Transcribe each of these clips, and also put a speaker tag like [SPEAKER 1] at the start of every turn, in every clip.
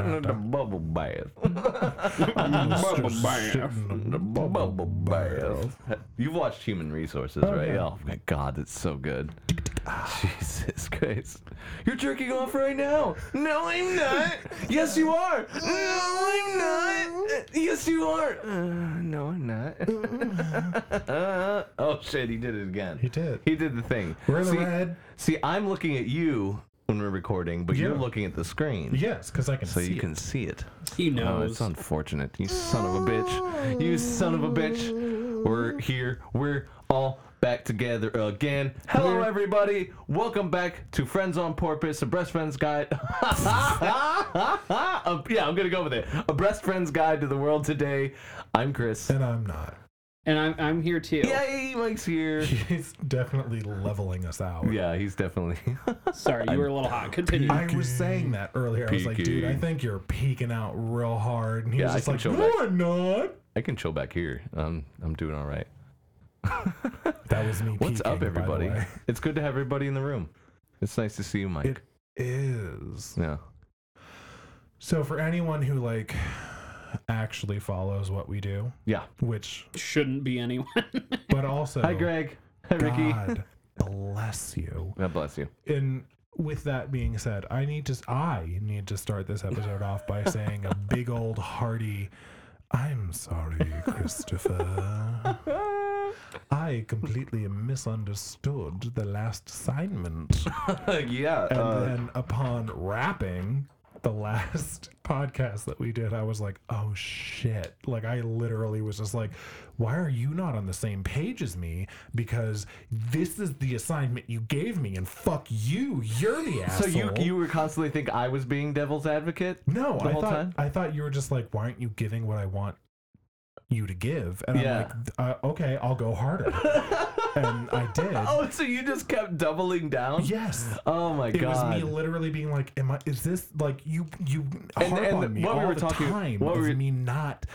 [SPEAKER 1] Oh. The bubble bath. bubble bath.
[SPEAKER 2] in
[SPEAKER 1] The bubble bath. You've watched Human Resources, right?
[SPEAKER 2] yeah.
[SPEAKER 1] Oh my God, that's so good. Jesus Christ. You're jerking off right now. No, I'm not. yes, you are. No, I'm not. Yes, you are. Uh, no, I'm not. oh shit, he did it again.
[SPEAKER 2] He did.
[SPEAKER 1] He did the thing.
[SPEAKER 2] We're in the
[SPEAKER 1] See-
[SPEAKER 2] red.
[SPEAKER 1] See, I'm looking at you when we're recording, but you're
[SPEAKER 2] Yeah.
[SPEAKER 1] looking at the screen.
[SPEAKER 2] Yes, because I can
[SPEAKER 1] So
[SPEAKER 2] see
[SPEAKER 1] you
[SPEAKER 2] it.
[SPEAKER 1] can see it.
[SPEAKER 3] He
[SPEAKER 1] Oh,
[SPEAKER 3] knows.
[SPEAKER 1] it's unfortunate. You son of a bitch. You son of a bitch. We're here. We're all back together again. Hello, everybody. Welcome back to Friends on Porpoise, a breast friend's guide. Uh, yeah, I'm gonna go with it. A breast friend's guide to the world today. I'm Chris.
[SPEAKER 2] And I'm not.
[SPEAKER 3] and I'm, I'm here too.
[SPEAKER 1] Yay, Mike's here.
[SPEAKER 2] He's definitely leveling us out.
[SPEAKER 1] Yeah, he's definitely.
[SPEAKER 3] Sorry, you were a little hot. Continue.
[SPEAKER 2] I was saying that earlier. I was like, dude, I
[SPEAKER 1] Peaky.
[SPEAKER 2] think you're peeking out real hard. And he
[SPEAKER 1] Yeah, I
[SPEAKER 2] was just
[SPEAKER 1] can
[SPEAKER 2] like,
[SPEAKER 1] show
[SPEAKER 2] no,
[SPEAKER 1] back.
[SPEAKER 2] I'm not.
[SPEAKER 1] I can chill back here. Um, I'm doing all right.
[SPEAKER 2] That was me.
[SPEAKER 1] What's up,
[SPEAKER 2] peeking, by the
[SPEAKER 1] everybody?
[SPEAKER 2] way.
[SPEAKER 1] It's good to have everybody in the room. It's nice to see you, Mike.
[SPEAKER 2] It is.
[SPEAKER 1] yeah.
[SPEAKER 2] So for anyone who like actually follows what we do,
[SPEAKER 1] Yeah.
[SPEAKER 2] which,
[SPEAKER 3] Shouldn't be anyone.
[SPEAKER 2] but also,
[SPEAKER 1] Hi, Greg. Hi, Ricky.
[SPEAKER 2] God bless you.
[SPEAKER 1] God bless you.
[SPEAKER 2] And with that being said, I need to I need to start this episode off by saying a big old hearty I'm sorry, Christopher. I completely misunderstood the last assignment.
[SPEAKER 1] yeah.
[SPEAKER 2] And
[SPEAKER 1] uh,
[SPEAKER 2] then upon wrapping the last podcast that we did, I was like, oh shit. Like, I literally was just like, why are you not on the same page as me? Because this is the assignment you gave me, and fuck you. You're the
[SPEAKER 1] so
[SPEAKER 2] asshole.
[SPEAKER 1] you you were constantly think I was being devil's advocate?
[SPEAKER 2] No,
[SPEAKER 1] the
[SPEAKER 2] I
[SPEAKER 1] whole
[SPEAKER 2] thought,
[SPEAKER 1] time?
[SPEAKER 2] I thought you were just like, why aren't you giving what I want you to give? And
[SPEAKER 1] Yeah.
[SPEAKER 2] I'm like, uh, okay, I'll go harder. and I did.
[SPEAKER 1] Oh, so you just kept doubling down?
[SPEAKER 2] Yes.
[SPEAKER 1] Oh my
[SPEAKER 2] It
[SPEAKER 1] god.
[SPEAKER 2] was me literally being like, "Am I? Is this like you? You
[SPEAKER 1] And-
[SPEAKER 2] harp
[SPEAKER 1] and
[SPEAKER 2] on me
[SPEAKER 1] what we
[SPEAKER 2] all
[SPEAKER 1] were
[SPEAKER 2] the
[SPEAKER 1] talking-
[SPEAKER 2] time
[SPEAKER 1] what
[SPEAKER 2] of
[SPEAKER 1] we were-
[SPEAKER 2] me not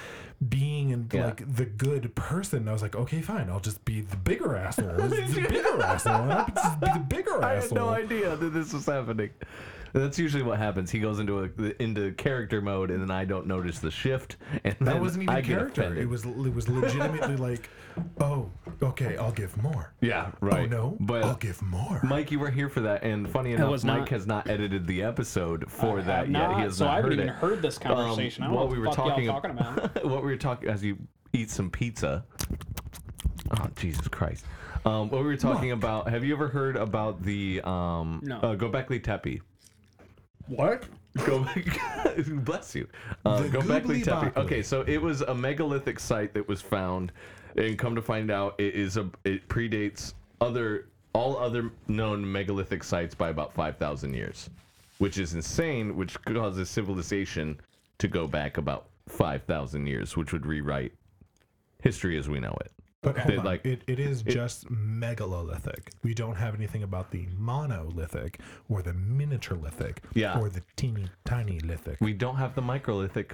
[SPEAKER 2] being in,
[SPEAKER 1] Yeah.
[SPEAKER 2] like the good person." I was like, "Okay, fine. I'll just be the bigger asshole. It's the bigger asshole. and I'll just be the bigger
[SPEAKER 1] I had
[SPEAKER 2] asshole."
[SPEAKER 1] no idea that this was happening. That's usually what happens. He goes into a, into character mode, and then I don't notice the shift, and
[SPEAKER 2] That
[SPEAKER 1] then
[SPEAKER 2] wasn't even
[SPEAKER 1] I get
[SPEAKER 2] character.
[SPEAKER 1] offended.
[SPEAKER 2] It was it was legitimately like, "Oh, okay, I'll give more."
[SPEAKER 1] yeah, right.
[SPEAKER 2] Oh no,
[SPEAKER 1] but
[SPEAKER 2] I'll give more.
[SPEAKER 1] Mike, you were here for that, and funny enough,
[SPEAKER 3] was
[SPEAKER 1] Mike
[SPEAKER 3] not.
[SPEAKER 1] has not edited the episode for that
[SPEAKER 3] I've
[SPEAKER 1] yet.
[SPEAKER 3] not,
[SPEAKER 1] he has
[SPEAKER 3] so
[SPEAKER 1] not
[SPEAKER 3] I haven't
[SPEAKER 1] heard
[SPEAKER 3] even
[SPEAKER 1] it.
[SPEAKER 3] heard this
[SPEAKER 1] Um,
[SPEAKER 3] conversation. I don't know
[SPEAKER 1] what
[SPEAKER 3] what
[SPEAKER 1] we
[SPEAKER 3] the
[SPEAKER 1] were
[SPEAKER 3] fuck
[SPEAKER 1] talking,
[SPEAKER 3] y'all talking about.
[SPEAKER 1] what we were talking as you eat some pizza. Oh Jesus Christ! Um, what we were talking about? Have you ever heard about the um,
[SPEAKER 3] No.
[SPEAKER 1] uh, Gobekli Tepe?
[SPEAKER 2] what?
[SPEAKER 1] Go, bless you. Uh,
[SPEAKER 2] The
[SPEAKER 1] Gobekli
[SPEAKER 2] Goobly
[SPEAKER 1] Tepe.
[SPEAKER 2] Bokly.
[SPEAKER 1] Okay, so it was a megalithic site that was found, and come to find out, it is a it predates other all other known megalithic sites by about five thousand years, which is insane. Which causes civilization to go back about five thousand years, which would rewrite history as we know it.
[SPEAKER 2] But hold
[SPEAKER 1] They,
[SPEAKER 2] on.
[SPEAKER 1] like-
[SPEAKER 2] it, it is just megalolithic. We don't have anything about the monolithic or the miniaturelithic
[SPEAKER 1] Yeah.
[SPEAKER 2] or the teeny tiny lithic.
[SPEAKER 1] We don't have the microlithic.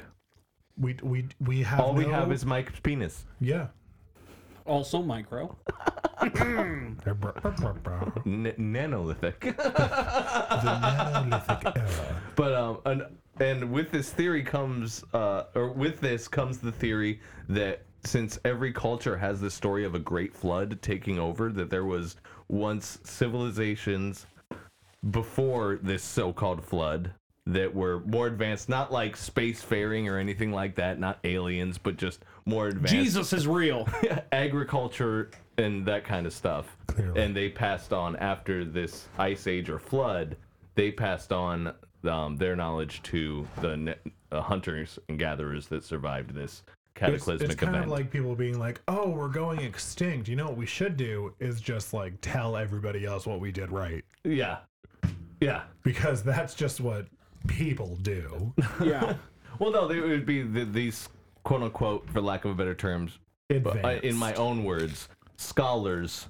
[SPEAKER 2] We we we have
[SPEAKER 1] All we
[SPEAKER 2] no-
[SPEAKER 1] have is Mike's penis.
[SPEAKER 2] yeah.
[SPEAKER 3] Also, micro.
[SPEAKER 2] They're br- br- br- br-
[SPEAKER 1] N- nanolithic.
[SPEAKER 2] the nanolithic era.
[SPEAKER 1] But um, and and with this theory comes, uh, or with this comes the theory that since every culture has the story of a great flood taking over, that there was once civilizations before this so-called flood that were more advanced, not like spacefaring or anything like that, not aliens, but just more advanced
[SPEAKER 3] Jesus is real.
[SPEAKER 1] agriculture and that kind of stuff.
[SPEAKER 2] Clearly.
[SPEAKER 1] And they passed on after this ice age or flood. They passed on um, their knowledge to the ne- uh, hunters and gatherers that survived this
[SPEAKER 2] It's,
[SPEAKER 1] cataclysmic
[SPEAKER 2] it's kind
[SPEAKER 1] event.
[SPEAKER 2] of like people being like, "Oh, we're going extinct." You know what we should do is just like tell everybody else what we did right
[SPEAKER 1] yeah, yeah.
[SPEAKER 2] because that's just what people do.
[SPEAKER 3] yeah.
[SPEAKER 1] Well, no, they would be the, these quote unquote, for lack of a better terms,
[SPEAKER 2] Advanced.
[SPEAKER 1] I, uh, in my own words, scholars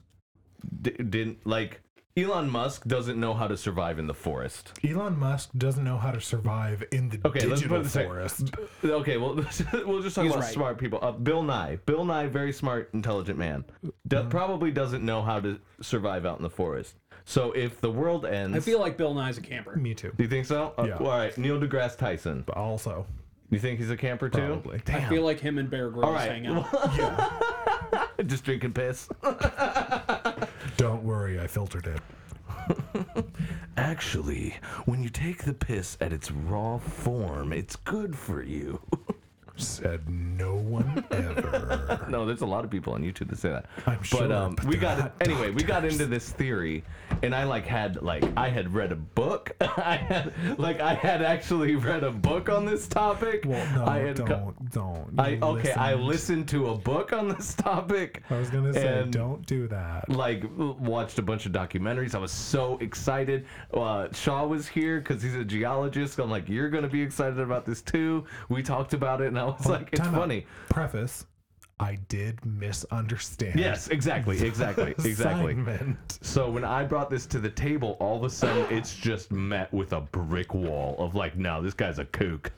[SPEAKER 1] d- didn't like. Elon Musk doesn't know how to survive in the forest.
[SPEAKER 2] Elon Musk doesn't know how to survive in the
[SPEAKER 1] Okay, let's
[SPEAKER 2] digital
[SPEAKER 1] put it this way.
[SPEAKER 2] forest.
[SPEAKER 1] Okay, well, we'll just talk
[SPEAKER 3] He's
[SPEAKER 1] about
[SPEAKER 3] right.
[SPEAKER 1] smart people. Uh, Bill Nye. Bill
[SPEAKER 3] Mm-hmm.
[SPEAKER 1] Nye, very smart, intelligent man. Do- Probably doesn't know how to survive out in the forest. So if the world ends,
[SPEAKER 3] I feel like Bill Nye's a camper.
[SPEAKER 2] Me too.
[SPEAKER 1] Do you think so? Uh,
[SPEAKER 2] Yeah.
[SPEAKER 1] All right, Neil deGrasse Tyson.
[SPEAKER 2] But also,
[SPEAKER 1] You think he's a camper too?
[SPEAKER 2] probably.
[SPEAKER 3] I feel like him and Bear Grylls
[SPEAKER 1] All right.
[SPEAKER 3] hang out.
[SPEAKER 1] Just drinking piss.
[SPEAKER 2] Don't worry, I filtered it.
[SPEAKER 1] Actually, when you take the piss at its raw form, it's good for you.
[SPEAKER 2] Said no one ever.
[SPEAKER 1] no, there's a lot of people on YouTube that say that.
[SPEAKER 2] I'm
[SPEAKER 1] but
[SPEAKER 2] sure,
[SPEAKER 1] um,
[SPEAKER 2] but
[SPEAKER 1] we
[SPEAKER 2] they're
[SPEAKER 1] got
[SPEAKER 2] not
[SPEAKER 1] anyway. We got into this theory, and I like had like I had read a book. I had like I had actually read a book on this topic.
[SPEAKER 2] well, no,
[SPEAKER 1] I had co-
[SPEAKER 2] don't, don't.
[SPEAKER 1] I
[SPEAKER 2] You
[SPEAKER 1] okay. I
[SPEAKER 2] listened.
[SPEAKER 1] listened to a book on this topic.
[SPEAKER 2] I was gonna say,
[SPEAKER 1] and-
[SPEAKER 2] don't do that.
[SPEAKER 1] like watched a bunch of documentaries. I was so excited. Uh, Shaw was here because he's a geologist. I'm like, you're gonna be excited about this too. We talked about it, and I was like, it's
[SPEAKER 2] Oh, Time out.
[SPEAKER 1] funny.
[SPEAKER 2] Preface: I did misunderstand.
[SPEAKER 1] Yes, exactly, exactly, exactly.
[SPEAKER 2] Assignment.
[SPEAKER 1] So when I brought this to the table, all of a sudden it's just met with a brick wall of like, no, this guy's a kook.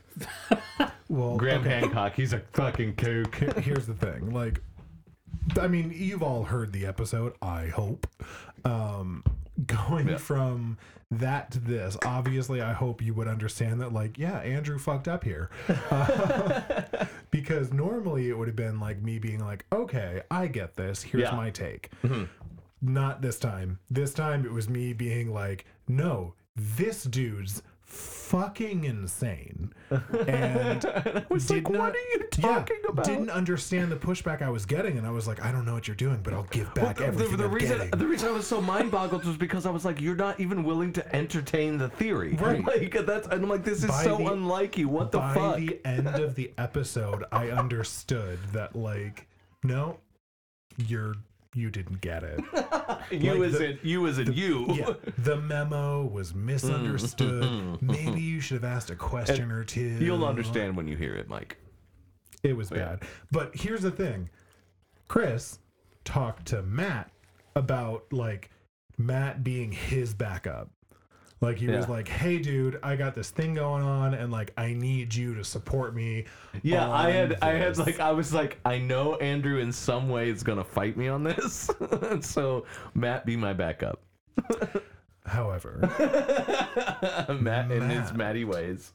[SPEAKER 2] Well,
[SPEAKER 1] Graham
[SPEAKER 2] okay.
[SPEAKER 1] Hancock, he's a fucking kook.
[SPEAKER 2] Here- Here's the thing, like. I mean, you've all heard the episode, I hope. Um, going from that to this, obviously, I hope you would understand that, like, yeah, Andrew fucked up here. Uh, because normally it would have been like me being like, okay, I get this. Here's
[SPEAKER 1] Yeah. Mm-hmm.
[SPEAKER 2] my take. Not this time. This time it was me being like, no, this dude's fucking insane. And I was
[SPEAKER 1] like, "What are you talking about?"
[SPEAKER 2] Didn't understand the pushback I was getting, and I was like, I don't know what you're doing, but I'll give back
[SPEAKER 1] The- the,
[SPEAKER 2] everything
[SPEAKER 1] the
[SPEAKER 2] I'm
[SPEAKER 1] reason
[SPEAKER 2] getting.
[SPEAKER 1] the reason I was so mind boggled was because I was like, you're not even willing to entertain the theory.
[SPEAKER 2] Right.
[SPEAKER 1] Like that's and I'm like, this is
[SPEAKER 2] By
[SPEAKER 1] so
[SPEAKER 2] the-
[SPEAKER 1] unlike you. What the
[SPEAKER 2] By
[SPEAKER 1] fuck?
[SPEAKER 2] the end of the episode, I understood that, like, no, you're you didn't get it.
[SPEAKER 1] you
[SPEAKER 2] like
[SPEAKER 1] as
[SPEAKER 2] the-
[SPEAKER 1] in you as in you.
[SPEAKER 2] Yeah, the memo was misunderstood. Maybe you should have asked a question or two.
[SPEAKER 1] You'll understand when you hear it, Mike.
[SPEAKER 2] It
[SPEAKER 1] Oh,
[SPEAKER 2] was bad. But here's the thing Chris talked to Matt about like Matt being his backup. Like he was
[SPEAKER 1] Yeah.
[SPEAKER 2] like, "Hey, dude, I got this thing going on, and like I need you to support me."
[SPEAKER 1] Yeah, I
[SPEAKER 2] on
[SPEAKER 1] had I had
[SPEAKER 2] this."
[SPEAKER 1] like I was like, I know Andrew in some way is gonna fight me on this. And so Matt be my backup.
[SPEAKER 2] However,
[SPEAKER 1] Matt in his
[SPEAKER 2] Matt.
[SPEAKER 1] Matty ways.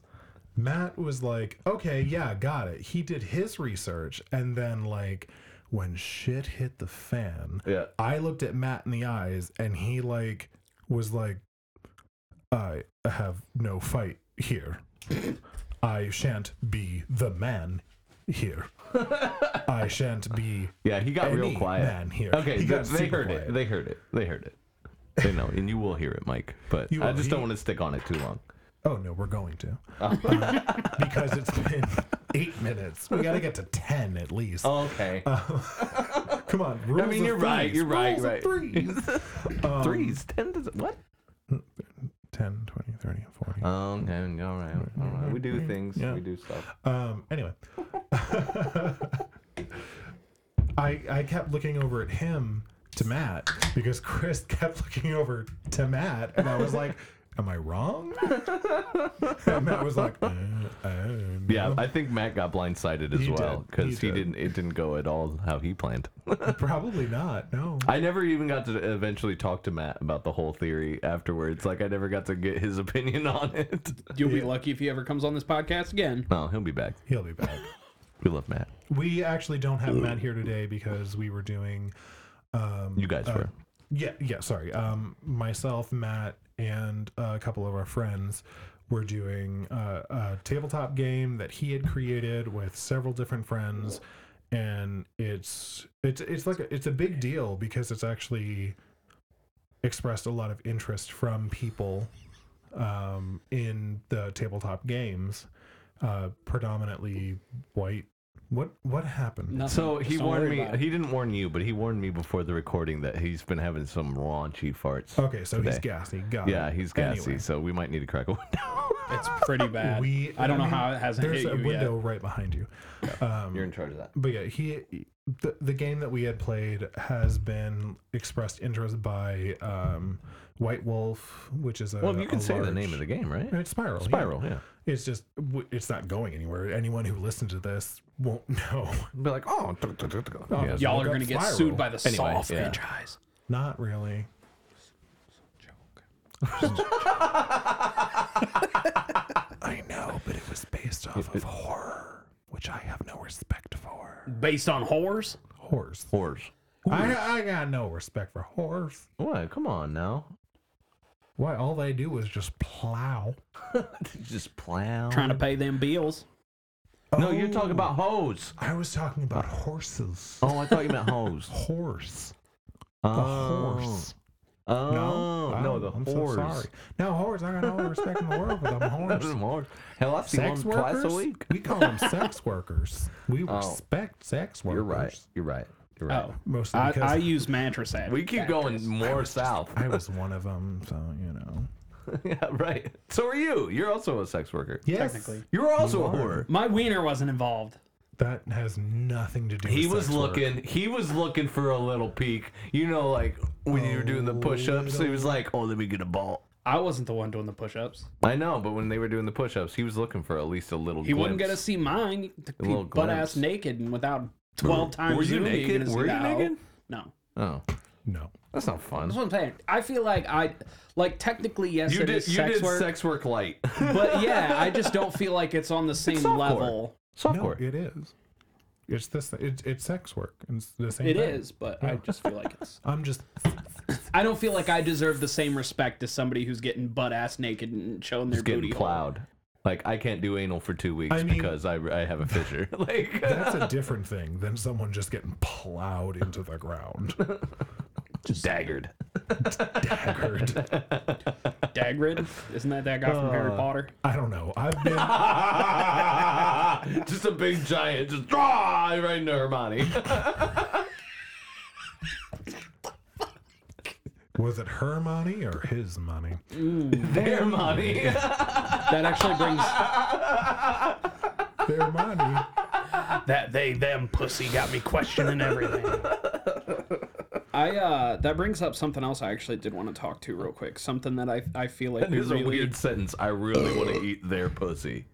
[SPEAKER 2] Matt was like, "Okay, yeah, got it." He did his research, and then like when shit hit the fan,
[SPEAKER 1] Yeah.
[SPEAKER 2] I looked at Matt in the eyes and he like was like I have no fight here. I shan't be the man here. I shan't be
[SPEAKER 1] Yeah, he got real
[SPEAKER 2] any
[SPEAKER 1] quiet.
[SPEAKER 2] man here.
[SPEAKER 1] Okay,
[SPEAKER 2] He
[SPEAKER 1] th-
[SPEAKER 2] got
[SPEAKER 1] they
[SPEAKER 2] super
[SPEAKER 1] heard
[SPEAKER 2] quiet.
[SPEAKER 1] it. They heard it. They heard it. They know, and you will hear it, Mike. But
[SPEAKER 2] You
[SPEAKER 1] I
[SPEAKER 2] will.
[SPEAKER 1] just don't
[SPEAKER 2] He-
[SPEAKER 1] want to stick on it too long.
[SPEAKER 2] Oh no, we're going to.
[SPEAKER 1] Oh.
[SPEAKER 2] Um, because it's been 8 minutes. We got to get to 10 at least.
[SPEAKER 1] Okay.
[SPEAKER 2] Um, Come on. Rules
[SPEAKER 1] Oh. I mean,
[SPEAKER 2] of
[SPEAKER 1] you're right.
[SPEAKER 2] threes,
[SPEAKER 1] You're right.
[SPEAKER 2] rules of
[SPEAKER 1] Right.
[SPEAKER 2] threes.
[SPEAKER 1] Threes. Ten. To, what?
[SPEAKER 2] 10, 20, 30, 40.
[SPEAKER 1] Okay. All right. All right. We do things.
[SPEAKER 2] Mm-hmm. Yeah.
[SPEAKER 1] We do stuff.
[SPEAKER 2] Um, anyway, I I kept looking over at him to Matt because Chris kept looking over to Matt, and I was like, "Am I wrong?" and Matt was like, uh, uh,
[SPEAKER 1] Yeah, I think Matt got blindsided as
[SPEAKER 2] He
[SPEAKER 1] well
[SPEAKER 2] did,
[SPEAKER 1] because
[SPEAKER 2] he
[SPEAKER 1] he,
[SPEAKER 2] did.
[SPEAKER 1] didn't. It didn't go at all how he planned.
[SPEAKER 2] probably not. No,
[SPEAKER 1] I never even got to eventually talk to Matt about the whole theory afterwards. Like I never got to get his opinion on it.
[SPEAKER 3] You'll be lucky if he ever comes on this podcast again.
[SPEAKER 1] No, he'll be back.
[SPEAKER 2] he'll be back.
[SPEAKER 1] We love Matt.
[SPEAKER 2] We actually don't have Matt here today because we were doing. Um,
[SPEAKER 1] You guys were.
[SPEAKER 2] Yeah, yeah, sorry. Um, myself, Matt, and uh, a couple of our friends were doing uh, a tabletop game that he had created with several different friends, and it's it's it's like a, it's a big deal because it's actually expressed a lot of interest from people um, in the tabletop games, uh, predominantly white. What what happened?
[SPEAKER 3] Nothing.
[SPEAKER 1] So
[SPEAKER 3] Just
[SPEAKER 1] he
[SPEAKER 3] don't
[SPEAKER 1] warned
[SPEAKER 3] worry
[SPEAKER 1] me.
[SPEAKER 3] about it.
[SPEAKER 1] He didn't warn you, but he warned me before the recording that he's been having some raunchy farts.
[SPEAKER 2] Okay, so he's
[SPEAKER 1] Today.
[SPEAKER 2] gassy. Got it.
[SPEAKER 1] Yeah, he's gassy,
[SPEAKER 2] Oh, Anyway.
[SPEAKER 1] so we might need to crack a window.
[SPEAKER 3] It's pretty bad.
[SPEAKER 2] We,
[SPEAKER 3] I don't know
[SPEAKER 2] mean,
[SPEAKER 3] how it hasn't
[SPEAKER 2] There's
[SPEAKER 3] hit
[SPEAKER 2] a
[SPEAKER 3] you
[SPEAKER 2] window
[SPEAKER 3] yet.
[SPEAKER 2] right behind you. Um,
[SPEAKER 1] You're in charge of that.
[SPEAKER 2] but yeah, he the, the game that we had played has been expressed interest by um, White Wolf, which is a
[SPEAKER 1] Well, you can
[SPEAKER 2] a
[SPEAKER 1] say the
[SPEAKER 2] large-
[SPEAKER 1] name of the game, right?
[SPEAKER 2] It's Spiral. yeah.
[SPEAKER 1] Spiral, yeah.
[SPEAKER 2] It's just w- it's not going anywhere. Anyone who listens to this won't know.
[SPEAKER 1] Be like, oh,
[SPEAKER 2] Yeah.
[SPEAKER 3] Y'all
[SPEAKER 2] Look up
[SPEAKER 3] are going to get
[SPEAKER 2] Spiral.
[SPEAKER 3] sued by the
[SPEAKER 1] Anyway,
[SPEAKER 3] Saw
[SPEAKER 1] yeah.
[SPEAKER 3] franchise.
[SPEAKER 2] Not really. I know, but it was based off of horror, which I have no respect for.
[SPEAKER 3] Based on whores?
[SPEAKER 2] Horse.
[SPEAKER 1] Horse.
[SPEAKER 2] I, I got no respect for horse.
[SPEAKER 1] What? Come on now.
[SPEAKER 2] Why? All they do is just plow.
[SPEAKER 1] Just plow.
[SPEAKER 3] Trying to pay them bills.
[SPEAKER 1] No, you're talking
[SPEAKER 2] Oh,
[SPEAKER 1] about hoes.
[SPEAKER 2] I was talking about horses.
[SPEAKER 1] Oh, I thought you meant hoes.
[SPEAKER 2] Horse.
[SPEAKER 1] The
[SPEAKER 2] The horse.
[SPEAKER 1] Oh,
[SPEAKER 2] no,
[SPEAKER 1] no,
[SPEAKER 2] I'm-
[SPEAKER 1] the
[SPEAKER 2] I'm
[SPEAKER 1] horse.
[SPEAKER 2] so sorry. No, horse. I got all the respect in the world for them
[SPEAKER 1] Not
[SPEAKER 2] horse.
[SPEAKER 1] even horse. Hell, I see
[SPEAKER 2] Sex
[SPEAKER 1] one twice
[SPEAKER 2] workers?
[SPEAKER 1] a week.
[SPEAKER 2] We call them sex workers. We
[SPEAKER 1] Oh.
[SPEAKER 2] respect sex workers.
[SPEAKER 1] You're right. You're right. You're right.
[SPEAKER 3] Oh.
[SPEAKER 2] Mostly
[SPEAKER 3] I,
[SPEAKER 2] because
[SPEAKER 3] I use mattress ad.
[SPEAKER 1] We keep going more south.
[SPEAKER 2] I was one of them, so you know.
[SPEAKER 1] yeah, right. So are you. You're also a sex worker.
[SPEAKER 2] Yes,
[SPEAKER 3] Technically.
[SPEAKER 1] You're also a
[SPEAKER 2] You
[SPEAKER 1] whore.
[SPEAKER 2] are.
[SPEAKER 3] My wiener wasn't involved.
[SPEAKER 2] that has nothing to do.
[SPEAKER 1] He
[SPEAKER 2] with
[SPEAKER 1] was
[SPEAKER 2] sex work.
[SPEAKER 1] looking. He was looking for a little peek. You know, like when you were doing
[SPEAKER 3] Oh,
[SPEAKER 1] the push-ups, he was like, "Oh, let me get a ball."
[SPEAKER 3] I wasn't the one doing the push ups.
[SPEAKER 1] I know, but when they were doing the push-ups, he was looking for at least a little.
[SPEAKER 3] He wouldn't get to
[SPEAKER 1] glimpse.
[SPEAKER 3] see mine.
[SPEAKER 1] little
[SPEAKER 3] Butt ass
[SPEAKER 1] glimpse.
[SPEAKER 3] naked and without 12 times.
[SPEAKER 1] Were you
[SPEAKER 3] zoom,
[SPEAKER 1] naked?
[SPEAKER 3] gonna see
[SPEAKER 1] Were you
[SPEAKER 3] that.
[SPEAKER 1] naked?
[SPEAKER 3] No.
[SPEAKER 1] Oh,
[SPEAKER 2] No,
[SPEAKER 1] that's not fun.
[SPEAKER 3] That's what I'm saying. I feel like I, like technically yes,
[SPEAKER 1] You
[SPEAKER 3] it
[SPEAKER 1] did.
[SPEAKER 3] is
[SPEAKER 1] You
[SPEAKER 3] sex
[SPEAKER 1] did
[SPEAKER 3] work,
[SPEAKER 1] sex work light.
[SPEAKER 3] but yeah, I just don't feel like it's on the same
[SPEAKER 1] softcore.
[SPEAKER 3] level.
[SPEAKER 2] no,
[SPEAKER 1] Softcore.
[SPEAKER 2] it is. It's this. It, it's sex work. It's the same.
[SPEAKER 3] It
[SPEAKER 2] thing.
[SPEAKER 3] is, but I just feel like it's.
[SPEAKER 2] I'm just.
[SPEAKER 3] I don't feel like I deserve the same respect as somebody who's getting butt ass naked and showing their
[SPEAKER 1] getting
[SPEAKER 3] booty hole.
[SPEAKER 1] plowed. Like I can't do anal for two weeks
[SPEAKER 2] I mean-
[SPEAKER 1] because I, I have a fissure. like
[SPEAKER 2] That's a different thing than someone just getting plowed into the ground.
[SPEAKER 1] just daggered.
[SPEAKER 2] Daggered.
[SPEAKER 3] Dagrid, isn't that that guy from Harry
[SPEAKER 1] Uh,
[SPEAKER 3] Potter?
[SPEAKER 2] I don't know. I've been.
[SPEAKER 1] just a big giant, just draw right into Hermione.
[SPEAKER 2] Was it her money or his money?
[SPEAKER 1] Their money.
[SPEAKER 3] That actually brings
[SPEAKER 2] Their money.
[SPEAKER 3] that they them pussy got me questioning everything. I uh that brings up something else I actually did want to talk to real quick. Something that I I feel like we
[SPEAKER 1] Here's
[SPEAKER 3] really
[SPEAKER 1] a weird sentence. I really want to eat their pussy.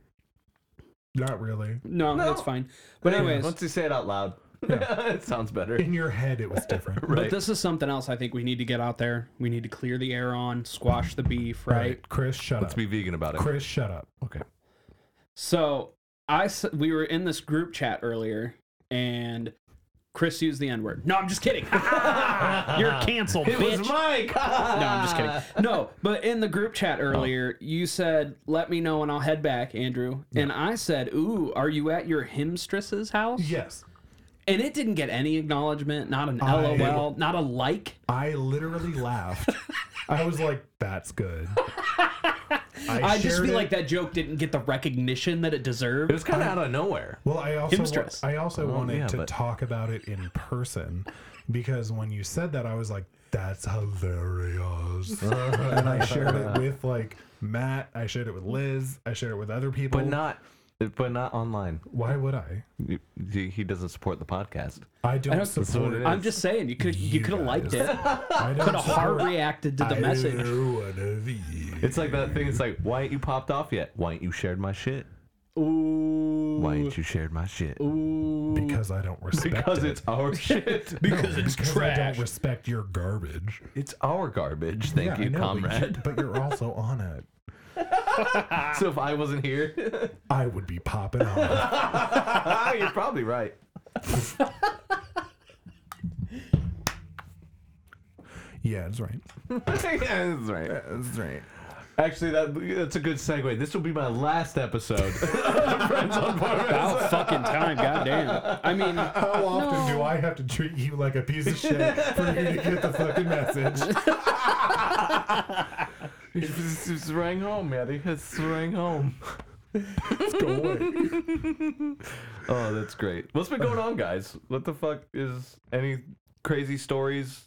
[SPEAKER 2] Not really.
[SPEAKER 3] no, it's fine. But anyways,
[SPEAKER 1] once you say it out loud, it sounds better.
[SPEAKER 2] In your head, it was different.
[SPEAKER 1] Right.
[SPEAKER 3] But this is something else I think we need to get out there. We need to clear the air on, squash the beef, right?
[SPEAKER 2] Right. Chris, shut
[SPEAKER 1] Let's
[SPEAKER 2] up.
[SPEAKER 1] be vegan about it.
[SPEAKER 2] Chris, shut up.
[SPEAKER 1] Okay.
[SPEAKER 3] So I s- we were in this group chat earlier, and Chris used the N word. No, I'm just kidding. You're canceled,
[SPEAKER 1] It
[SPEAKER 3] bitch.
[SPEAKER 1] was Mike. no,
[SPEAKER 3] no, I'm just kidding. No, but in the group chat
[SPEAKER 2] Oh.
[SPEAKER 3] earlier, you said, "Let me know and I'll head back, Andrew." And I said, "Ooh, are you at your hemstress's house?"
[SPEAKER 2] Yes.
[SPEAKER 3] And it didn't get any acknowledgement, not an
[SPEAKER 2] I-
[SPEAKER 3] LOL, not a like.
[SPEAKER 2] I literally laughed. I was like, that's good.
[SPEAKER 3] I just
[SPEAKER 2] shared
[SPEAKER 3] feel
[SPEAKER 2] it.
[SPEAKER 3] like that joke didn't get the recognition that it deserved.
[SPEAKER 1] It was kind of out of nowhere.
[SPEAKER 2] Well, I also wa-
[SPEAKER 3] Himstress.
[SPEAKER 2] I also wanted
[SPEAKER 1] yeah,
[SPEAKER 2] to
[SPEAKER 1] but-
[SPEAKER 2] talk about it in person because when you said that, I was like, "That's hilarious," and I shared it with like Matt. I shared it with Liz. I shared it with other people.
[SPEAKER 1] But not, but not online.
[SPEAKER 2] Why would I?
[SPEAKER 1] You- He he doesn't support the podcast.
[SPEAKER 2] I don't,
[SPEAKER 3] don't-
[SPEAKER 2] support
[SPEAKER 1] what it
[SPEAKER 2] it.
[SPEAKER 1] is.
[SPEAKER 3] I'm just saying you could
[SPEAKER 2] You
[SPEAKER 3] you, could have liked it.
[SPEAKER 2] guys. I don't
[SPEAKER 3] Could have hard
[SPEAKER 2] support
[SPEAKER 3] reacted to the
[SPEAKER 2] either
[SPEAKER 3] message.
[SPEAKER 2] one of you.
[SPEAKER 1] It's like that thing. It's like, why ain't you popped off yet? Why ain't you shared my shit?
[SPEAKER 3] Ooh.
[SPEAKER 1] Why ain't you shared my shit?
[SPEAKER 2] because I don't respect
[SPEAKER 1] Because
[SPEAKER 2] it.
[SPEAKER 1] it's our shit.
[SPEAKER 2] No,
[SPEAKER 3] Because it's trash.
[SPEAKER 2] I don't respect your garbage.
[SPEAKER 1] It's our garbage. Thank
[SPEAKER 2] Yeah, I
[SPEAKER 1] you,
[SPEAKER 2] know, but
[SPEAKER 1] comrade.
[SPEAKER 2] But you're also on it.
[SPEAKER 1] so if I wasn't here,
[SPEAKER 2] I would be popping off.
[SPEAKER 1] Ah, you're probably right.
[SPEAKER 2] Yeah, that's right.
[SPEAKER 1] yeah, that's right.
[SPEAKER 2] That's right.
[SPEAKER 1] Actually, that that's a good segue. This will be my last episode. Friends on Bar-
[SPEAKER 3] About fucking time, goddamn. I mean,
[SPEAKER 2] How often do I have to treat you like a piece of shit for you to get the fucking message?
[SPEAKER 1] It's it's rang home, Maddie. It's rang home.
[SPEAKER 2] Go away.
[SPEAKER 1] Oh, that's great. What's been going on, guys? What the fuck is any crazy stories?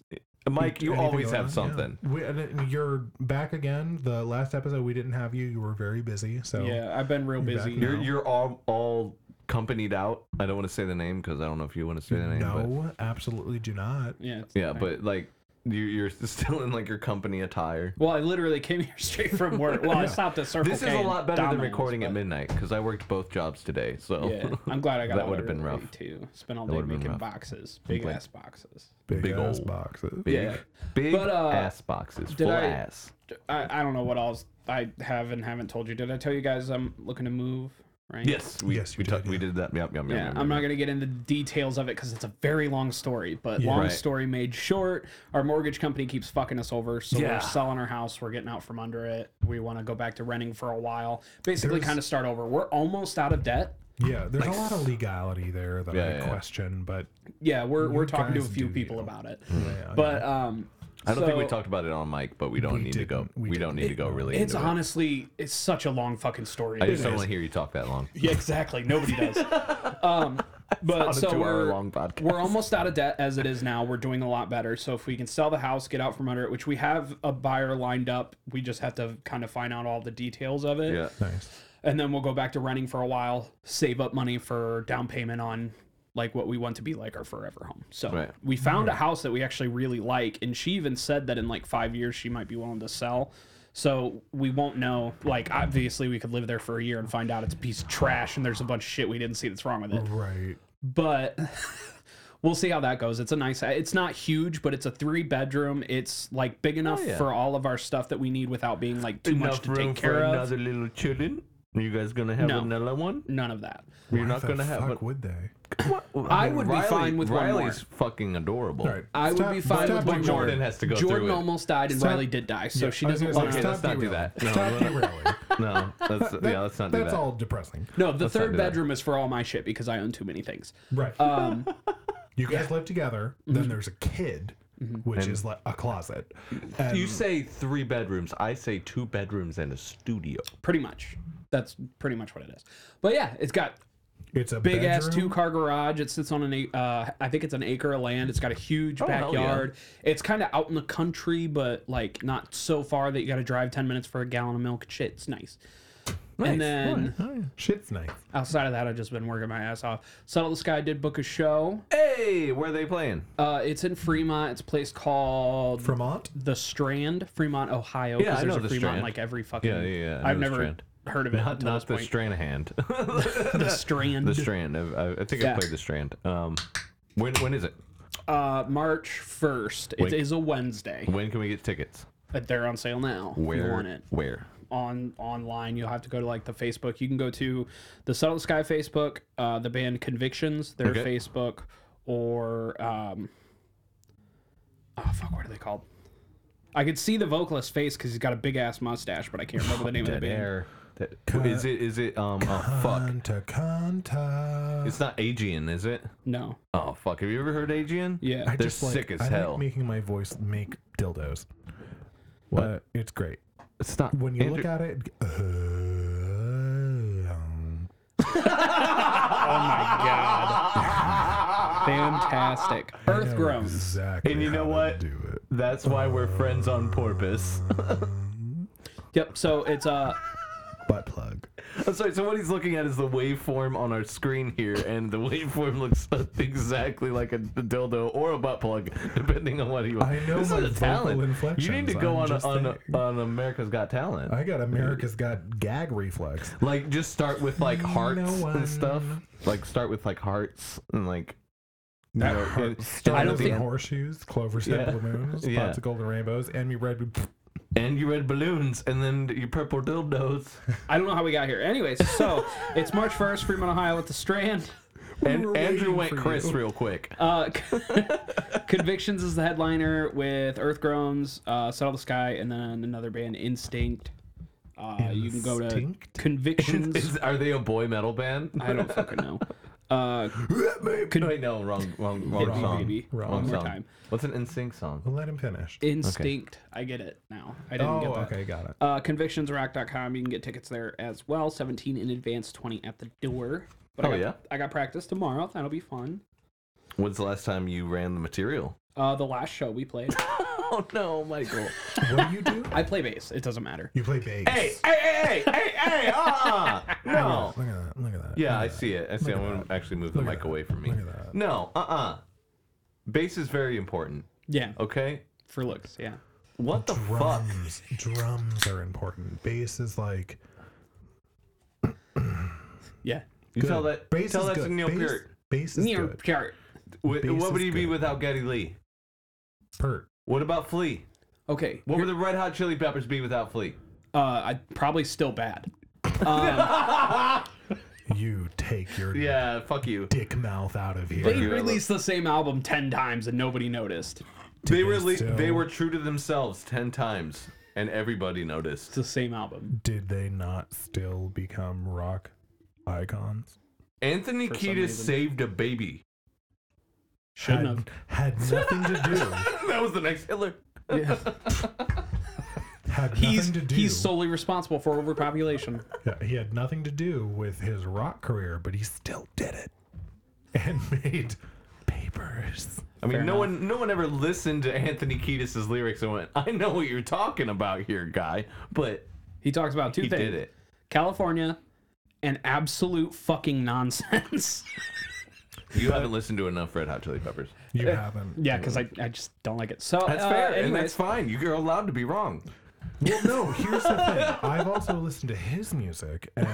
[SPEAKER 1] Mike, you
[SPEAKER 2] Anything
[SPEAKER 1] always
[SPEAKER 2] going
[SPEAKER 1] have
[SPEAKER 2] on? Yeah.
[SPEAKER 1] something.
[SPEAKER 2] We, and then you're back again. The last episode we didn't have you. You were very busy. So
[SPEAKER 3] yeah, I've been real busy.
[SPEAKER 2] back now.
[SPEAKER 1] You're you're all all companied out. I don't want to say the name because I don't know if you want to say the name. but-
[SPEAKER 2] no, absolutely do not.
[SPEAKER 3] Yeah. it's-
[SPEAKER 1] Yeah, but like you, you're still in like your company attire.
[SPEAKER 3] Well, I literally came here straight from work. Well, I stopped at Circle
[SPEAKER 1] This
[SPEAKER 3] K
[SPEAKER 1] is a
[SPEAKER 3] and
[SPEAKER 1] lot better than
[SPEAKER 3] Domino's,
[SPEAKER 1] recording at
[SPEAKER 3] but-
[SPEAKER 1] midnight because I worked both jobs today. So
[SPEAKER 3] Yeah, I'm glad I got
[SPEAKER 1] That
[SPEAKER 3] out
[SPEAKER 1] would've been
[SPEAKER 3] early,
[SPEAKER 1] rough.
[SPEAKER 3] Too spent all
[SPEAKER 1] That
[SPEAKER 3] day
[SPEAKER 1] would've been
[SPEAKER 3] making
[SPEAKER 1] rough.
[SPEAKER 3] boxes, big ass boxes.
[SPEAKER 2] Big,
[SPEAKER 1] Big
[SPEAKER 2] ass
[SPEAKER 1] ol'.
[SPEAKER 2] boxes.
[SPEAKER 1] big,
[SPEAKER 3] Yeah.
[SPEAKER 1] big
[SPEAKER 3] But, uh,
[SPEAKER 1] ass boxes,
[SPEAKER 3] did
[SPEAKER 1] full
[SPEAKER 3] I-
[SPEAKER 1] ass.
[SPEAKER 3] I, I don't know what else I have and haven't told you. Did I tell you guys I'm looking to move? Right.
[SPEAKER 1] Yes, we
[SPEAKER 2] Yes, you
[SPEAKER 1] we,
[SPEAKER 2] did,
[SPEAKER 1] talked- we
[SPEAKER 2] yeah.
[SPEAKER 1] did that. Yep, yep, yep,
[SPEAKER 3] Yeah,
[SPEAKER 1] yep,
[SPEAKER 3] I'm
[SPEAKER 1] yep.
[SPEAKER 3] not going to get into the details of it because it's a very long story. But long
[SPEAKER 1] Right.
[SPEAKER 3] story made short, our mortgage company keeps fucking us over. So
[SPEAKER 1] Yeah.
[SPEAKER 3] we're selling our house. We're getting out from under it. We want to go back to renting for a while. Basically,
[SPEAKER 2] There's-
[SPEAKER 3] kind of start over. We're almost out of debt.
[SPEAKER 2] Yeah, there's
[SPEAKER 1] Like-
[SPEAKER 2] a lot of legality there that
[SPEAKER 1] Yeah,
[SPEAKER 2] I
[SPEAKER 1] yeah, yeah.
[SPEAKER 2] question, but
[SPEAKER 3] Yeah, we're, we're talking to a
[SPEAKER 2] guys
[SPEAKER 3] few
[SPEAKER 2] do
[SPEAKER 3] people
[SPEAKER 2] you.
[SPEAKER 3] about it.
[SPEAKER 2] yeah,
[SPEAKER 3] But um,
[SPEAKER 1] I don't think we
[SPEAKER 3] so-
[SPEAKER 1] talked about it on mic, but we don't
[SPEAKER 2] We
[SPEAKER 1] need to go.
[SPEAKER 2] didn't,
[SPEAKER 1] We,
[SPEAKER 2] we
[SPEAKER 1] don't need to go really
[SPEAKER 3] It's
[SPEAKER 1] into it.
[SPEAKER 3] honestly, it's such a long fucking story.
[SPEAKER 1] I just don't
[SPEAKER 3] Anyways.
[SPEAKER 1] want to hear you talk that long.
[SPEAKER 3] Yeah, exactly. Nobody does. Um, but
[SPEAKER 1] It's
[SPEAKER 3] so
[SPEAKER 1] not a
[SPEAKER 3] we're
[SPEAKER 1] two-hour-long podcast.
[SPEAKER 3] we're almost out of debt as it is now. We're doing a lot better. So if we can sell the house, get out from under it, which we have a buyer lined up, we just have to kind of find out all the details of it,
[SPEAKER 1] Yeah.
[SPEAKER 2] nice.
[SPEAKER 3] and then we'll go back to renting for a while, save up money for down payment on like what we want to be like our forever home. So
[SPEAKER 1] Right.
[SPEAKER 3] we found a house that we actually really like, and she even said that in like five years she might be willing to sell. So we won't know. Like obviously, we could live there for a year and find out it's a piece of trash and there's a bunch of shit we didn't see that's wrong with it.
[SPEAKER 2] Right.
[SPEAKER 3] But we'll see how that goes. It's a nice. It's not huge, but it's a three bedroom. It's like big enough
[SPEAKER 1] Oh, yeah.
[SPEAKER 3] for all of our stuff that we need without being like too much
[SPEAKER 1] Enough
[SPEAKER 3] to
[SPEAKER 1] room
[SPEAKER 3] take
[SPEAKER 1] for
[SPEAKER 3] care of.
[SPEAKER 1] another little children. Are you guys gonna have
[SPEAKER 3] No.
[SPEAKER 1] another one?
[SPEAKER 3] None of that.
[SPEAKER 1] You're
[SPEAKER 2] Why
[SPEAKER 1] not
[SPEAKER 2] the
[SPEAKER 1] gonna have.
[SPEAKER 2] fuck
[SPEAKER 1] an-
[SPEAKER 2] would they?
[SPEAKER 3] I would be fine with one more.
[SPEAKER 1] Riley's fucking adorable.
[SPEAKER 2] All right,
[SPEAKER 3] I would
[SPEAKER 2] stop-
[SPEAKER 3] be fine
[SPEAKER 2] stop
[SPEAKER 3] with one
[SPEAKER 2] derailing.
[SPEAKER 3] more.
[SPEAKER 1] Jordan has to go
[SPEAKER 3] Jordan
[SPEAKER 1] through it.
[SPEAKER 3] almost died and
[SPEAKER 2] Stop.
[SPEAKER 3] Riley did die, so
[SPEAKER 2] Yeah,
[SPEAKER 3] she
[SPEAKER 2] I was
[SPEAKER 3] doesn't
[SPEAKER 2] gonna
[SPEAKER 3] want
[SPEAKER 2] say,
[SPEAKER 1] Okay,
[SPEAKER 3] to.
[SPEAKER 1] let's not do
[SPEAKER 2] derailing.
[SPEAKER 1] that. No,
[SPEAKER 2] Stop
[SPEAKER 1] we're
[SPEAKER 2] derailing.
[SPEAKER 1] No, that's yeah. Let's not do
[SPEAKER 2] That's
[SPEAKER 1] that.
[SPEAKER 2] all depressing.
[SPEAKER 3] No, the
[SPEAKER 1] Let's not
[SPEAKER 3] third
[SPEAKER 1] do that.
[SPEAKER 3] bedroom is for all my shit because I own too many things.
[SPEAKER 2] Right.
[SPEAKER 3] Um, Mm-hmm.
[SPEAKER 2] you guys live together. Then there's a kid, which is like a closet. And
[SPEAKER 1] You say three bedrooms. I say two bedrooms and a studio.
[SPEAKER 3] pretty much. That's pretty much what it is. But yeah, it's got
[SPEAKER 2] it's a
[SPEAKER 3] big ass two
[SPEAKER 2] bedroom.
[SPEAKER 3] car garage. It sits on an ac- uh, I think it's an acre of land. It's got a huge
[SPEAKER 1] Oh, hell yeah.
[SPEAKER 3] backyard. It's kind of out in the country, but like not so far that you got to drive ten minutes for a gallon of milk. Shit, it's nice. And then
[SPEAKER 2] Oh, yeah. Shit's nice.
[SPEAKER 3] outside of that, I've just been working my ass off. Settle the Sky did book a show.
[SPEAKER 1] Hey, where are they playing?
[SPEAKER 3] Uh, it's in Fremont. It's a place called
[SPEAKER 2] Vermont.
[SPEAKER 3] The Strand, Fremont, Ohio. 'cause
[SPEAKER 1] Yeah, I know
[SPEAKER 3] there's a
[SPEAKER 1] The
[SPEAKER 3] Fremont
[SPEAKER 1] Strand.
[SPEAKER 3] in, like every fucking.
[SPEAKER 1] Yeah, yeah, yeah, I
[SPEAKER 3] I've
[SPEAKER 1] know The
[SPEAKER 3] never
[SPEAKER 1] Strand.
[SPEAKER 3] heard of it.
[SPEAKER 1] Not,
[SPEAKER 3] until
[SPEAKER 1] not the
[SPEAKER 3] this point.
[SPEAKER 1] Stranahan.
[SPEAKER 3] the Strand.
[SPEAKER 1] the Strand. I, I- I think I
[SPEAKER 3] Yeah.
[SPEAKER 1] played the Strand. Um, when when is it?
[SPEAKER 3] uh, March first. It
[SPEAKER 1] Wait.
[SPEAKER 3] is a Wednesday.
[SPEAKER 1] When can we get tickets?
[SPEAKER 3] But they're on sale now. If you
[SPEAKER 1] Where?
[SPEAKER 3] want it
[SPEAKER 1] Where?
[SPEAKER 3] on online, you'll have to go to like the Facebook. You can go to the Subtle Sky Facebook, uh, the band Convictions, their
[SPEAKER 1] Okay.
[SPEAKER 3] Facebook, or um, oh fuck, what are they called? I could see the vocalist face because he's got a big ass mustache, but I can't remember the name of
[SPEAKER 1] Dead
[SPEAKER 3] the band.
[SPEAKER 1] air. That- Is it is it um oh fuck?
[SPEAKER 2] Conta, conta.
[SPEAKER 1] It's not Aegean, is it?
[SPEAKER 3] No,
[SPEAKER 1] Oh fuck! Have you ever heard Aegean?
[SPEAKER 3] yeah,
[SPEAKER 2] I
[SPEAKER 1] They're
[SPEAKER 2] just like,
[SPEAKER 1] sick as
[SPEAKER 2] I like
[SPEAKER 1] hell.
[SPEAKER 2] making my voice make dildos.
[SPEAKER 1] What?
[SPEAKER 2] Uh, it's great.
[SPEAKER 1] It's not.
[SPEAKER 2] When you
[SPEAKER 1] Andrew-
[SPEAKER 2] look at it, uh, um,
[SPEAKER 3] fantastic.
[SPEAKER 2] I
[SPEAKER 3] Earth
[SPEAKER 2] know
[SPEAKER 3] groans.
[SPEAKER 2] Exactly.
[SPEAKER 1] And you know
[SPEAKER 2] how to
[SPEAKER 1] what?
[SPEAKER 2] Do it.
[SPEAKER 1] That's why we're friends on purpose.
[SPEAKER 3] Yep. So it's uh
[SPEAKER 2] Butt plug.
[SPEAKER 1] I'm sorry. So what he's looking at is the waveform on our screen here, and the waveform looks exactly like a, dildo or a butt plug, depending on what he wants.
[SPEAKER 2] I know
[SPEAKER 1] this
[SPEAKER 2] my
[SPEAKER 1] is a
[SPEAKER 2] vocal
[SPEAKER 1] talent. You need
[SPEAKER 2] inflections,
[SPEAKER 1] to go
[SPEAKER 2] I'm
[SPEAKER 1] on
[SPEAKER 2] just
[SPEAKER 1] on,
[SPEAKER 2] saying.
[SPEAKER 1] on America's Got Talent.
[SPEAKER 2] I got America's Got Gag Reflex.
[SPEAKER 1] Like just start with like hearts
[SPEAKER 2] one.
[SPEAKER 1] and stuff. Like start with like hearts and like
[SPEAKER 2] That
[SPEAKER 1] know,
[SPEAKER 2] hurt.
[SPEAKER 1] it-
[SPEAKER 2] Started
[SPEAKER 1] I don't
[SPEAKER 2] with
[SPEAKER 1] think-
[SPEAKER 2] horseshows, clover stem
[SPEAKER 1] Yeah.
[SPEAKER 2] balloons,
[SPEAKER 1] Yeah.
[SPEAKER 2] popsicle and rainbows, and me red.
[SPEAKER 1] and you red balloons and then your purple dildos
[SPEAKER 3] I don't know how we got here. Anyways, so it's March first, Fremont, Ohio, at the Strand.
[SPEAKER 1] and
[SPEAKER 2] were
[SPEAKER 1] Andrew went
[SPEAKER 2] waiting for
[SPEAKER 1] Chris
[SPEAKER 2] you.
[SPEAKER 1] real quick.
[SPEAKER 3] Uh, Convictions is the headliner with Earth Groans, uh, Settle the Sky, and then another band, Instinct. Uh, you can go to
[SPEAKER 2] Instinct?
[SPEAKER 3] Convictions.
[SPEAKER 1] Is- are they a boy metal band?
[SPEAKER 3] I don't fucking know. Uh,
[SPEAKER 1] Wait, no, wrong, wrong, wrong
[SPEAKER 2] Wrong,
[SPEAKER 1] song.
[SPEAKER 3] baby.
[SPEAKER 1] Wrong,
[SPEAKER 2] One
[SPEAKER 3] more
[SPEAKER 1] song.
[SPEAKER 3] time.
[SPEAKER 1] What's an NSYNC song?
[SPEAKER 2] Well, let him finish.
[SPEAKER 3] Instinct. I get it now. I didn't
[SPEAKER 2] Oh,
[SPEAKER 3] get that.
[SPEAKER 2] okay, got it.
[SPEAKER 3] Uh, convictionsrock.com. You can get tickets there as well. 17 in advance, 20 at the door. But
[SPEAKER 1] Oh,
[SPEAKER 3] I got,
[SPEAKER 1] yeah?
[SPEAKER 3] I got practice tomorrow. That'll be fun.
[SPEAKER 1] When's the last time you ran the material?
[SPEAKER 3] Uh, the last show we played,
[SPEAKER 1] Oh no, Michael!
[SPEAKER 2] What do you do?
[SPEAKER 3] I play bass. It doesn't matter.
[SPEAKER 2] You play bass.
[SPEAKER 1] hey, hey, hey, hey, hey! Uh, no.
[SPEAKER 2] Look at that. Look at that.
[SPEAKER 1] Yeah, I see it. I see. I'm gonna actually move the
[SPEAKER 2] Look at
[SPEAKER 1] mic
[SPEAKER 2] that.
[SPEAKER 1] away from me.
[SPEAKER 2] Look at that.
[SPEAKER 1] No, uh, uh Bass is very important.
[SPEAKER 3] Yeah.
[SPEAKER 1] Okay.
[SPEAKER 3] For looks. Yeah.
[SPEAKER 1] What the fuck?
[SPEAKER 2] Drums. Drums are important. Bass is like
[SPEAKER 3] Yeah.
[SPEAKER 1] You tell that.
[SPEAKER 2] Bass
[SPEAKER 1] tell
[SPEAKER 2] is
[SPEAKER 1] that
[SPEAKER 2] good.
[SPEAKER 1] to Neil
[SPEAKER 2] bass,
[SPEAKER 1] Peart.
[SPEAKER 2] Bass is
[SPEAKER 3] Near
[SPEAKER 2] good.
[SPEAKER 3] chart.
[SPEAKER 1] Wh-
[SPEAKER 2] bass
[SPEAKER 1] what would
[SPEAKER 2] is
[SPEAKER 1] he be
[SPEAKER 2] good.
[SPEAKER 1] without Geddy Lee?
[SPEAKER 2] Pert.
[SPEAKER 1] What about Flea?
[SPEAKER 3] Okay.
[SPEAKER 1] What would the Red Hot Chili Peppers be without Flea?
[SPEAKER 3] Uh, I probably still bad.
[SPEAKER 2] You take your
[SPEAKER 1] Yeah, fuck you.
[SPEAKER 2] dick mouth out of here.
[SPEAKER 3] They
[SPEAKER 1] you, I love-
[SPEAKER 3] released the same album ten times and nobody noticed.
[SPEAKER 1] They really
[SPEAKER 2] still-
[SPEAKER 1] they were true to themselves ten times, and everybody noticed.
[SPEAKER 3] It's the same album.
[SPEAKER 2] Did they not still become rock icons?
[SPEAKER 1] Anthony
[SPEAKER 3] some
[SPEAKER 1] Kiedis
[SPEAKER 3] reason.
[SPEAKER 1] saved a baby.
[SPEAKER 3] Shouldn't have.
[SPEAKER 2] had, had nothing to
[SPEAKER 1] that was the next Hitler.
[SPEAKER 3] Yeah.
[SPEAKER 2] do. Had
[SPEAKER 3] He's
[SPEAKER 2] nothing to do.
[SPEAKER 3] he's solely responsible for overpopulation.
[SPEAKER 2] Yeah, he had nothing to do with his rock career, but he still did it and made papers.
[SPEAKER 1] I mean,
[SPEAKER 3] Fair
[SPEAKER 1] no one, no one ever listened to Anthony Kiedis' lyrics and went, "I know what you're talking about here, guy," but
[SPEAKER 3] He talks about two
[SPEAKER 1] he
[SPEAKER 3] things:
[SPEAKER 1] did it.
[SPEAKER 3] California and absolute fucking nonsense.
[SPEAKER 1] You haven't listened to enough Red Hot Chili Peppers.
[SPEAKER 2] You
[SPEAKER 3] Eh.
[SPEAKER 2] haven't.
[SPEAKER 3] yeah, because I, I just don't like it. So
[SPEAKER 1] That's
[SPEAKER 3] uh,
[SPEAKER 1] fair, and that's
[SPEAKER 3] anyways,
[SPEAKER 1] fine. You're allowed to be wrong.
[SPEAKER 2] Well, no, here's the thing. I've also listened to his music, and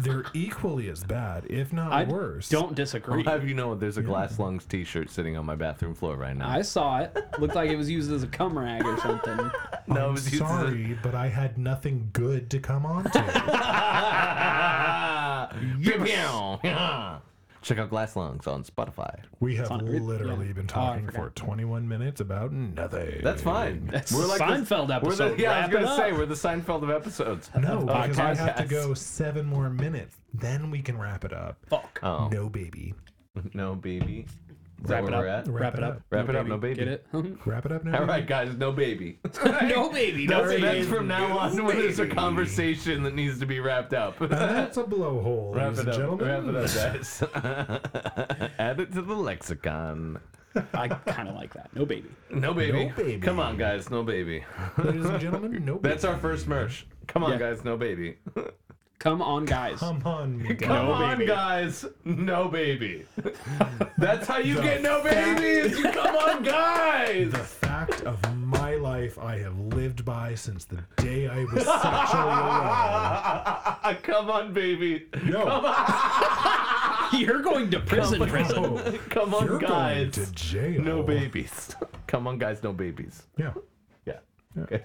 [SPEAKER 2] they're equally as bad, if not
[SPEAKER 3] I
[SPEAKER 2] worse.
[SPEAKER 3] don't disagree.
[SPEAKER 1] I'll have you know, there's a Glass Lungs T-shirt sitting on my bathroom floor right now.
[SPEAKER 3] I saw it. Looked like it was used as a cum rag or something.
[SPEAKER 1] no, it
[SPEAKER 2] I'm
[SPEAKER 1] was used as a-
[SPEAKER 2] sorry, but I had nothing good to come on to.
[SPEAKER 1] Check out Glass Lungs on Spotify.
[SPEAKER 2] We have
[SPEAKER 3] on-
[SPEAKER 2] literally
[SPEAKER 3] yeah.
[SPEAKER 2] been
[SPEAKER 3] Oh, I
[SPEAKER 2] talking for
[SPEAKER 3] forgot.
[SPEAKER 2] 21 minutes about nothing.
[SPEAKER 1] That's fine.
[SPEAKER 3] That's a Seinfeld
[SPEAKER 1] the, We're
[SPEAKER 3] episode.
[SPEAKER 1] the, yeah, I
[SPEAKER 3] Wrap
[SPEAKER 1] was
[SPEAKER 3] it
[SPEAKER 1] gonna say
[SPEAKER 3] up.
[SPEAKER 1] we're the Seinfeld of episodes.
[SPEAKER 2] No, because I have to
[SPEAKER 1] podcasts.
[SPEAKER 2] go seven more minutes. Then we can wrap it up.
[SPEAKER 3] Fuck.
[SPEAKER 1] Oh
[SPEAKER 2] No, baby.
[SPEAKER 1] no, baby. Is that
[SPEAKER 3] Wrap it
[SPEAKER 1] where we're
[SPEAKER 3] up.
[SPEAKER 1] at?
[SPEAKER 2] Wrap
[SPEAKER 3] Wrap
[SPEAKER 2] it
[SPEAKER 3] it
[SPEAKER 2] up.
[SPEAKER 3] up.
[SPEAKER 1] Wrap it up,
[SPEAKER 3] Get
[SPEAKER 1] no
[SPEAKER 3] it? no
[SPEAKER 2] Wrap it up now.
[SPEAKER 1] All
[SPEAKER 2] baby.
[SPEAKER 1] right, guys, no baby.
[SPEAKER 3] baby. No
[SPEAKER 1] That's,
[SPEAKER 3] baby.
[SPEAKER 1] that's from now on when there's a
[SPEAKER 2] baby.
[SPEAKER 1] conversation that needs to be wrapped up.
[SPEAKER 2] And that's a blowhole,
[SPEAKER 1] Wrap
[SPEAKER 2] ladies
[SPEAKER 1] it
[SPEAKER 2] and
[SPEAKER 1] up.
[SPEAKER 2] gentlemen.
[SPEAKER 1] Wrap it up, guys. Add it to the lexicon.
[SPEAKER 3] I kind of like that. No baby.
[SPEAKER 1] No baby.
[SPEAKER 2] No baby.
[SPEAKER 1] Come on, guys. No baby.
[SPEAKER 2] Ladies and gentlemen, no.
[SPEAKER 1] That's our first merch. Come on,
[SPEAKER 3] Yeah.
[SPEAKER 1] guys. No baby.
[SPEAKER 3] Come on, guys.
[SPEAKER 2] Come on, me
[SPEAKER 1] Come
[SPEAKER 3] No
[SPEAKER 1] on,
[SPEAKER 3] baby.
[SPEAKER 1] guys. No baby. That's how you get no baby. Is you come on, guys.
[SPEAKER 2] The fact of my life I have lived by since the day I was sexually
[SPEAKER 1] come on, baby.
[SPEAKER 2] alive.
[SPEAKER 3] You're going to prison, prison.
[SPEAKER 2] No, no,
[SPEAKER 1] Come on,
[SPEAKER 2] Oh, you're going
[SPEAKER 1] guys.
[SPEAKER 2] to jail.
[SPEAKER 1] No babies. come on, guys. No babies.
[SPEAKER 2] Yeah.
[SPEAKER 1] Yeah.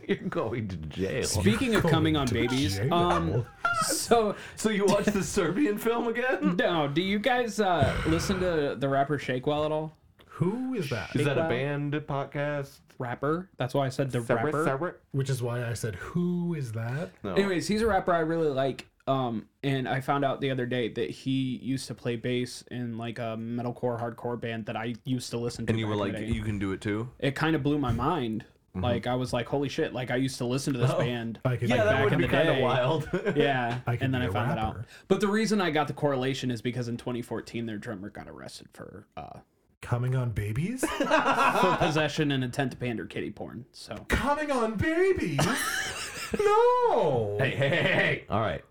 [SPEAKER 1] You're going to jail.
[SPEAKER 3] Speaking of
[SPEAKER 2] Going
[SPEAKER 3] coming on
[SPEAKER 2] to
[SPEAKER 3] babies,
[SPEAKER 2] jail.
[SPEAKER 3] um, so
[SPEAKER 1] so you watched the Serbian film again?
[SPEAKER 3] no, do you guys uh, listen to the rapper Shakewell at all?
[SPEAKER 2] Who is that?
[SPEAKER 1] Is that a
[SPEAKER 3] Well-
[SPEAKER 1] band podcast?
[SPEAKER 3] Rapper. That's why I said the
[SPEAKER 1] Separate,
[SPEAKER 3] rapper.
[SPEAKER 1] separate?
[SPEAKER 2] Which is why I said, "Who is that?"
[SPEAKER 1] No.
[SPEAKER 3] Anyways, he's a rapper I really like. Um, and I found out the other day that he used to play bass in like a metalcore hardcore band that I used to listen to.
[SPEAKER 1] and you were
[SPEAKER 3] back in
[SPEAKER 1] like,
[SPEAKER 3] the day.
[SPEAKER 1] you Mm-hmm. can do it too.
[SPEAKER 3] it kind of blew my mind. Like I was like, holy shit! Like I used to listen to this band.
[SPEAKER 2] I could-
[SPEAKER 3] like,
[SPEAKER 2] Yeah, that
[SPEAKER 3] back
[SPEAKER 1] would
[SPEAKER 3] in
[SPEAKER 1] be
[SPEAKER 3] the
[SPEAKER 1] kinda
[SPEAKER 3] day.
[SPEAKER 1] wild.
[SPEAKER 3] Yeah,
[SPEAKER 2] I could
[SPEAKER 3] and then
[SPEAKER 2] be
[SPEAKER 3] I
[SPEAKER 2] a
[SPEAKER 3] found it out.
[SPEAKER 2] rapper.
[SPEAKER 3] But the reason I got the correlation is because in 2014 their drummer got arrested for uh,
[SPEAKER 2] Coming on babies.
[SPEAKER 3] for possession and intent to pander kitty porn. So
[SPEAKER 2] Coming on babies. no.
[SPEAKER 1] Hey, hey, hey, hey. All right.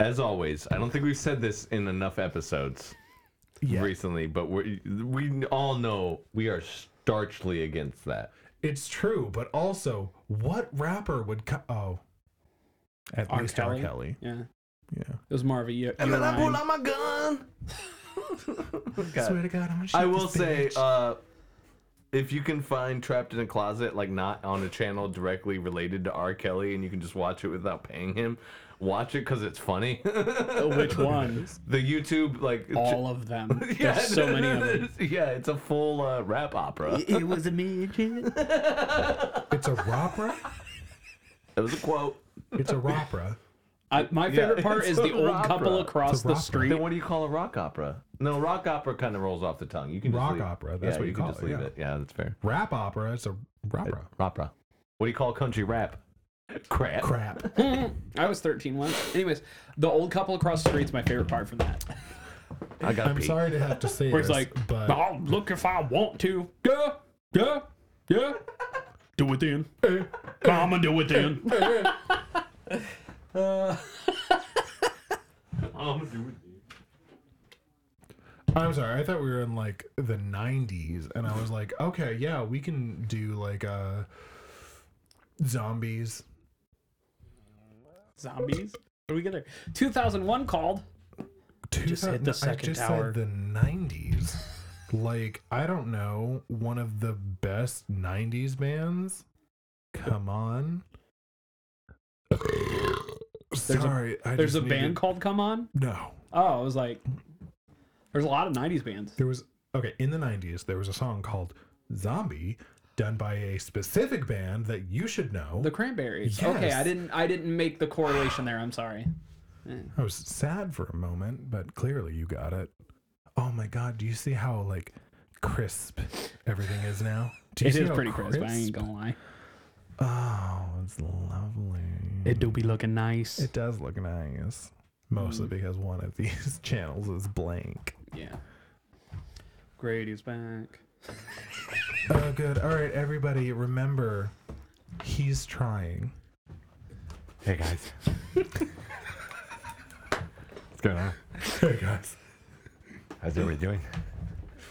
[SPEAKER 1] As always, I don't think we've said this in enough episodes
[SPEAKER 2] Yeah.
[SPEAKER 1] recently, but we we all know we are starchly against that.
[SPEAKER 2] It's true, but also, what rapper would co- oh? At
[SPEAKER 3] R.
[SPEAKER 2] least
[SPEAKER 3] Kelly?
[SPEAKER 2] R. Kelly.
[SPEAKER 3] yeah, it
[SPEAKER 2] Yeah.
[SPEAKER 3] was more of a year.
[SPEAKER 1] out my gun.
[SPEAKER 2] Swear to God, I'm gonna shoot
[SPEAKER 1] I will
[SPEAKER 2] this
[SPEAKER 1] say,
[SPEAKER 2] bitch.
[SPEAKER 1] uh, if you can find Trapped in a Closet, like not on a channel directly related to R. Kelly, and you can just watch it without paying him, watch it because it's funny.
[SPEAKER 3] Which one?
[SPEAKER 1] the YouTube, like, ch-
[SPEAKER 3] All of them. There's so many of them.
[SPEAKER 1] Yeah, it's a full uh, rap opera.
[SPEAKER 3] It was a midget.
[SPEAKER 2] it's a rapper.
[SPEAKER 1] It was a quote.
[SPEAKER 2] It's a rapper.
[SPEAKER 3] I, my favorite part
[SPEAKER 1] it's
[SPEAKER 3] is
[SPEAKER 1] a
[SPEAKER 3] the old
[SPEAKER 1] rock
[SPEAKER 3] couple
[SPEAKER 1] rock.
[SPEAKER 3] across
[SPEAKER 2] It's a
[SPEAKER 3] the
[SPEAKER 2] rock rock.
[SPEAKER 3] street.
[SPEAKER 1] Then what do you call a rock opera? No, rock opera kind of rolls off the tongue. You can just
[SPEAKER 2] Rock
[SPEAKER 1] leave-
[SPEAKER 2] opera, that's
[SPEAKER 1] yeah,
[SPEAKER 2] what you
[SPEAKER 1] you can
[SPEAKER 2] call
[SPEAKER 1] just
[SPEAKER 2] it,
[SPEAKER 1] leave
[SPEAKER 2] yeah.
[SPEAKER 1] it. Yeah, that's fair.
[SPEAKER 2] Rap opera. It's a rapper.
[SPEAKER 1] Opera. What do you call country rap? Crap.
[SPEAKER 2] Crap.
[SPEAKER 3] I was 13 once. Anyways, the old couple across the street's my favorite part from that.
[SPEAKER 1] I got.
[SPEAKER 2] I'm
[SPEAKER 1] pee.
[SPEAKER 2] sorry to have to say
[SPEAKER 3] Where
[SPEAKER 2] this,
[SPEAKER 3] it's like,
[SPEAKER 2] but
[SPEAKER 3] I'll look if I want to. Yeah, yeah, yeah. Eh. Do it then. Mama, do it then.
[SPEAKER 2] I'm sorry. I thought we were in like the '90s, and I was like, okay, yeah, we can do like uh, zombies.
[SPEAKER 3] Zombies? What do we get there? 2001 called.
[SPEAKER 2] Two
[SPEAKER 3] hit the
[SPEAKER 2] no, I
[SPEAKER 3] second
[SPEAKER 2] just
[SPEAKER 3] tower.
[SPEAKER 2] said the '90s. like I don't know, one of the best '90s bands. Come on.
[SPEAKER 3] a-
[SPEAKER 2] Sorry, I
[SPEAKER 3] There's
[SPEAKER 2] just
[SPEAKER 3] a band
[SPEAKER 2] needed-
[SPEAKER 3] called Come On.
[SPEAKER 2] No,
[SPEAKER 3] Oh, I was like, there's a lot of '90s bands.
[SPEAKER 2] there was okay in the '90s. There was a song called "Zombie" done by a specific band that you should know.
[SPEAKER 3] The Cranberries.
[SPEAKER 2] Yes.
[SPEAKER 3] Okay, I didn't I didn't make the correlation there. I'm sorry. Eh.
[SPEAKER 2] I was sad for a moment, but clearly you got it. Oh my god, do you see how like crisp everything is now? Do you
[SPEAKER 3] It
[SPEAKER 2] see
[SPEAKER 3] is
[SPEAKER 2] how
[SPEAKER 3] pretty crisp. I ain't gonna lie.
[SPEAKER 2] Oh, it's lovely.
[SPEAKER 3] It do be looking nice.
[SPEAKER 2] It does look nice. Mostly because one of these channels is blank.
[SPEAKER 3] yeah. Grady's back.
[SPEAKER 2] Oh good. All right, everybody, remember he's trying.
[SPEAKER 1] Hey guys. What's going on?
[SPEAKER 2] Hey guys.
[SPEAKER 1] How's everybody doing?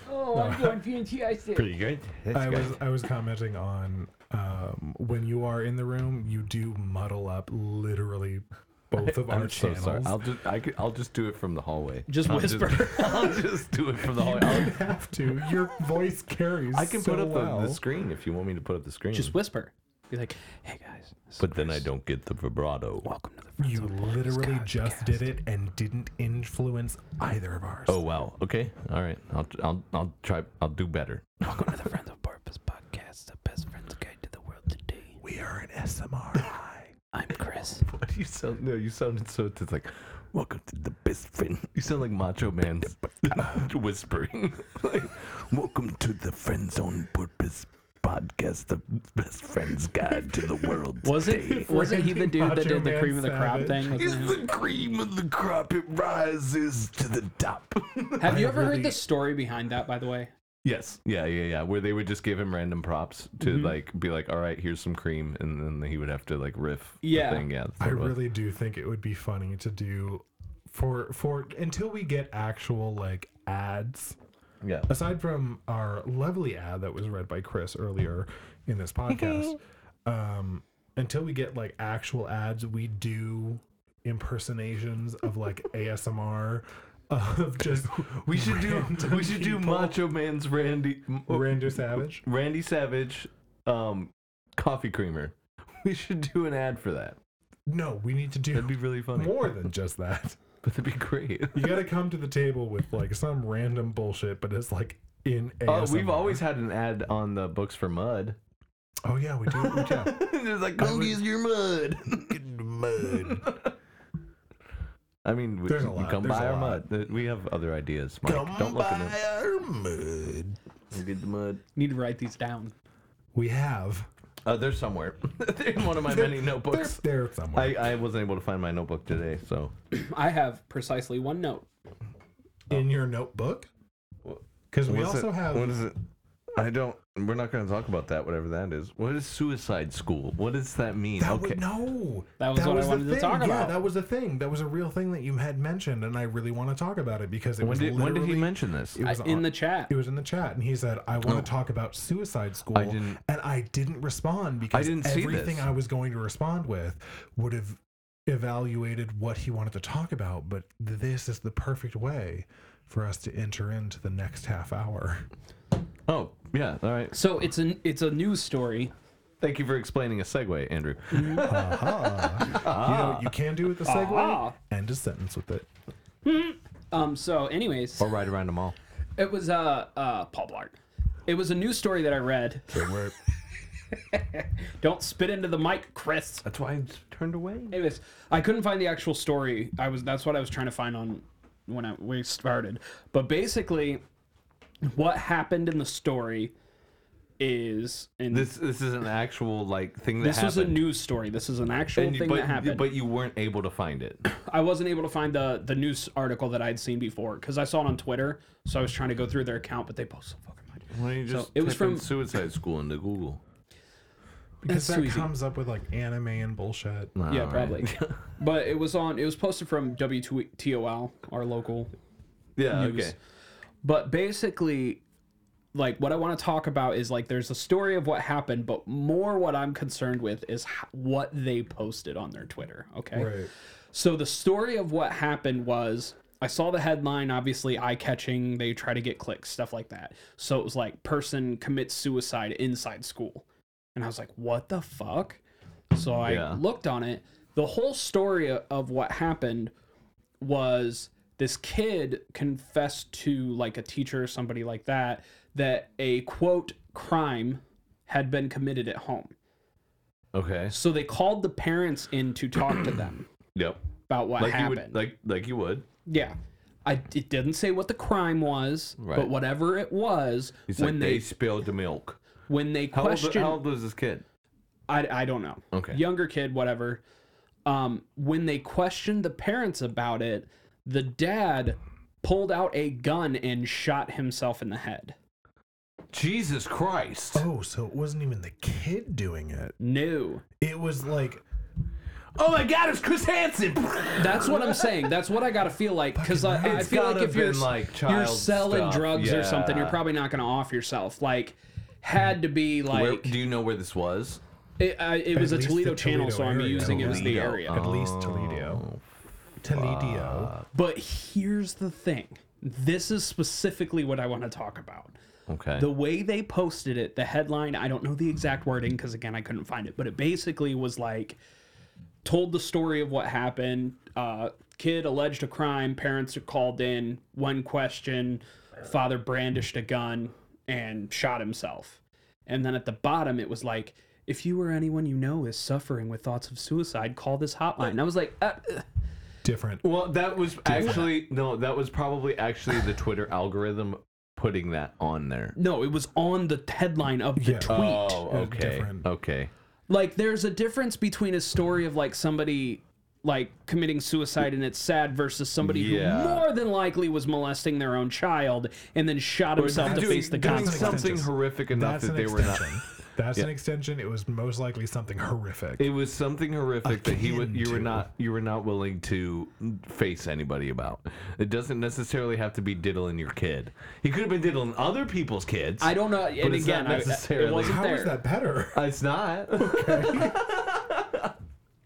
[SPEAKER 4] Oh, I'm doing PNT. I said.
[SPEAKER 1] Pretty good. That's
[SPEAKER 2] I
[SPEAKER 1] good.
[SPEAKER 2] was I was commenting on um, when you are in the room, you do muddle up literally both of our
[SPEAKER 1] I'm so
[SPEAKER 2] channels.
[SPEAKER 1] sorry. I'll just I could, I'll just do it from the hallway.
[SPEAKER 3] Just
[SPEAKER 1] I'll
[SPEAKER 3] whisper.
[SPEAKER 1] I'll just do it from the hallway. I'll-
[SPEAKER 2] have to. Your voice carries.
[SPEAKER 1] I can
[SPEAKER 2] so
[SPEAKER 1] put up
[SPEAKER 2] well.
[SPEAKER 1] the, the screen if you want me to put up the screen.
[SPEAKER 3] Just whisper. Be like, hey guys. this is
[SPEAKER 1] but then I
[SPEAKER 3] Chris.
[SPEAKER 1] don't get the vibrato.
[SPEAKER 3] Welcome to the Friends
[SPEAKER 2] You
[SPEAKER 3] of Podcast
[SPEAKER 2] literally just
[SPEAKER 3] podcast."
[SPEAKER 2] did it and didn't influence either of ours.
[SPEAKER 1] Oh wow. Okay. All right. I'll I'll I'll try. I'll do better.
[SPEAKER 3] Welcome to the Friends of Purpose podcast, the best friends guide to the world today.
[SPEAKER 2] we are an SMRI.
[SPEAKER 3] I'm Chris.
[SPEAKER 1] What do you sound? No, you sounded so. It's like, welcome to the best friend. You sound like Macho Man whispering. like, welcome to the Friends on Purpose podcast, the best friend's guide to the world.
[SPEAKER 3] Was it wasn't he the dude that did the
[SPEAKER 2] Macho
[SPEAKER 3] cream of
[SPEAKER 2] Man
[SPEAKER 3] the crop
[SPEAKER 2] Savage.
[SPEAKER 3] thing?
[SPEAKER 1] Is
[SPEAKER 3] Wasn't
[SPEAKER 1] the cream of the crop? It rises to the top.
[SPEAKER 3] he? Have you
[SPEAKER 2] I
[SPEAKER 3] ever
[SPEAKER 2] really-
[SPEAKER 3] heard the story behind that? By the way,
[SPEAKER 1] yes. Yeah. Yeah. Yeah. Where they would just give him random props to
[SPEAKER 2] Mm-hmm.
[SPEAKER 1] like be like, all right, here's some cream, and then he would have to like riff. the
[SPEAKER 3] Yeah.
[SPEAKER 1] thing. Yeah. that's
[SPEAKER 2] I
[SPEAKER 1] what it was.
[SPEAKER 2] really do think it would be funny to do for for until we get actual like ads.
[SPEAKER 1] Yeah.
[SPEAKER 2] Aside from our lovely ad that was read by Chris earlier in this podcast, um, until we get like actual ads, we do impersonations of like ASMR of just
[SPEAKER 1] We should do.
[SPEAKER 2] random
[SPEAKER 1] We should do
[SPEAKER 2] people.
[SPEAKER 1] Macho Man's Randy.
[SPEAKER 2] Ranger Savage.
[SPEAKER 1] Randy Savage, um, coffee creamer. We should do an ad for that.
[SPEAKER 2] No, we need to do
[SPEAKER 1] That'd be really funny.
[SPEAKER 2] more than just that.
[SPEAKER 1] But that'd be great.
[SPEAKER 2] You got to come to the table with like some random bullshit, but it's like in
[SPEAKER 1] Oh,
[SPEAKER 2] ASMR.
[SPEAKER 1] we've always had an ad on the books for mud.
[SPEAKER 2] Oh yeah, we do. We do.
[SPEAKER 1] It's like, come get your mud. mud. I mean, we,
[SPEAKER 2] There's a lot,
[SPEAKER 1] come
[SPEAKER 2] there's
[SPEAKER 1] buy
[SPEAKER 2] a
[SPEAKER 1] our
[SPEAKER 2] lot.
[SPEAKER 1] mud. We have other ideas, Mike. Don't look at them.
[SPEAKER 2] our mud.
[SPEAKER 1] Get the mud.
[SPEAKER 3] need to write these down.
[SPEAKER 2] We have.
[SPEAKER 1] Uh, they're somewhere in one of my many notebooks.
[SPEAKER 2] They're, they're somewhere.
[SPEAKER 1] I, I wasn't able to find my notebook today, so
[SPEAKER 3] I have precisely one note.
[SPEAKER 2] in your notebook? Because we
[SPEAKER 1] uh, What's
[SPEAKER 2] also
[SPEAKER 1] it-
[SPEAKER 2] have.
[SPEAKER 1] What is it? I don't. We're not going to talk about that. Whatever that is. What is suicide school? What does that mean?
[SPEAKER 2] that
[SPEAKER 1] okay.
[SPEAKER 2] would, no,
[SPEAKER 3] That was what I
[SPEAKER 2] the
[SPEAKER 3] wanted to
[SPEAKER 2] thing.
[SPEAKER 3] talk
[SPEAKER 2] Yeah,
[SPEAKER 3] about.
[SPEAKER 2] that was a thing. That was a real thing that you had mentioned, and I really want to talk about it because it
[SPEAKER 1] when
[SPEAKER 2] was
[SPEAKER 1] did when did he
[SPEAKER 2] literally-
[SPEAKER 1] mention this?
[SPEAKER 2] It was
[SPEAKER 3] I- uh, in
[SPEAKER 2] on-
[SPEAKER 3] the chat.
[SPEAKER 2] It was in the chat, and he said, "I want to talk about suicide school."
[SPEAKER 1] Oh. I didn't-
[SPEAKER 2] and I didn't respond because
[SPEAKER 1] didn't see this.
[SPEAKER 2] everything I was going to respond with would have evaluated what he wanted to talk about. But this is the perfect way for us to enter into the next half hour.
[SPEAKER 1] Oh yeah. All right.
[SPEAKER 3] So it's an it's a news story.
[SPEAKER 1] Thank you for explaining a segue, Andrew.
[SPEAKER 2] You know, what you can do with the segue
[SPEAKER 3] Ah.
[SPEAKER 2] end a sentence with it.
[SPEAKER 3] Um. So, anyways,
[SPEAKER 1] or
[SPEAKER 2] Oh.
[SPEAKER 1] right around the mall.
[SPEAKER 3] it was uh uh Paul Blart. It was a news story that I read. Don't spit into the mic, Chris.
[SPEAKER 1] That's why I turned away.
[SPEAKER 3] Anyways, I couldn't find the actual story. I was that's what I was trying to find on when I we started. But basically, what happened in the story is in
[SPEAKER 1] This this is an actual like thing that
[SPEAKER 3] this
[SPEAKER 1] happened.
[SPEAKER 3] was a news story. This is an actual
[SPEAKER 1] And you-
[SPEAKER 3] thing
[SPEAKER 1] but,
[SPEAKER 3] that happened.
[SPEAKER 1] but you weren't able to find it.
[SPEAKER 3] I wasn't able to find the the news article that I'd seen before because I saw it on Twitter. So I was trying to go through their account, but they posted so fucking much.
[SPEAKER 1] Why don't you just
[SPEAKER 3] it was
[SPEAKER 1] type in
[SPEAKER 3] from-
[SPEAKER 1] suicide school into Google?
[SPEAKER 2] Because that
[SPEAKER 3] That's too easy.
[SPEAKER 2] comes up with like anime and bullshit.
[SPEAKER 1] All
[SPEAKER 3] Yeah,
[SPEAKER 1] right.
[SPEAKER 3] probably. but it was on. It was posted from WTOL, our local
[SPEAKER 1] yeah.
[SPEAKER 3] news.
[SPEAKER 1] Okay.
[SPEAKER 3] But basically, like what I want to talk about is like there's a story of what happened, but more what I'm concerned with is h- what they posted on their Twitter. Okay. So the story of what happened was I saw the headline, obviously eye catching. They try to get clicks, stuff like that. So it was like person commits suicide inside school, and I was like, what the fuck? So I
[SPEAKER 1] Yeah.
[SPEAKER 3] looked on it. The whole story of what happened was this kid confessed to like a teacher or somebody like that that a quote crime had been committed at home.
[SPEAKER 1] Okay.
[SPEAKER 3] So they called the parents in to talk to them
[SPEAKER 1] Yep.
[SPEAKER 3] about what
[SPEAKER 1] Like you
[SPEAKER 3] happened.
[SPEAKER 1] would like like you would.
[SPEAKER 3] yeah. I, it didn't say what the crime was,
[SPEAKER 1] Right.
[SPEAKER 3] but whatever it was,
[SPEAKER 1] He's
[SPEAKER 3] when
[SPEAKER 1] like
[SPEAKER 3] they,
[SPEAKER 1] they, spilled the milk.
[SPEAKER 3] when they
[SPEAKER 1] How old,
[SPEAKER 3] questioned,
[SPEAKER 1] how old was this kid?
[SPEAKER 3] I, I don't know,
[SPEAKER 1] Okay.
[SPEAKER 3] younger kid, whatever. Um, when they questioned the parents about it, the dad pulled out a gun and shot himself in the head.
[SPEAKER 1] Jesus Christ.
[SPEAKER 2] Oh, so it wasn't even the kid doing it.
[SPEAKER 3] No,
[SPEAKER 2] It was like
[SPEAKER 1] Oh my God! It's Chris Hansen.
[SPEAKER 3] that's what I'm saying. That's what I gotta feel like because I, I
[SPEAKER 1] It's
[SPEAKER 3] feel like
[SPEAKER 1] gotta
[SPEAKER 3] if you're
[SPEAKER 1] been, like,
[SPEAKER 3] you're
[SPEAKER 1] child
[SPEAKER 3] selling
[SPEAKER 1] stuff.
[SPEAKER 3] drugs or something, you're
[SPEAKER 1] Yeah.
[SPEAKER 3] probably not gonna off yourself. Like, had to be like
[SPEAKER 1] Where, do you know where this was?
[SPEAKER 3] it, uh, it was a
[SPEAKER 2] least the
[SPEAKER 3] Toledo channel,
[SPEAKER 2] Toledo Oh.
[SPEAKER 3] so I'm
[SPEAKER 2] area.
[SPEAKER 3] using it as the
[SPEAKER 1] Toledo,
[SPEAKER 3] area.
[SPEAKER 2] at least Toledo. Toledo.
[SPEAKER 3] But here's the thing: this is specifically what I want to talk about.
[SPEAKER 1] Okay.
[SPEAKER 3] The way they posted it, the headline, I don't know the exact wording because, again, I couldn't find it, but it basically was like told the story of what happened. Uh, kid alleged a crime, parents are called in, one question, father brandished a gun and shot himself. And then at the bottom, it was like, if you or anyone you know is suffering with thoughts of suicide, call this hotline. And I was like, uh, uh,
[SPEAKER 2] Different.
[SPEAKER 1] well, that was actually no. That was probably actually the Twitter algorithm putting that on there.
[SPEAKER 3] no, it was on the headline of the
[SPEAKER 2] Yeah.
[SPEAKER 3] tweet.
[SPEAKER 1] Oh,
[SPEAKER 2] It was
[SPEAKER 1] okay.
[SPEAKER 2] different.
[SPEAKER 1] Okay.
[SPEAKER 3] like there's a difference between a story of like somebody like committing suicide and it's sad versus somebody
[SPEAKER 1] Yeah.
[SPEAKER 3] who more than likely was molesting their own child and then shot himself to
[SPEAKER 1] Doing-
[SPEAKER 3] face the
[SPEAKER 1] doing
[SPEAKER 3] consequences.
[SPEAKER 1] something horrific enough
[SPEAKER 2] That's
[SPEAKER 1] that
[SPEAKER 2] an
[SPEAKER 1] they were not.
[SPEAKER 2] extension. That's an extension. It was most likely something horrific.
[SPEAKER 1] It was something horrific that he would
[SPEAKER 2] Akin
[SPEAKER 1] you were
[SPEAKER 2] to.
[SPEAKER 1] not you were not willing to face anybody about. It doesn't necessarily have to be diddling your kid. He could have been diddling other people's kids.
[SPEAKER 3] I don't know. And
[SPEAKER 1] it's not
[SPEAKER 3] again, I, it
[SPEAKER 1] necessarily-
[SPEAKER 3] wasn't
[SPEAKER 2] How
[SPEAKER 3] there.
[SPEAKER 2] is that better?
[SPEAKER 1] Uh, It's not.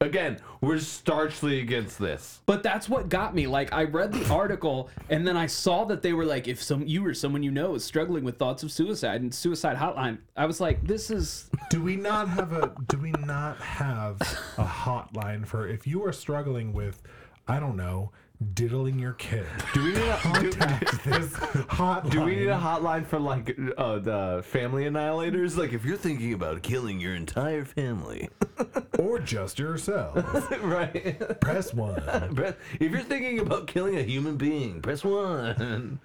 [SPEAKER 1] Again, we're starchly against this.
[SPEAKER 3] But that's what got me. Like I read the article and then I saw that they were like, if some you or someone you know is struggling with thoughts of suicide and suicide hotline, I was like, this is
[SPEAKER 2] Do we not have a do we not have a hotline for if you are struggling with I don't know, diddling your kid?
[SPEAKER 1] Do we need a do,
[SPEAKER 2] Contact this hotline.
[SPEAKER 1] do we need a hotline for like uh, the family annihilators? Like if you're thinking about killing your entire family,
[SPEAKER 2] or just yourself?
[SPEAKER 1] right?
[SPEAKER 2] Press 1.
[SPEAKER 1] Press- if you're thinking about killing a human being, press one.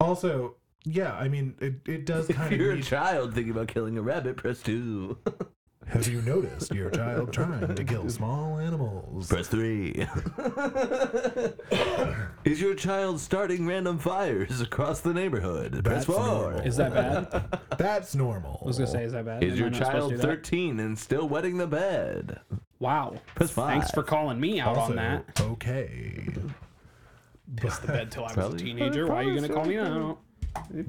[SPEAKER 2] Also, yeah, I mean it, it does kind
[SPEAKER 1] If
[SPEAKER 2] of
[SPEAKER 1] you're a
[SPEAKER 2] need
[SPEAKER 1] child thinking about killing a rabbit, press two.
[SPEAKER 2] Have you noticed your child trying to kill small animals?
[SPEAKER 1] Press three. Is your child starting random fires across the neighborhood? Press
[SPEAKER 2] That's
[SPEAKER 1] four.
[SPEAKER 2] normal.
[SPEAKER 3] is that bad? I
[SPEAKER 2] That's normal.
[SPEAKER 3] was gonna say, is that bad?
[SPEAKER 1] Is
[SPEAKER 3] Am
[SPEAKER 1] your
[SPEAKER 3] I not supposed to
[SPEAKER 1] child
[SPEAKER 3] do that?
[SPEAKER 1] 13 and still wetting the bed?
[SPEAKER 3] Wow.
[SPEAKER 1] Press five.
[SPEAKER 3] Thanks for calling me out
[SPEAKER 2] also,
[SPEAKER 3] on that.
[SPEAKER 2] okay.
[SPEAKER 3] pissed the bed till I was a
[SPEAKER 1] Probably.
[SPEAKER 3] teenager. Why are you gonna call me out?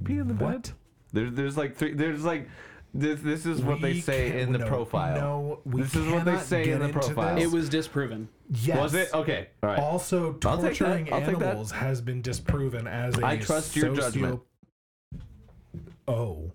[SPEAKER 1] Pee in the
[SPEAKER 2] What?
[SPEAKER 1] There's, there's like three. There's like. This, this is what they
[SPEAKER 2] We
[SPEAKER 1] say
[SPEAKER 2] can't-
[SPEAKER 1] in the
[SPEAKER 2] no,
[SPEAKER 1] profile.
[SPEAKER 2] no, we
[SPEAKER 1] this is what they
[SPEAKER 2] cannot
[SPEAKER 1] say
[SPEAKER 2] get
[SPEAKER 1] in the
[SPEAKER 2] into
[SPEAKER 1] profile.
[SPEAKER 2] this.
[SPEAKER 3] It was disproven.
[SPEAKER 2] Yes.
[SPEAKER 1] was it okay? All right.
[SPEAKER 2] Also,
[SPEAKER 1] I'll take that.
[SPEAKER 2] torturing
[SPEAKER 1] I'll take that.
[SPEAKER 2] animals has been disproven as a
[SPEAKER 1] I trust your
[SPEAKER 2] socio-
[SPEAKER 1] judgment.
[SPEAKER 2] Oh,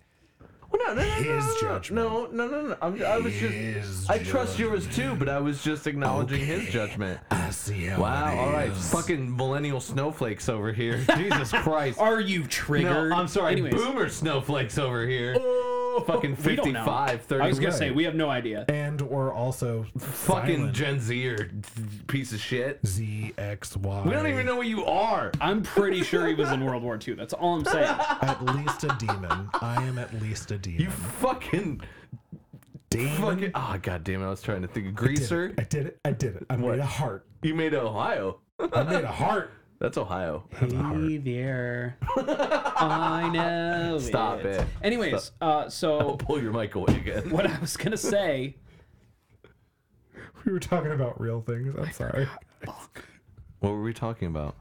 [SPEAKER 1] Well, no, no, no,
[SPEAKER 2] His
[SPEAKER 1] no, no, no,
[SPEAKER 2] judgment.
[SPEAKER 1] No, no, no, no. I'm, I was just.
[SPEAKER 2] His
[SPEAKER 1] I trust yours too, but I was just acknowledging his judgment.
[SPEAKER 2] I see how
[SPEAKER 1] Wow.
[SPEAKER 2] it
[SPEAKER 1] All right.
[SPEAKER 2] is.
[SPEAKER 1] Fucking millennial snowflakes over here. Jesus Christ.
[SPEAKER 3] Are you triggered?
[SPEAKER 1] No, I'm sorry.
[SPEAKER 3] Anyways,
[SPEAKER 1] Boomer snowflakes over here.
[SPEAKER 2] Oh,
[SPEAKER 1] Fucking
[SPEAKER 3] we don't know.
[SPEAKER 1] 55, 30.
[SPEAKER 3] I was gonna say
[SPEAKER 2] right.
[SPEAKER 3] we have no idea.
[SPEAKER 2] And we're also
[SPEAKER 1] fucking
[SPEAKER 2] silent.
[SPEAKER 1] Gen Zer piece of shit.
[SPEAKER 2] ZXY.
[SPEAKER 1] We don't even know what you are.
[SPEAKER 3] I'm pretty sure he was in World War II. That's all I'm saying.
[SPEAKER 2] At least a demon. I am at least a demon.
[SPEAKER 1] You fucking
[SPEAKER 2] Damon.
[SPEAKER 1] fucking. Oh god damn it! I was trying to think of greaser.
[SPEAKER 2] I did it. I did it. I made a heart.
[SPEAKER 1] You made Ohio.
[SPEAKER 2] I made a heart.
[SPEAKER 1] That's Ohio.
[SPEAKER 3] Hey there. I know.
[SPEAKER 1] Stop it.
[SPEAKER 3] Anyways, uh, so
[SPEAKER 1] Pull your mic away again.
[SPEAKER 3] what I was gonna say.
[SPEAKER 2] We were talking about real things. I'm sorry.
[SPEAKER 1] What were we talking about?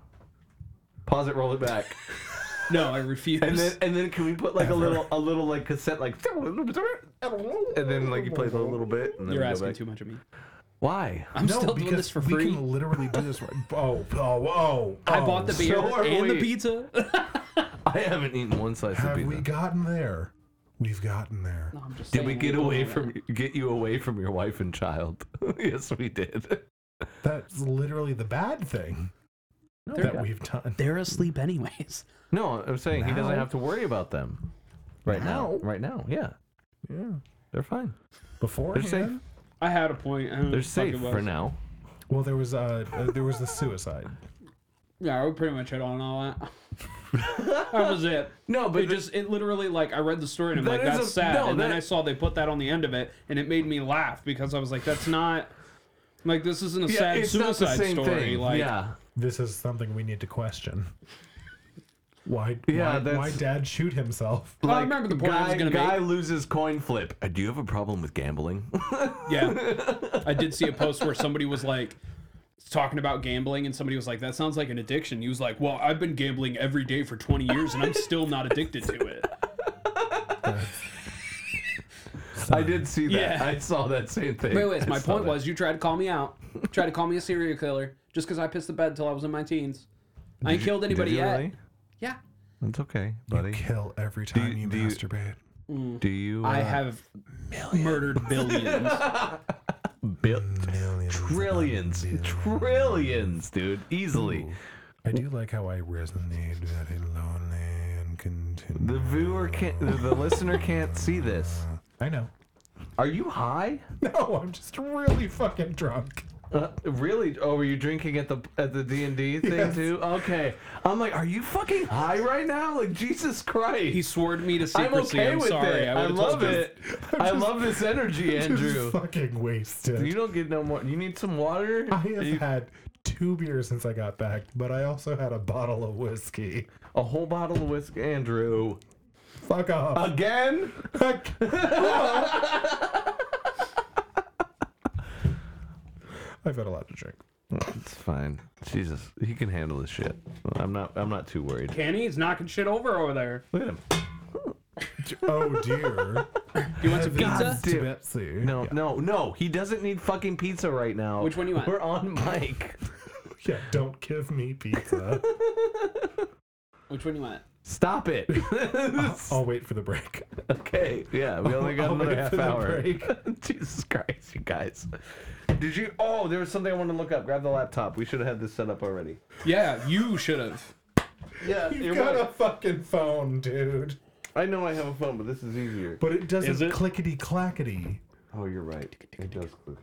[SPEAKER 1] Pause it. Roll it back.
[SPEAKER 3] No, I refuse.
[SPEAKER 1] And then and then can we put like a little a little like cassette like and then like you play it a little bit and then
[SPEAKER 3] You're
[SPEAKER 1] we go
[SPEAKER 3] asking
[SPEAKER 1] back.
[SPEAKER 3] too much of me.
[SPEAKER 1] Why?
[SPEAKER 3] I'm still doing this for free.
[SPEAKER 2] We can literally do this. right- Oh, oh, oh,
[SPEAKER 3] I
[SPEAKER 2] oh.
[SPEAKER 3] bought the
[SPEAKER 1] so
[SPEAKER 3] beer
[SPEAKER 1] are
[SPEAKER 3] and the
[SPEAKER 1] we.
[SPEAKER 3] pizza.
[SPEAKER 1] I haven't eaten one slice of
[SPEAKER 2] Have we
[SPEAKER 1] pizza.
[SPEAKER 2] gotten there? We've gotten there.
[SPEAKER 3] I'm just
[SPEAKER 1] Did we
[SPEAKER 3] saying,
[SPEAKER 1] get
[SPEAKER 3] I'm
[SPEAKER 1] away
[SPEAKER 3] going
[SPEAKER 1] from get you away from your wife and child? yes, we did.
[SPEAKER 2] That's literally the bad thing that we've done.
[SPEAKER 3] They're asleep anyways.
[SPEAKER 1] No, I'm saying he doesn't
[SPEAKER 2] Now?
[SPEAKER 1] have to worry about them right now.
[SPEAKER 2] Now?
[SPEAKER 1] Right now, yeah,
[SPEAKER 2] Yeah.
[SPEAKER 1] they're fine.
[SPEAKER 2] Beforehand,
[SPEAKER 1] safe.
[SPEAKER 3] I had a point. I don't know
[SPEAKER 1] They're
[SPEAKER 3] what the fuck it
[SPEAKER 1] safe for
[SPEAKER 3] was.
[SPEAKER 1] now.
[SPEAKER 2] well, there was uh, uh, there was the suicide.
[SPEAKER 3] Yeah, we pretty much hit on all that. that was it.
[SPEAKER 1] No,
[SPEAKER 3] But
[SPEAKER 1] but
[SPEAKER 3] it just it literally like I read the story and I'm
[SPEAKER 1] That
[SPEAKER 3] like
[SPEAKER 1] is
[SPEAKER 3] that's
[SPEAKER 1] a-
[SPEAKER 3] sad,
[SPEAKER 1] no,
[SPEAKER 3] and then
[SPEAKER 1] that-
[SPEAKER 3] I saw they put that on the end of it, and it made me laugh because I was like, that's not like this isn't a
[SPEAKER 1] yeah,
[SPEAKER 3] sad
[SPEAKER 1] it's not
[SPEAKER 3] suicide
[SPEAKER 1] the same
[SPEAKER 3] story.
[SPEAKER 1] thing.
[SPEAKER 3] Like
[SPEAKER 1] yeah,
[SPEAKER 2] This is something we need to question. Why?
[SPEAKER 1] Yeah,
[SPEAKER 2] why,
[SPEAKER 1] that's-
[SPEAKER 2] why dad shoot himself?
[SPEAKER 3] I remember the point I
[SPEAKER 1] guy,
[SPEAKER 3] was gonna
[SPEAKER 1] guy
[SPEAKER 3] make.
[SPEAKER 1] loses coin flip. Uh, do you have a problem with gambling?
[SPEAKER 3] yeah, I did see a post where somebody was like talking about gambling, and somebody was like, that sounds like an addiction. He was like, well, I've been gambling every day for 20 years, and I'm still not addicted to it.
[SPEAKER 1] I did see that.
[SPEAKER 3] Yeah.
[SPEAKER 1] I saw that same thing.
[SPEAKER 3] But anyways,
[SPEAKER 1] I
[SPEAKER 3] my
[SPEAKER 1] saw
[SPEAKER 3] point
[SPEAKER 1] that.
[SPEAKER 3] was you tried to call me out, tried to call me a serial killer just because I pissed the bed until I was in my teens. I ain't killed
[SPEAKER 1] Did
[SPEAKER 3] anybody
[SPEAKER 1] you
[SPEAKER 3] yet.
[SPEAKER 1] really?
[SPEAKER 3] Yeah.
[SPEAKER 1] That's okay,
[SPEAKER 2] You
[SPEAKER 1] buddy.
[SPEAKER 2] kill every time
[SPEAKER 1] you-
[SPEAKER 2] you,
[SPEAKER 1] do you-
[SPEAKER 2] masturbate.
[SPEAKER 1] Do you?
[SPEAKER 3] I
[SPEAKER 1] uh,
[SPEAKER 3] have murdered billions.
[SPEAKER 1] bil-
[SPEAKER 2] Millions of
[SPEAKER 1] trillions,
[SPEAKER 2] billions.
[SPEAKER 1] trillions, dude, easily.
[SPEAKER 2] I do like how I resonate very lonely and continue.
[SPEAKER 1] The viewer can't, the, the listener can't see this.
[SPEAKER 2] I know.
[SPEAKER 1] Are you high?
[SPEAKER 2] No, I'm just really fucking drunk.
[SPEAKER 1] Uh, really? Oh, were you drinking at the at the D and D thing
[SPEAKER 2] Yes.
[SPEAKER 1] too? Okay. I'm like, are you fucking high right now? Like Jesus Christ!
[SPEAKER 3] he swore to me to
[SPEAKER 1] I'm
[SPEAKER 3] secrecy.
[SPEAKER 1] okay
[SPEAKER 3] I'm,
[SPEAKER 1] with
[SPEAKER 3] sorry.
[SPEAKER 1] it.
[SPEAKER 3] I,
[SPEAKER 1] I,
[SPEAKER 3] would've told
[SPEAKER 1] love
[SPEAKER 3] you.
[SPEAKER 1] it. I love this energy, Andrew.
[SPEAKER 2] Just fucking wasted.
[SPEAKER 1] You don't get no more. You need some water.
[SPEAKER 2] I have
[SPEAKER 1] You-
[SPEAKER 2] had two beers since I got back, but I also had a bottle of whiskey.
[SPEAKER 1] a whole bottle of whiskey, Andrew.
[SPEAKER 2] Fuck off.
[SPEAKER 1] Again?
[SPEAKER 2] I've had a lot to drink.
[SPEAKER 1] It's fine. Jesus, he can handle this shit. I'm not. I'm not too worried.
[SPEAKER 3] Kenny, he's knocking shit over over there.
[SPEAKER 1] Look at him.
[SPEAKER 2] Oh dear.
[SPEAKER 3] You want some
[SPEAKER 1] God
[SPEAKER 3] pizza?
[SPEAKER 1] damn-
[SPEAKER 2] Betsy.
[SPEAKER 1] No,
[SPEAKER 2] Yeah.
[SPEAKER 1] no, no. He doesn't need fucking pizza right now.
[SPEAKER 3] Which one you want?
[SPEAKER 1] We're on mic.
[SPEAKER 2] Yeah, don't give me pizza.
[SPEAKER 3] Which one you want?
[SPEAKER 1] Stop it.
[SPEAKER 2] I'll wait for the break.
[SPEAKER 1] okay. Yeah, we only got
[SPEAKER 2] I'll
[SPEAKER 1] another
[SPEAKER 2] wait
[SPEAKER 1] half
[SPEAKER 2] for the
[SPEAKER 1] hour. Jesus Christ, you guys. Did you? Oh, there was something I wanted to look up. Grab the laptop. We should have had this set up already.
[SPEAKER 3] Yeah, you should have.
[SPEAKER 1] Yeah,
[SPEAKER 2] You
[SPEAKER 1] you're
[SPEAKER 2] got
[SPEAKER 1] right.
[SPEAKER 2] a fucking phone, dude.
[SPEAKER 1] I know I have a phone, but this is easier.
[SPEAKER 2] But it doesn't
[SPEAKER 3] Is it?
[SPEAKER 2] clickety clackety.
[SPEAKER 1] Oh, you're right. It does click.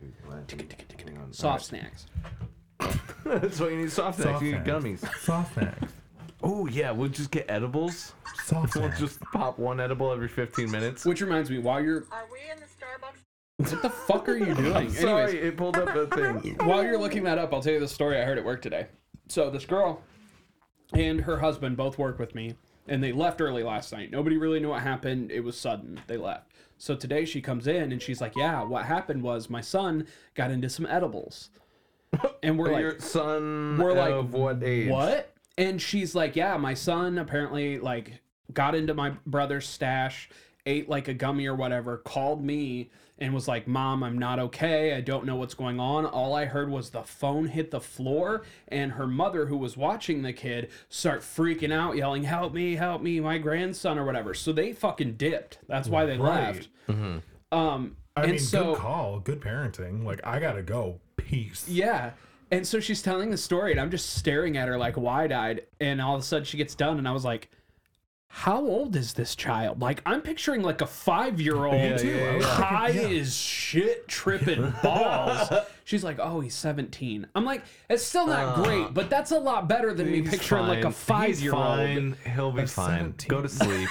[SPEAKER 1] Hang on.
[SPEAKER 3] Soft snacks.
[SPEAKER 1] That's why you need soft snacks.
[SPEAKER 2] Soft
[SPEAKER 1] You need
[SPEAKER 2] snacks.
[SPEAKER 1] gummies.
[SPEAKER 2] Soft snacks.
[SPEAKER 1] Oh yeah, we'll just get edibles.
[SPEAKER 2] Soft
[SPEAKER 1] We'll
[SPEAKER 2] snacks.
[SPEAKER 1] just pop one edible every 15 minutes.
[SPEAKER 3] Which reminds me, while you're
[SPEAKER 5] Are we in the Starbucks?
[SPEAKER 3] what the fuck are you doing? Anyways,
[SPEAKER 1] Sorry, it pulled up a thing.
[SPEAKER 3] While you're looking that up, I'll tell you the story I heard at work today. So this girl and her husband both work with me, and they left early last night. Nobody really knew what happened. It was sudden. They left. So today she comes in and she's like, "Yeah, what happened was my son got into some edibles." And we're like,
[SPEAKER 1] Your son
[SPEAKER 3] we're like,
[SPEAKER 1] of what age?
[SPEAKER 3] what? And she's like, yeah, my son apparently like got into my brother's stash, ate like a gummy or whatever, called me and was like, "Mom, I'm not okay. I don't know what's going on." All I heard was the phone hit the floor and her mother who was watching the kid start freaking out, yelling, "Help me, help me, my grandson or whatever." So they fucking dipped. That's why they
[SPEAKER 2] Right.
[SPEAKER 3] left. Um
[SPEAKER 2] I
[SPEAKER 3] and
[SPEAKER 2] mean,
[SPEAKER 3] so
[SPEAKER 2] good call, good parenting. Like I gotta go. Peace.
[SPEAKER 3] yeah. And so she's telling the story, and I'm just staring at her like wide eyed. And all of a sudden she gets done, and I was like, How old is this child? Like, I'm picturing like a five year
[SPEAKER 1] Me
[SPEAKER 3] old
[SPEAKER 1] too. I was
[SPEAKER 3] high as shit tripping balls. She's like, Oh, he's 17. I'm like, It's still not great, but that's a lot better than me
[SPEAKER 1] Uh, He's
[SPEAKER 3] picturing like
[SPEAKER 1] fine.
[SPEAKER 3] a
[SPEAKER 1] He's
[SPEAKER 3] five year old.
[SPEAKER 1] fine. He'll be
[SPEAKER 2] At
[SPEAKER 1] fine. Go to sleep.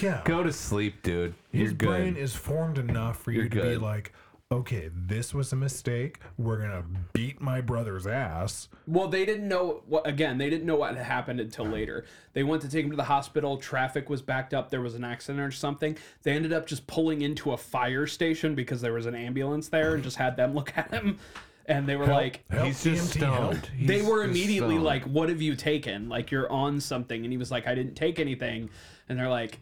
[SPEAKER 2] Yeah.
[SPEAKER 1] Go to sleep, dude.
[SPEAKER 2] His
[SPEAKER 1] You're good.
[SPEAKER 2] brain is formed enough for you
[SPEAKER 1] You're
[SPEAKER 2] to be
[SPEAKER 1] good.
[SPEAKER 2] like, okay, this was a mistake. We're gonna beat my brother's ass.
[SPEAKER 3] Well, they didn't know what again, they didn't know what had happened until later. They went to take him to the hospital, traffic was backed up, there was an accident or something. They ended up just pulling into a fire station because there was an ambulance there and just had them look at him and they were like
[SPEAKER 2] Help,
[SPEAKER 1] He's just
[SPEAKER 2] EMT, help.
[SPEAKER 1] stoned.
[SPEAKER 3] they
[SPEAKER 1] He's
[SPEAKER 3] were
[SPEAKER 1] just
[SPEAKER 3] immediately
[SPEAKER 1] stoned.
[SPEAKER 3] like, "What have you taken? Like you're on something." And he was like, "I didn't take anything." And they're like,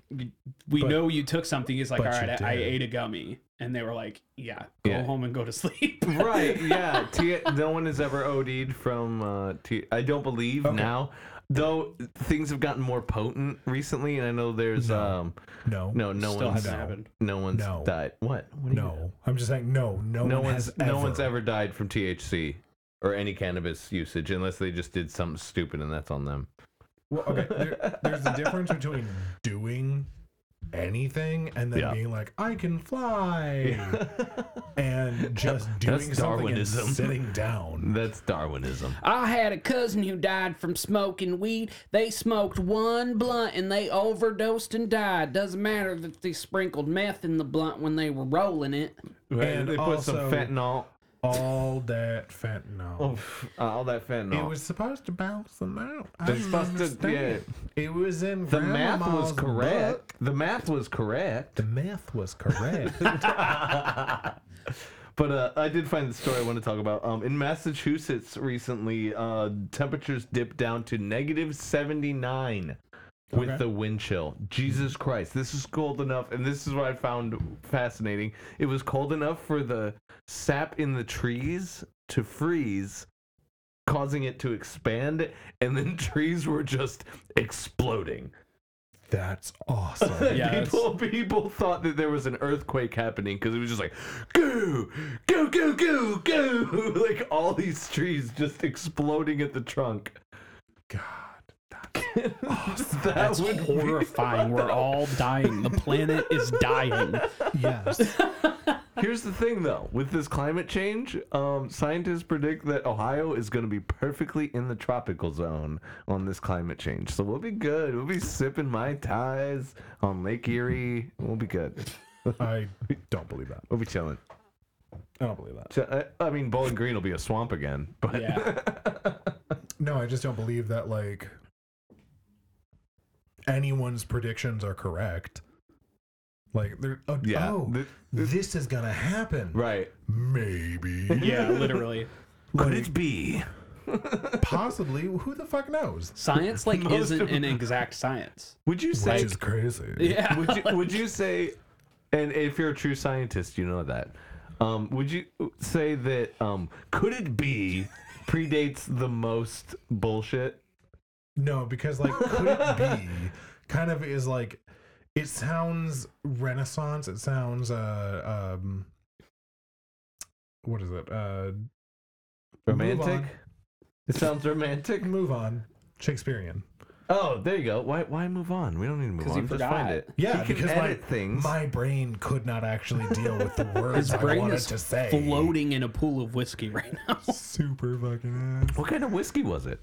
[SPEAKER 3] "We know you took something." He's like, "All
[SPEAKER 2] but you
[SPEAKER 3] right, I, I
[SPEAKER 2] did."
[SPEAKER 3] ate a gummy." and they were like, "Yeah, go
[SPEAKER 1] Yeah.
[SPEAKER 3] home and go to sleep."
[SPEAKER 1] right yeah T- no one has ever od'd from uh T- i don't believe now though things have gotten more potent recently and i know there's
[SPEAKER 2] No.
[SPEAKER 1] um
[SPEAKER 2] No.
[SPEAKER 1] no no
[SPEAKER 3] Still
[SPEAKER 1] one's
[SPEAKER 3] hasn't happened.
[SPEAKER 1] no one's
[SPEAKER 2] No.
[SPEAKER 1] died what, what are you-
[SPEAKER 2] No. I'm just saying no. No,
[SPEAKER 1] no
[SPEAKER 2] one
[SPEAKER 1] one's
[SPEAKER 2] has
[SPEAKER 1] no one's ever died from thc or any cannabis usage unless they just did something stupid and that's on them
[SPEAKER 2] Well, okay. There, there's a difference between doing anything and then
[SPEAKER 1] Yeah.
[SPEAKER 2] being like, I can fly, and just doing something and
[SPEAKER 1] Darwinism.
[SPEAKER 2] sitting down.
[SPEAKER 1] that's darwinism
[SPEAKER 3] I had a cousin who died from smoking weed. They smoked one blunt and they overdosed and died. Doesn't matter that they sprinkled meth in the blunt when they were rolling it.
[SPEAKER 1] Right,
[SPEAKER 2] And
[SPEAKER 1] they put some
[SPEAKER 2] also-
[SPEAKER 1] fentanyl
[SPEAKER 2] All that fentanyl.
[SPEAKER 1] oh, uh, all that fentanyl
[SPEAKER 2] It was supposed to balance them out. I
[SPEAKER 1] They're supposed to-
[SPEAKER 2] understand. It was in
[SPEAKER 1] the math was
[SPEAKER 2] Grandma's
[SPEAKER 1] correct
[SPEAKER 2] book.
[SPEAKER 1] the math was correct
[SPEAKER 2] The math was correct.
[SPEAKER 1] But uh, I did find the story I want to talk about. Um, in Massachusetts recently, uh, temperatures dipped down to negative 79 with
[SPEAKER 2] Okay.
[SPEAKER 1] the wind chill. Jesus Christ, this is cold enough, and this is what I found fascinating. It was cold enough for the sap in the trees to freeze, causing it to expand, and then trees were just exploding.
[SPEAKER 2] That's awesome.
[SPEAKER 3] Yeah, that's-
[SPEAKER 1] people, people thought that there was an earthquake happening because it was just like, go, go, go, go, go. Like all these trees just exploding at the trunk.
[SPEAKER 2] God.
[SPEAKER 1] That
[SPEAKER 3] That's
[SPEAKER 1] would be-
[SPEAKER 3] horrifying. We're all dying. The planet is dying.
[SPEAKER 2] Yes.
[SPEAKER 1] Here's the thing though with this climate change, um, scientists predict that Ohio is going to be perfectly in the tropical zone on this climate change. So we'll be good. We'll be sipping Mai Tais on Lake Erie. We'll be good.
[SPEAKER 2] I don't believe that.
[SPEAKER 1] We'll be chilling.
[SPEAKER 2] I don't believe that.
[SPEAKER 1] Ch- I- uh, I mean, Bowling Green will be a swamp again, but
[SPEAKER 3] Yeah.
[SPEAKER 2] No, I just don't believe that like anyone's predictions are correct. Like they're oh,
[SPEAKER 1] Yeah,
[SPEAKER 2] oh,
[SPEAKER 1] th-
[SPEAKER 2] this is gonna happen.
[SPEAKER 1] right.
[SPEAKER 2] Maybe.
[SPEAKER 3] Yeah, literally.
[SPEAKER 1] Could it be?
[SPEAKER 2] Possibly. Who the fuck knows?
[SPEAKER 3] Science like
[SPEAKER 1] Most
[SPEAKER 3] isn't
[SPEAKER 1] of-
[SPEAKER 3] an exact science.
[SPEAKER 1] Would you say?
[SPEAKER 2] Which is crazy.
[SPEAKER 3] Yeah.
[SPEAKER 1] would you would you say? And if you're a true scientist, you know that. Um, would you say that? Um, could it be predates the most bullshit?
[SPEAKER 2] No, because like could it be kind of is like it sounds renaissance, it sounds uh um what is it? Uh
[SPEAKER 1] Romantic.
[SPEAKER 2] on.
[SPEAKER 1] It sounds romantic.
[SPEAKER 2] move on. Shakespearean.
[SPEAKER 1] Oh, there you go. Why why move on? We don't need to move
[SPEAKER 3] 'Cause he
[SPEAKER 1] on. Just find
[SPEAKER 3] forgot.
[SPEAKER 1] it.
[SPEAKER 2] Yeah,
[SPEAKER 1] He can
[SPEAKER 2] because
[SPEAKER 1] edit
[SPEAKER 2] my,
[SPEAKER 1] things.
[SPEAKER 2] my brain could not actually deal with the words
[SPEAKER 3] His
[SPEAKER 2] I
[SPEAKER 3] brain
[SPEAKER 2] wanted
[SPEAKER 3] is
[SPEAKER 2] to say.
[SPEAKER 3] floating in a pool of whiskey right now.
[SPEAKER 2] Super fucking ass.
[SPEAKER 1] What kind of whiskey was it?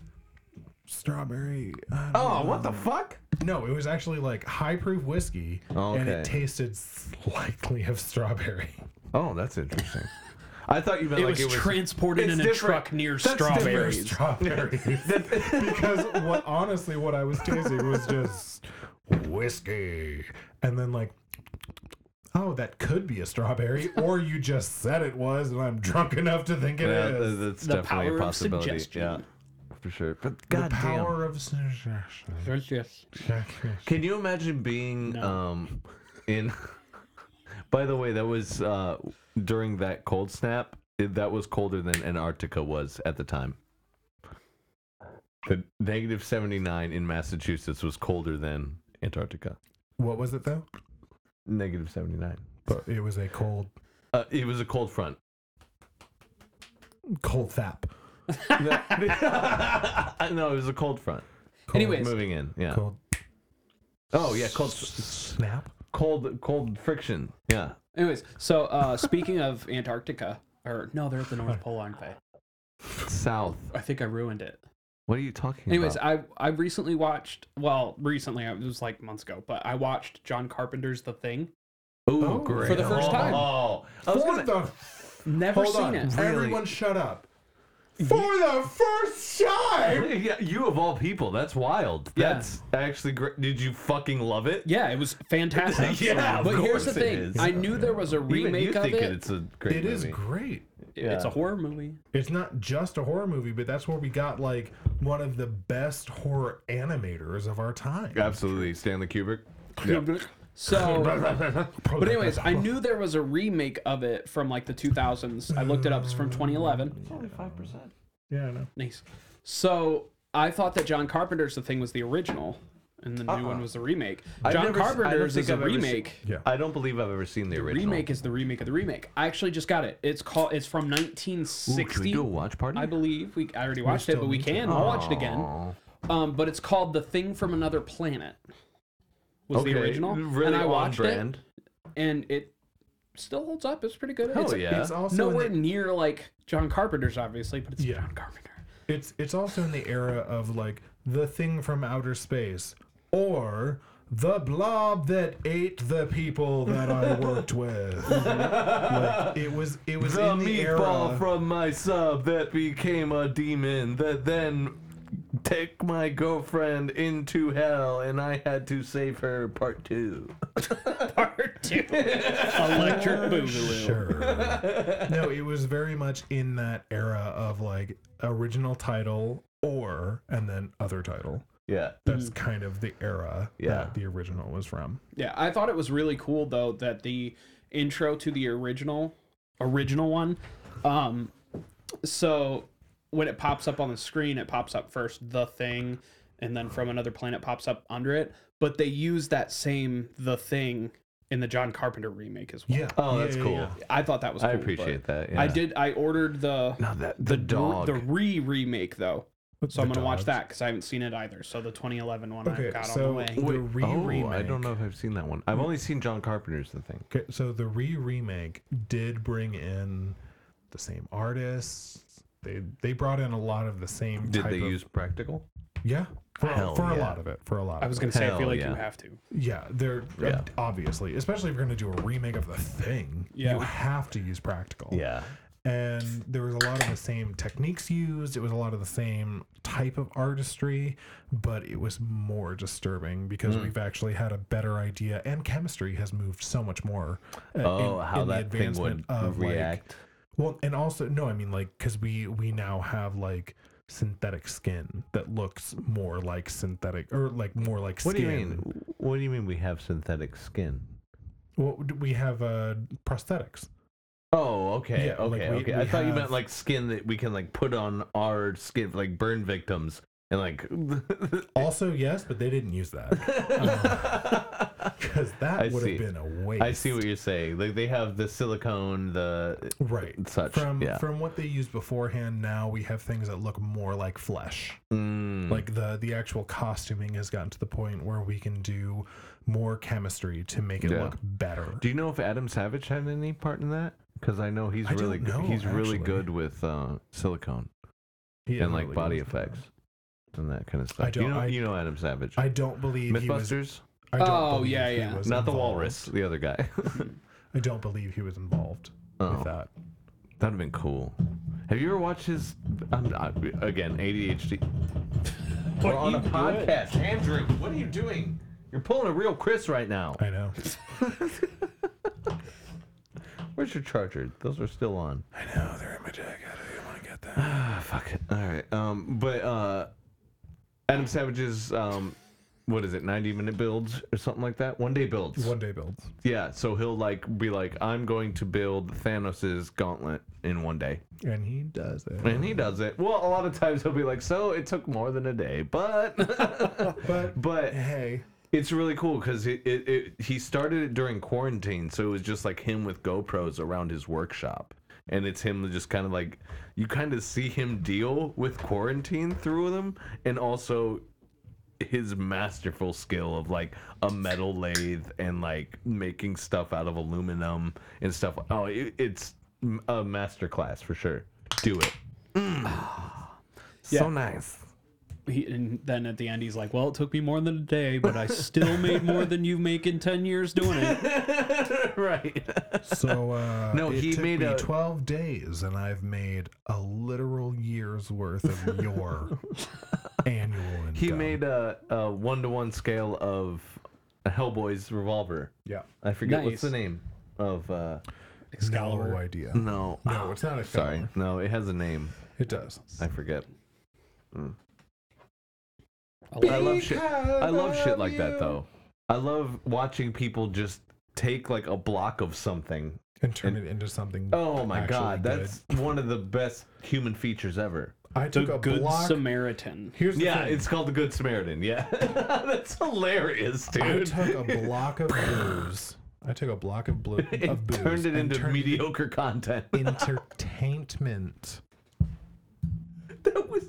[SPEAKER 2] Strawberry. I don't
[SPEAKER 1] Oh,
[SPEAKER 2] know.
[SPEAKER 1] what the fuck?
[SPEAKER 2] No, it was actually like high proof whiskey, and
[SPEAKER 1] Okay.
[SPEAKER 2] it tasted slightly of strawberry.
[SPEAKER 1] Oh, that's interesting. I thought you meant
[SPEAKER 3] It
[SPEAKER 1] like
[SPEAKER 3] was,
[SPEAKER 1] it was
[SPEAKER 3] transported
[SPEAKER 1] It's
[SPEAKER 3] in a
[SPEAKER 1] different.
[SPEAKER 3] truck near
[SPEAKER 1] That's different.
[SPEAKER 2] Strawberry
[SPEAKER 3] strawberries.
[SPEAKER 2] Strawberries. because what honestly what I was tasting was just whiskey. And then like Oh, that could be a strawberry, or you just said it was, and I'm drunk enough to think it is.
[SPEAKER 1] Yeah, th- that's
[SPEAKER 3] The
[SPEAKER 1] definitely a
[SPEAKER 3] power of
[SPEAKER 1] possibility.
[SPEAKER 3] suggestion.
[SPEAKER 1] Yeah, for sure. But god
[SPEAKER 2] the power
[SPEAKER 1] damn,
[SPEAKER 2] of suggestion.
[SPEAKER 1] can you imagine being um in? By the way, that was uh during that cold snap. it- That was colder than Antarctica was at the time. The negative seventy nine in Massachusetts was colder than Antarctica.
[SPEAKER 2] What was it though?
[SPEAKER 1] Negative seventy nine.
[SPEAKER 2] But it was a cold,
[SPEAKER 1] Uh, it was a cold front.
[SPEAKER 2] cold fap.
[SPEAKER 1] Uh, no, it was a cold front.
[SPEAKER 2] Cold,
[SPEAKER 3] Anyways.
[SPEAKER 1] Moving in, yeah.
[SPEAKER 2] cold
[SPEAKER 1] Oh yeah, cold,
[SPEAKER 2] snap.
[SPEAKER 1] cold, cold friction. Yeah.
[SPEAKER 3] Anyways, so uh, speaking of Antarctica, or no, they're at the North Pole, aren't they?
[SPEAKER 1] South.
[SPEAKER 3] I think I ruined it.
[SPEAKER 1] What are you talking
[SPEAKER 3] Anyways,
[SPEAKER 1] about?
[SPEAKER 3] I I recently watched. Well, recently it was like months ago, but I watched John Carpenter's The Thing.
[SPEAKER 1] Anyways,
[SPEAKER 2] Oh,
[SPEAKER 1] great.
[SPEAKER 2] for
[SPEAKER 3] the first time.
[SPEAKER 1] Oh, I was
[SPEAKER 2] For
[SPEAKER 1] gonna,
[SPEAKER 2] the
[SPEAKER 3] Never
[SPEAKER 2] hold
[SPEAKER 3] seen
[SPEAKER 2] on,
[SPEAKER 3] it.
[SPEAKER 2] everyone, shut up. For the first time.
[SPEAKER 1] yeah, you of all people, that's wild.
[SPEAKER 3] Yeah.
[SPEAKER 1] That's actually great. Did you fucking love it?
[SPEAKER 3] Yeah, it was fantastic.
[SPEAKER 1] Yeah, of
[SPEAKER 3] but
[SPEAKER 1] course
[SPEAKER 3] here's the
[SPEAKER 1] it
[SPEAKER 3] thing:
[SPEAKER 1] is.
[SPEAKER 3] I knew there was a
[SPEAKER 1] Even
[SPEAKER 3] remake
[SPEAKER 1] you
[SPEAKER 3] of
[SPEAKER 1] think
[SPEAKER 3] it.
[SPEAKER 1] it's a great
[SPEAKER 2] It is
[SPEAKER 1] movie.
[SPEAKER 2] great.
[SPEAKER 3] It's
[SPEAKER 1] yeah.
[SPEAKER 3] a horror movie.
[SPEAKER 2] It's not just a horror movie, but that's where we got like one of the best horror animators of our time.
[SPEAKER 1] Absolutely, Stanley Kubrick. Yeah.
[SPEAKER 3] So But anyways, I knew there was a remake of it from like the 2000s. I looked it up. It's from 2011.
[SPEAKER 4] It's only five percent.
[SPEAKER 2] Yeah, I know.
[SPEAKER 3] Nice. So I thought that John Carpenter's The Thing was the original, and the new
[SPEAKER 1] Uh-uh.
[SPEAKER 3] one was the remake.
[SPEAKER 1] I've
[SPEAKER 3] John
[SPEAKER 1] never s- I don't
[SPEAKER 3] Carpenter's
[SPEAKER 1] think
[SPEAKER 3] is a
[SPEAKER 1] I've ever seen-
[SPEAKER 3] remake.
[SPEAKER 2] Yeah.
[SPEAKER 1] I don't believe I've ever seen the original.
[SPEAKER 3] Remake is the remake of the remake. I actually just got it. It's called. It's from
[SPEAKER 1] Ooh, can
[SPEAKER 3] 1960.
[SPEAKER 1] we do a watch party?
[SPEAKER 3] I believe we. I already watched it,
[SPEAKER 2] still
[SPEAKER 3] but we
[SPEAKER 2] need to.
[SPEAKER 3] can. I'll watch it again.
[SPEAKER 1] Aw.
[SPEAKER 3] Um, but it's called The Thing from Another Planet. Was
[SPEAKER 1] okay.
[SPEAKER 3] the original,
[SPEAKER 1] Really
[SPEAKER 3] and I
[SPEAKER 1] on
[SPEAKER 3] watched
[SPEAKER 1] brand.
[SPEAKER 3] it, and it still holds up. It's pretty good.
[SPEAKER 1] Hell
[SPEAKER 3] it's,
[SPEAKER 1] yeah.
[SPEAKER 2] It's also in
[SPEAKER 3] nowhere
[SPEAKER 2] the-
[SPEAKER 3] near like John Carpenter's, obviously, but it's
[SPEAKER 2] Yeah.
[SPEAKER 3] John Carpenter.
[SPEAKER 2] It's it's also in the era of like the thing from outer space or the blob that ate the people that I worked with. Like, it was it was
[SPEAKER 1] The
[SPEAKER 2] in the
[SPEAKER 1] meatball
[SPEAKER 2] era.
[SPEAKER 1] from my sub that became a demon that then took my girlfriend into hell and I had to save her part two.
[SPEAKER 3] Part two. Electric Boogaloo.
[SPEAKER 2] Sure. no, it was very much in that era of like original title or and then other title.
[SPEAKER 1] Yeah.
[SPEAKER 2] That's kind of the era
[SPEAKER 1] Hmm. Yeah.
[SPEAKER 2] that the original was from.
[SPEAKER 3] Yeah, I thought it was really cool though that the intro to the original original one um so when it pops up on the screen it pops up first the thing and then from another planet pops up under it but they use that same the thing in the John Carpenter remake as well.
[SPEAKER 2] Yeah.
[SPEAKER 1] Oh,
[SPEAKER 2] yeah,
[SPEAKER 1] that's
[SPEAKER 2] yeah,
[SPEAKER 1] cool.
[SPEAKER 2] yeah.
[SPEAKER 3] I thought that was
[SPEAKER 1] I
[SPEAKER 3] cool,
[SPEAKER 1] appreciate
[SPEAKER 3] but
[SPEAKER 1] that. Yeah.
[SPEAKER 3] I did I ordered the
[SPEAKER 1] No, that the, dog.
[SPEAKER 3] the re remake though. So I'm
[SPEAKER 2] The
[SPEAKER 3] going to watch
[SPEAKER 2] dogs.
[SPEAKER 3] that cuz I haven't seen it either. So the 2011 one
[SPEAKER 2] Okay,
[SPEAKER 3] I've got
[SPEAKER 2] so-
[SPEAKER 3] on the way.
[SPEAKER 2] the
[SPEAKER 1] Wait, oh, I
[SPEAKER 2] re-remake.
[SPEAKER 1] don't know if I've seen that one. I've only seen John Carpenter's The Thing.
[SPEAKER 2] Okay, so the re remake did bring in the same artists. They they brought in a lot of the same.
[SPEAKER 1] Did
[SPEAKER 2] type
[SPEAKER 1] they
[SPEAKER 2] of-
[SPEAKER 1] use practical?
[SPEAKER 2] Yeah, for,
[SPEAKER 1] Hell
[SPEAKER 2] for a
[SPEAKER 1] yeah.
[SPEAKER 2] lot of it. For a lot.
[SPEAKER 3] I
[SPEAKER 2] of
[SPEAKER 3] was
[SPEAKER 2] it.
[SPEAKER 3] going to say I
[SPEAKER 1] Hell
[SPEAKER 3] feel like
[SPEAKER 1] yeah.
[SPEAKER 3] you have to.
[SPEAKER 2] Yeah, they're
[SPEAKER 1] Yeah.
[SPEAKER 2] obviously, especially if you're going to do a remake of the thing.
[SPEAKER 3] Yeah.
[SPEAKER 2] you have to use practical.
[SPEAKER 1] Yeah.
[SPEAKER 2] and there was a lot of the same techniques used. It was a lot of the same type of artistry, but it was more disturbing because
[SPEAKER 1] Hmm.
[SPEAKER 2] we've actually had a better idea, and chemistry has moved so much more. uh, in-
[SPEAKER 1] Oh, how
[SPEAKER 2] in the
[SPEAKER 1] that thing would
[SPEAKER 2] advancement of, like,
[SPEAKER 1] react.
[SPEAKER 2] well, and also no, I mean like because we we now have like synthetic skin that looks more like synthetic or like more like
[SPEAKER 1] what do
[SPEAKER 2] skin.
[SPEAKER 1] you mean? What do you mean we have synthetic skin?
[SPEAKER 2] Well, d- we have uh prosthetics.
[SPEAKER 1] Oh, okay,
[SPEAKER 2] Yeah, like,
[SPEAKER 1] okay,
[SPEAKER 2] we-
[SPEAKER 1] okay.
[SPEAKER 2] we
[SPEAKER 1] I thought you
[SPEAKER 2] have-
[SPEAKER 1] meant like skin that we can like put on our skin, like burn victims, and like.
[SPEAKER 2] Also, yes, but they didn't use that because
[SPEAKER 1] I
[SPEAKER 2] that would
[SPEAKER 1] see.
[SPEAKER 2] have been a waste.
[SPEAKER 1] I see what you're saying. Like they have the silicone, the
[SPEAKER 2] Right.
[SPEAKER 1] such.
[SPEAKER 2] From
[SPEAKER 1] yeah.
[SPEAKER 2] from what they used beforehand, now we have things that look more like flesh.
[SPEAKER 1] Mm,
[SPEAKER 2] Like the the actual costuming has gotten to the point where we can do more chemistry to make it
[SPEAKER 1] Yeah.
[SPEAKER 2] look better.
[SPEAKER 1] do you know if Adam Savage had any part in that? Because I know he's
[SPEAKER 2] I don't
[SPEAKER 1] really g-
[SPEAKER 2] know,
[SPEAKER 1] he's really
[SPEAKER 2] actually.
[SPEAKER 1] good with uh, silicone
[SPEAKER 2] He
[SPEAKER 1] and like
[SPEAKER 2] really
[SPEAKER 1] body
[SPEAKER 2] is.
[SPEAKER 1] effects and that kind of stuff. you
[SPEAKER 2] don't-
[SPEAKER 1] know,
[SPEAKER 2] I-
[SPEAKER 1] you know Adam Savage.
[SPEAKER 2] I don't believe he was.
[SPEAKER 1] Mythbusters,
[SPEAKER 2] I don't
[SPEAKER 3] Oh,
[SPEAKER 2] believe
[SPEAKER 3] yeah,
[SPEAKER 2] he
[SPEAKER 3] yeah.
[SPEAKER 2] was
[SPEAKER 1] not the
[SPEAKER 2] involved.
[SPEAKER 1] walrus, the other guy.
[SPEAKER 2] I don't believe he was involved
[SPEAKER 1] Oh.
[SPEAKER 2] with that.
[SPEAKER 1] That'd have been cool. Have you ever watched his? I'm, I, again, ADHD. We're on a podcast, Andrew. What are you doing? You're pulling a real Chris right now.
[SPEAKER 2] I know.
[SPEAKER 1] Where's your charger? Those are still on.
[SPEAKER 2] I know. They're in my jacket. I didn't want to get that.
[SPEAKER 1] Ah, fuck it. All right. Um, but uh, Adam Savage's um, what is it? 90 minute builds or something like that. One day builds.
[SPEAKER 2] One day builds.
[SPEAKER 1] Yeah. So he'll like be like, I'm going to build Thanos's gauntlet in one day.
[SPEAKER 2] And he does it.
[SPEAKER 1] And he does it. Well, a lot of times he'll be like, so it took more than a day, but
[SPEAKER 2] But,
[SPEAKER 1] but
[SPEAKER 2] hey,
[SPEAKER 1] it's really cool because it, it, it he started it during quarantine, so it was just like him with GoPros around his workshop. And it's him just kind of like you kind of see him deal with quarantine through them and also his masterful skill of like a metal lathe and like making stuff out of aluminum and stuff. Oh, it, it's a masterclass for sure. Do it. Ah, So nice.
[SPEAKER 3] he, and then at the end he's like, "Well, it took me more than a day, but I still made more than you make in ten years doing it."
[SPEAKER 1] right.
[SPEAKER 2] So uh,
[SPEAKER 1] No,
[SPEAKER 2] it
[SPEAKER 1] he
[SPEAKER 2] took
[SPEAKER 1] made
[SPEAKER 2] me
[SPEAKER 1] a-
[SPEAKER 2] twelve days, and I've made a literal year's worth of your annual. Income.
[SPEAKER 1] He made a, a one-to-one scale of Hellboy's revolver.
[SPEAKER 2] yeah.
[SPEAKER 1] I forget what's
[SPEAKER 3] Nice.
[SPEAKER 1] the name of. Uh,
[SPEAKER 2] No
[SPEAKER 3] Excalibur.
[SPEAKER 2] idea.
[SPEAKER 1] no,
[SPEAKER 2] No, it's not a
[SPEAKER 1] sorry, no, it has a name.
[SPEAKER 2] It does.
[SPEAKER 1] I forget. Mm.
[SPEAKER 3] I
[SPEAKER 1] I
[SPEAKER 3] love-
[SPEAKER 1] love shit. I love shit like that though. I love watching people just take like a block of something.
[SPEAKER 2] and turn it into something.
[SPEAKER 1] Oh my
[SPEAKER 2] actually
[SPEAKER 1] god,
[SPEAKER 2] good.
[SPEAKER 1] that's one of the best human features ever.
[SPEAKER 2] I
[SPEAKER 3] The
[SPEAKER 2] took a
[SPEAKER 3] Good
[SPEAKER 2] block.
[SPEAKER 3] Samaritan.
[SPEAKER 2] Here's the
[SPEAKER 1] Yeah,
[SPEAKER 2] thing.
[SPEAKER 1] it's called the Good Samaritan. Yeah, that's hilarious,
[SPEAKER 2] I
[SPEAKER 1] dude.
[SPEAKER 2] took a block of booze. I took a block of, blue,
[SPEAKER 1] It
[SPEAKER 2] of booze.
[SPEAKER 1] turned it
[SPEAKER 2] and
[SPEAKER 1] into
[SPEAKER 2] turned it
[SPEAKER 1] mediocre content.
[SPEAKER 2] into entertainment.
[SPEAKER 1] that was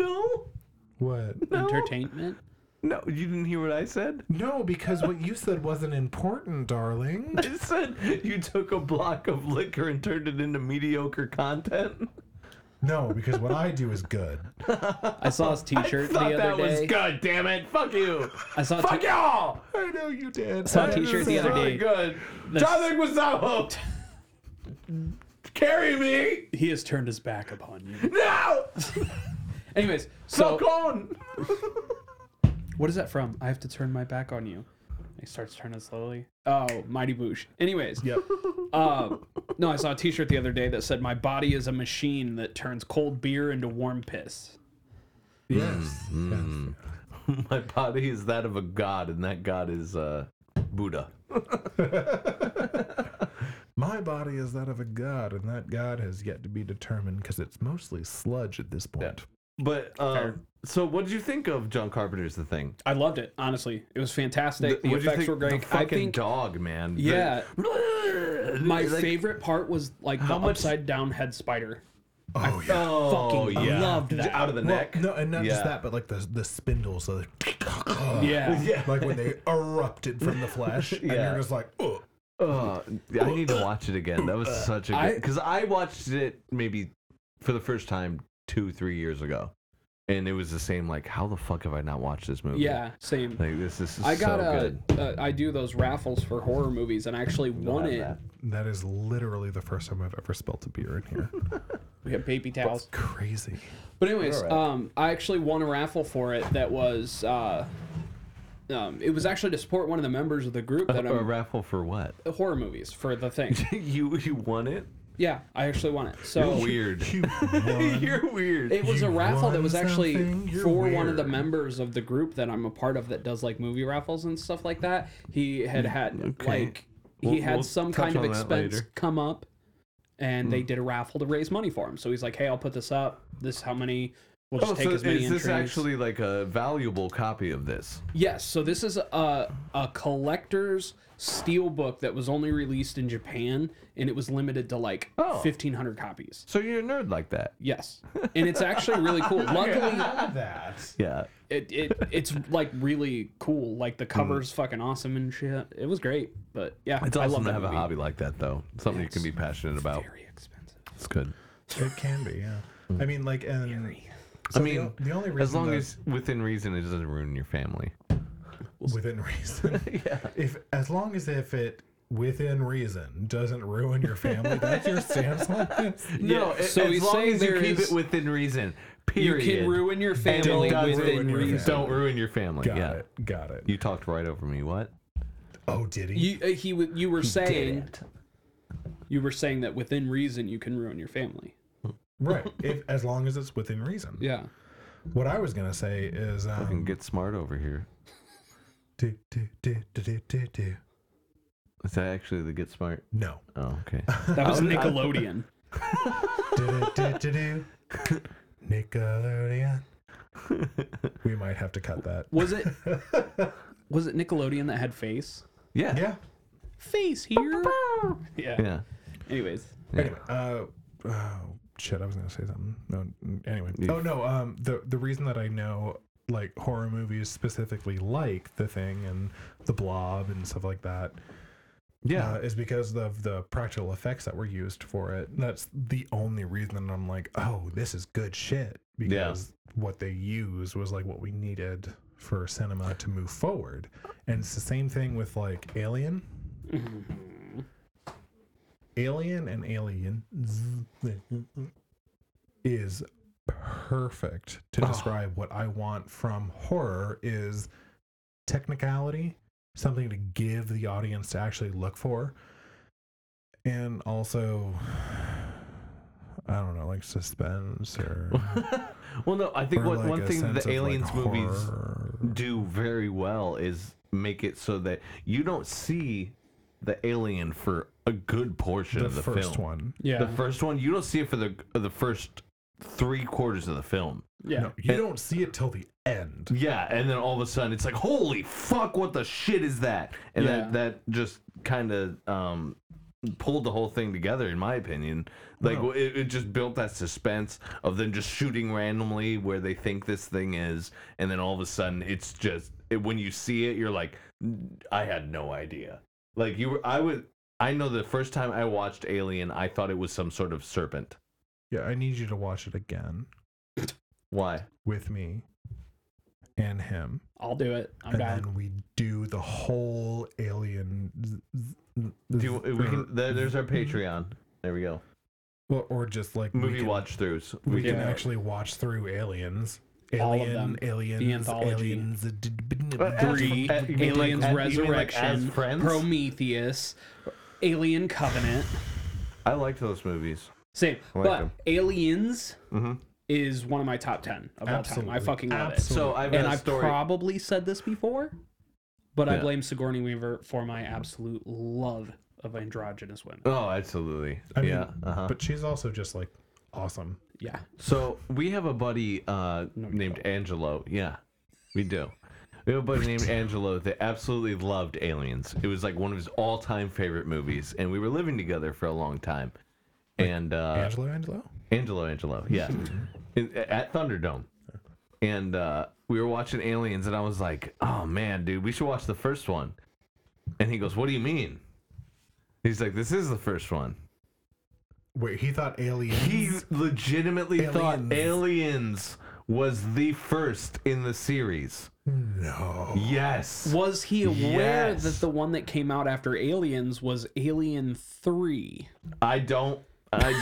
[SPEAKER 1] no,
[SPEAKER 2] What?
[SPEAKER 3] Entertainment.
[SPEAKER 1] no. You didn't hear what I said.
[SPEAKER 2] No, because what you said wasn't important, darling.
[SPEAKER 1] It said you took a block of liquor and turned it into mediocre content.
[SPEAKER 2] No, because what I do is good.
[SPEAKER 3] I saw his T-shirt the
[SPEAKER 1] Thought
[SPEAKER 3] other
[SPEAKER 1] that was
[SPEAKER 3] day.
[SPEAKER 1] good. Damn it! Fuck you.
[SPEAKER 3] I saw a
[SPEAKER 1] Fuck
[SPEAKER 3] t-
[SPEAKER 1] y'all.
[SPEAKER 2] I know you did.
[SPEAKER 3] saw a
[SPEAKER 2] I
[SPEAKER 3] t-shirt
[SPEAKER 2] know.
[SPEAKER 3] the other
[SPEAKER 1] really
[SPEAKER 3] day.
[SPEAKER 1] good.
[SPEAKER 3] This-
[SPEAKER 1] Topic was out. Carry me
[SPEAKER 3] he has turned his back upon you.
[SPEAKER 1] now.
[SPEAKER 3] Anyways,
[SPEAKER 1] So
[SPEAKER 3] so
[SPEAKER 1] gone.
[SPEAKER 3] what is that from? I have to turn my back on you. He starts turning slowly. Oh, mighty boosh. Anyways,
[SPEAKER 2] Yep.
[SPEAKER 1] Mm-hmm.
[SPEAKER 3] uh, no, I saw a T-shirt the other day that said, "My body is a machine that turns cold beer into warm piss."
[SPEAKER 2] Yes. yes.
[SPEAKER 1] My body is that of a god, and that god is uh, Buddha.
[SPEAKER 2] My body is that of a god, and that god has yet to be determined because it's mostly sludge at this point.
[SPEAKER 1] But uh,
[SPEAKER 3] Fair.
[SPEAKER 1] so, what did you think of John Carpenter's The Thing?
[SPEAKER 3] I loved it. Honestly, it was fantastic. The,
[SPEAKER 1] What'd you
[SPEAKER 3] effects
[SPEAKER 1] think-
[SPEAKER 3] were great.
[SPEAKER 1] The
[SPEAKER 3] I
[SPEAKER 1] fucking
[SPEAKER 3] think
[SPEAKER 1] dog, man. The-
[SPEAKER 3] Yeah. my
[SPEAKER 1] Like,
[SPEAKER 3] favorite part was like the
[SPEAKER 1] How much-
[SPEAKER 3] upside down head spider.
[SPEAKER 2] Oh yeah.
[SPEAKER 1] Oh,
[SPEAKER 3] fucking
[SPEAKER 1] yeah.
[SPEAKER 3] loved that.
[SPEAKER 1] Out of the
[SPEAKER 2] Well,
[SPEAKER 1] neck.
[SPEAKER 2] No, and not
[SPEAKER 1] Yeah.
[SPEAKER 2] just that, but like the the spindles. So
[SPEAKER 3] Yeah.
[SPEAKER 1] Yeah.
[SPEAKER 2] like when they erupted from the flesh, and
[SPEAKER 1] Yeah.
[SPEAKER 2] you're just like, oh,
[SPEAKER 1] Oh, I need to watch it again. That was such a
[SPEAKER 3] I-
[SPEAKER 1] good because I watched it maybe for the first time two, three years ago, and it was the same. Like, how the fuck have I not watched this movie?
[SPEAKER 3] Yeah, same.
[SPEAKER 1] like this is
[SPEAKER 3] I got
[SPEAKER 1] so
[SPEAKER 3] a,
[SPEAKER 1] good.
[SPEAKER 3] uh, I do those raffles for horror movies, and I actually won
[SPEAKER 1] have
[SPEAKER 3] it.
[SPEAKER 1] that.
[SPEAKER 2] that is literally the first time I've ever spelt a beer in here.
[SPEAKER 3] We have paper towels.
[SPEAKER 2] Crazy.
[SPEAKER 3] But anyways,
[SPEAKER 1] Alright.
[SPEAKER 3] um, I actually won a raffle for it that was, uh, um, it was actually to support one of the members of the group that
[SPEAKER 1] A
[SPEAKER 3] I'm
[SPEAKER 1] raffle for what?
[SPEAKER 3] horror movies for the thing.
[SPEAKER 1] you you won it?
[SPEAKER 3] Yeah, I actually won it. So
[SPEAKER 1] Weird.
[SPEAKER 2] You won.
[SPEAKER 1] You're weird.
[SPEAKER 3] It was a
[SPEAKER 2] You
[SPEAKER 3] raffle that
[SPEAKER 2] won
[SPEAKER 3] was actually
[SPEAKER 2] something? You're
[SPEAKER 3] for one of the
[SPEAKER 2] weird.
[SPEAKER 3] members of the group that I'm a part of that does like movie raffles and stuff like that. He had had
[SPEAKER 1] Mm, okay.
[SPEAKER 3] like he
[SPEAKER 1] We'll-
[SPEAKER 3] had
[SPEAKER 1] we'll
[SPEAKER 3] some
[SPEAKER 1] touch
[SPEAKER 3] kind of
[SPEAKER 1] on that
[SPEAKER 3] expense
[SPEAKER 1] later. Hmm.
[SPEAKER 3] come up and they did a raffle to raise money for him. So he's like, "Hey, I'll put this up. This how many we'll just
[SPEAKER 1] oh,
[SPEAKER 3] take
[SPEAKER 1] so
[SPEAKER 3] as many
[SPEAKER 1] is this
[SPEAKER 3] entries."
[SPEAKER 1] actually like a valuable copy of this?
[SPEAKER 3] Yes, so this is a a collector's steelbook that was only released in Japan and it was limited to like
[SPEAKER 1] Oh.
[SPEAKER 3] 1500 copies.
[SPEAKER 1] So you're a nerd like that?
[SPEAKER 3] Yes. And it's actually really cool. Luckily,
[SPEAKER 2] that.
[SPEAKER 1] Yeah.
[SPEAKER 3] it, it it's like really cool. Like the cover's fucking awesome and shit. It was great, but yeah,
[SPEAKER 1] It's
[SPEAKER 3] I love
[SPEAKER 1] awesome
[SPEAKER 3] that
[SPEAKER 1] to have
[SPEAKER 3] movie.
[SPEAKER 1] a hobby like that, though. Something you can be passionate about.
[SPEAKER 3] Very expensive.
[SPEAKER 1] It's good.
[SPEAKER 2] It can be, yeah. I mean, like, and
[SPEAKER 1] I
[SPEAKER 2] so the
[SPEAKER 1] mean,
[SPEAKER 2] o- the only reason
[SPEAKER 1] as long
[SPEAKER 2] that-
[SPEAKER 1] as within reason, it doesn't ruin your family.
[SPEAKER 2] within reason. If as long as if it within reason doesn't ruin your family, that's your stance on this.
[SPEAKER 1] No,
[SPEAKER 3] Yeah, so he's saying there is-
[SPEAKER 1] within reason.
[SPEAKER 3] You
[SPEAKER 1] Period.
[SPEAKER 3] can ruin your family
[SPEAKER 1] don't
[SPEAKER 3] within
[SPEAKER 2] ruin your
[SPEAKER 3] reason.
[SPEAKER 2] family.
[SPEAKER 1] Don't ruin your family.
[SPEAKER 2] Got
[SPEAKER 1] yeah.
[SPEAKER 2] it. Got it.
[SPEAKER 1] You talked right over me. What?
[SPEAKER 2] Oh, did he?
[SPEAKER 3] You uh, he w- you were saying you were saying that within reason you can ruin your family.
[SPEAKER 2] right. If as long as it's within reason.
[SPEAKER 3] Yeah.
[SPEAKER 2] What I was gonna say is
[SPEAKER 1] Fucking
[SPEAKER 2] um,
[SPEAKER 1] get smart over here.
[SPEAKER 2] do, do, do, do, do, do, do.
[SPEAKER 1] Is that actually the get smart?
[SPEAKER 2] no.
[SPEAKER 1] Oh, okay.
[SPEAKER 3] That was Nickelodeon.
[SPEAKER 2] Do, do, do, do, do. Nickelodeon. We might have to cut that.
[SPEAKER 3] Was it Was it Nickelodeon that had face?
[SPEAKER 1] Yeah.
[SPEAKER 2] Yeah.
[SPEAKER 3] Face here. Yeah.
[SPEAKER 1] Yeah.
[SPEAKER 3] Anyways,
[SPEAKER 2] Anyway, uh, oh shit, I was gonna say something. No, n- anyway. Oh no, um, the the reason that I know like horror movies specifically like The Thing and The Blob and stuff like that
[SPEAKER 1] Yeah.
[SPEAKER 2] uh, is because of the practical effects that were used for it. That's the only reason I'm like, oh, this is good shit because what they used was like what we needed for cinema to move forward. And it's the same thing with like Alien. Alien and Alien is perfect to describe what I want from horror is technicality, something to give the audience to actually look for, and also I don't know, like suspense or,
[SPEAKER 1] well, no, I think
[SPEAKER 2] or
[SPEAKER 1] one
[SPEAKER 2] like
[SPEAKER 1] one
[SPEAKER 2] a
[SPEAKER 1] thing that
[SPEAKER 2] sense
[SPEAKER 1] the
[SPEAKER 2] of, like,
[SPEAKER 1] aliens movies
[SPEAKER 2] horror.
[SPEAKER 1] do very well is make it so that you don't see the alien for a good portion
[SPEAKER 2] the,
[SPEAKER 1] of the
[SPEAKER 2] first
[SPEAKER 1] film.
[SPEAKER 2] one.
[SPEAKER 3] Yeah.
[SPEAKER 1] The first one, you don't see it for the the first three quarters of the film.
[SPEAKER 3] yeah.
[SPEAKER 2] No, you
[SPEAKER 1] And-
[SPEAKER 2] don't see it till the end.
[SPEAKER 1] Yeah, and then all of a sudden it's like, holy fuck, what the shit is that? And
[SPEAKER 3] Yeah.
[SPEAKER 1] that that just kind of um, pulled the whole thing together, in my opinion. Like
[SPEAKER 2] No.
[SPEAKER 1] it, it just built that suspense of them just shooting randomly where they think this thing is, and then all of a sudden it's just it, when you see it, you're like, I had no idea. Like you were, I would. I know the first time I watched Alien, I thought it was some sort of serpent.
[SPEAKER 2] Yeah, I need you to watch it again
[SPEAKER 1] Why?
[SPEAKER 2] with me and him.
[SPEAKER 3] I'll do it. I'm
[SPEAKER 2] and
[SPEAKER 3] down.
[SPEAKER 2] then we do the whole alien. z- z- z-
[SPEAKER 1] Do you, we
[SPEAKER 2] or-
[SPEAKER 1] can? There, there's our Patreon. There we go.
[SPEAKER 2] or, or just like we
[SPEAKER 1] Movie
[SPEAKER 2] can-
[SPEAKER 1] watch throughs.
[SPEAKER 2] We
[SPEAKER 3] Yeah.
[SPEAKER 2] can actually watch through aliens.
[SPEAKER 3] All of
[SPEAKER 2] Alien,
[SPEAKER 3] them.
[SPEAKER 2] aliens,
[SPEAKER 3] anthology.
[SPEAKER 2] aliens,
[SPEAKER 3] Three,
[SPEAKER 1] As- you mean like
[SPEAKER 3] Aliens
[SPEAKER 1] as- you mean like as
[SPEAKER 3] Resurrection,
[SPEAKER 1] friends?
[SPEAKER 3] Prometheus, Alien Covenant.
[SPEAKER 1] I liked those movies. Mm-hmm.
[SPEAKER 3] Same.
[SPEAKER 1] I like
[SPEAKER 3] but
[SPEAKER 1] them.
[SPEAKER 3] Aliens is one of my top 10 of all time. I
[SPEAKER 2] Absolutely.
[SPEAKER 3] fucking love
[SPEAKER 2] Absolutely.
[SPEAKER 1] So I've
[SPEAKER 3] it.
[SPEAKER 1] got
[SPEAKER 3] And
[SPEAKER 1] a
[SPEAKER 3] I've
[SPEAKER 1] story.
[SPEAKER 3] probably said this before, but I
[SPEAKER 1] Yeah.
[SPEAKER 3] blame Sigourney Weaver for my absolute love of androgynous women.
[SPEAKER 1] oh, absolutely.
[SPEAKER 2] I mean,
[SPEAKER 1] yeah. uh-huh.
[SPEAKER 2] but she's also just like awesome.
[SPEAKER 3] Yeah.
[SPEAKER 1] So we have a buddy uh, named Angelo. Yeah, we do. We have a buddy named Angelo that absolutely loved Aliens. It was like one of his all-time favorite movies, and we were living together for a long time. And uh,
[SPEAKER 2] Angelo, Angelo.
[SPEAKER 1] Angelo, Angelo, yeah, In- at Thunderdome, and uh, we were watching Aliens, and I was like, "Oh man, dude, we should watch the first one." And he goes, "What do you mean?" He's like, "This is the first one."
[SPEAKER 2] Wait, he thought aliens.
[SPEAKER 1] He legitimately
[SPEAKER 2] Aliens.
[SPEAKER 1] thought Aliens was the first in the series.
[SPEAKER 2] no.
[SPEAKER 1] Yes.
[SPEAKER 3] Was he aware
[SPEAKER 1] Yes.
[SPEAKER 3] that the one that came out after Aliens was Alien 3?
[SPEAKER 1] I don't. I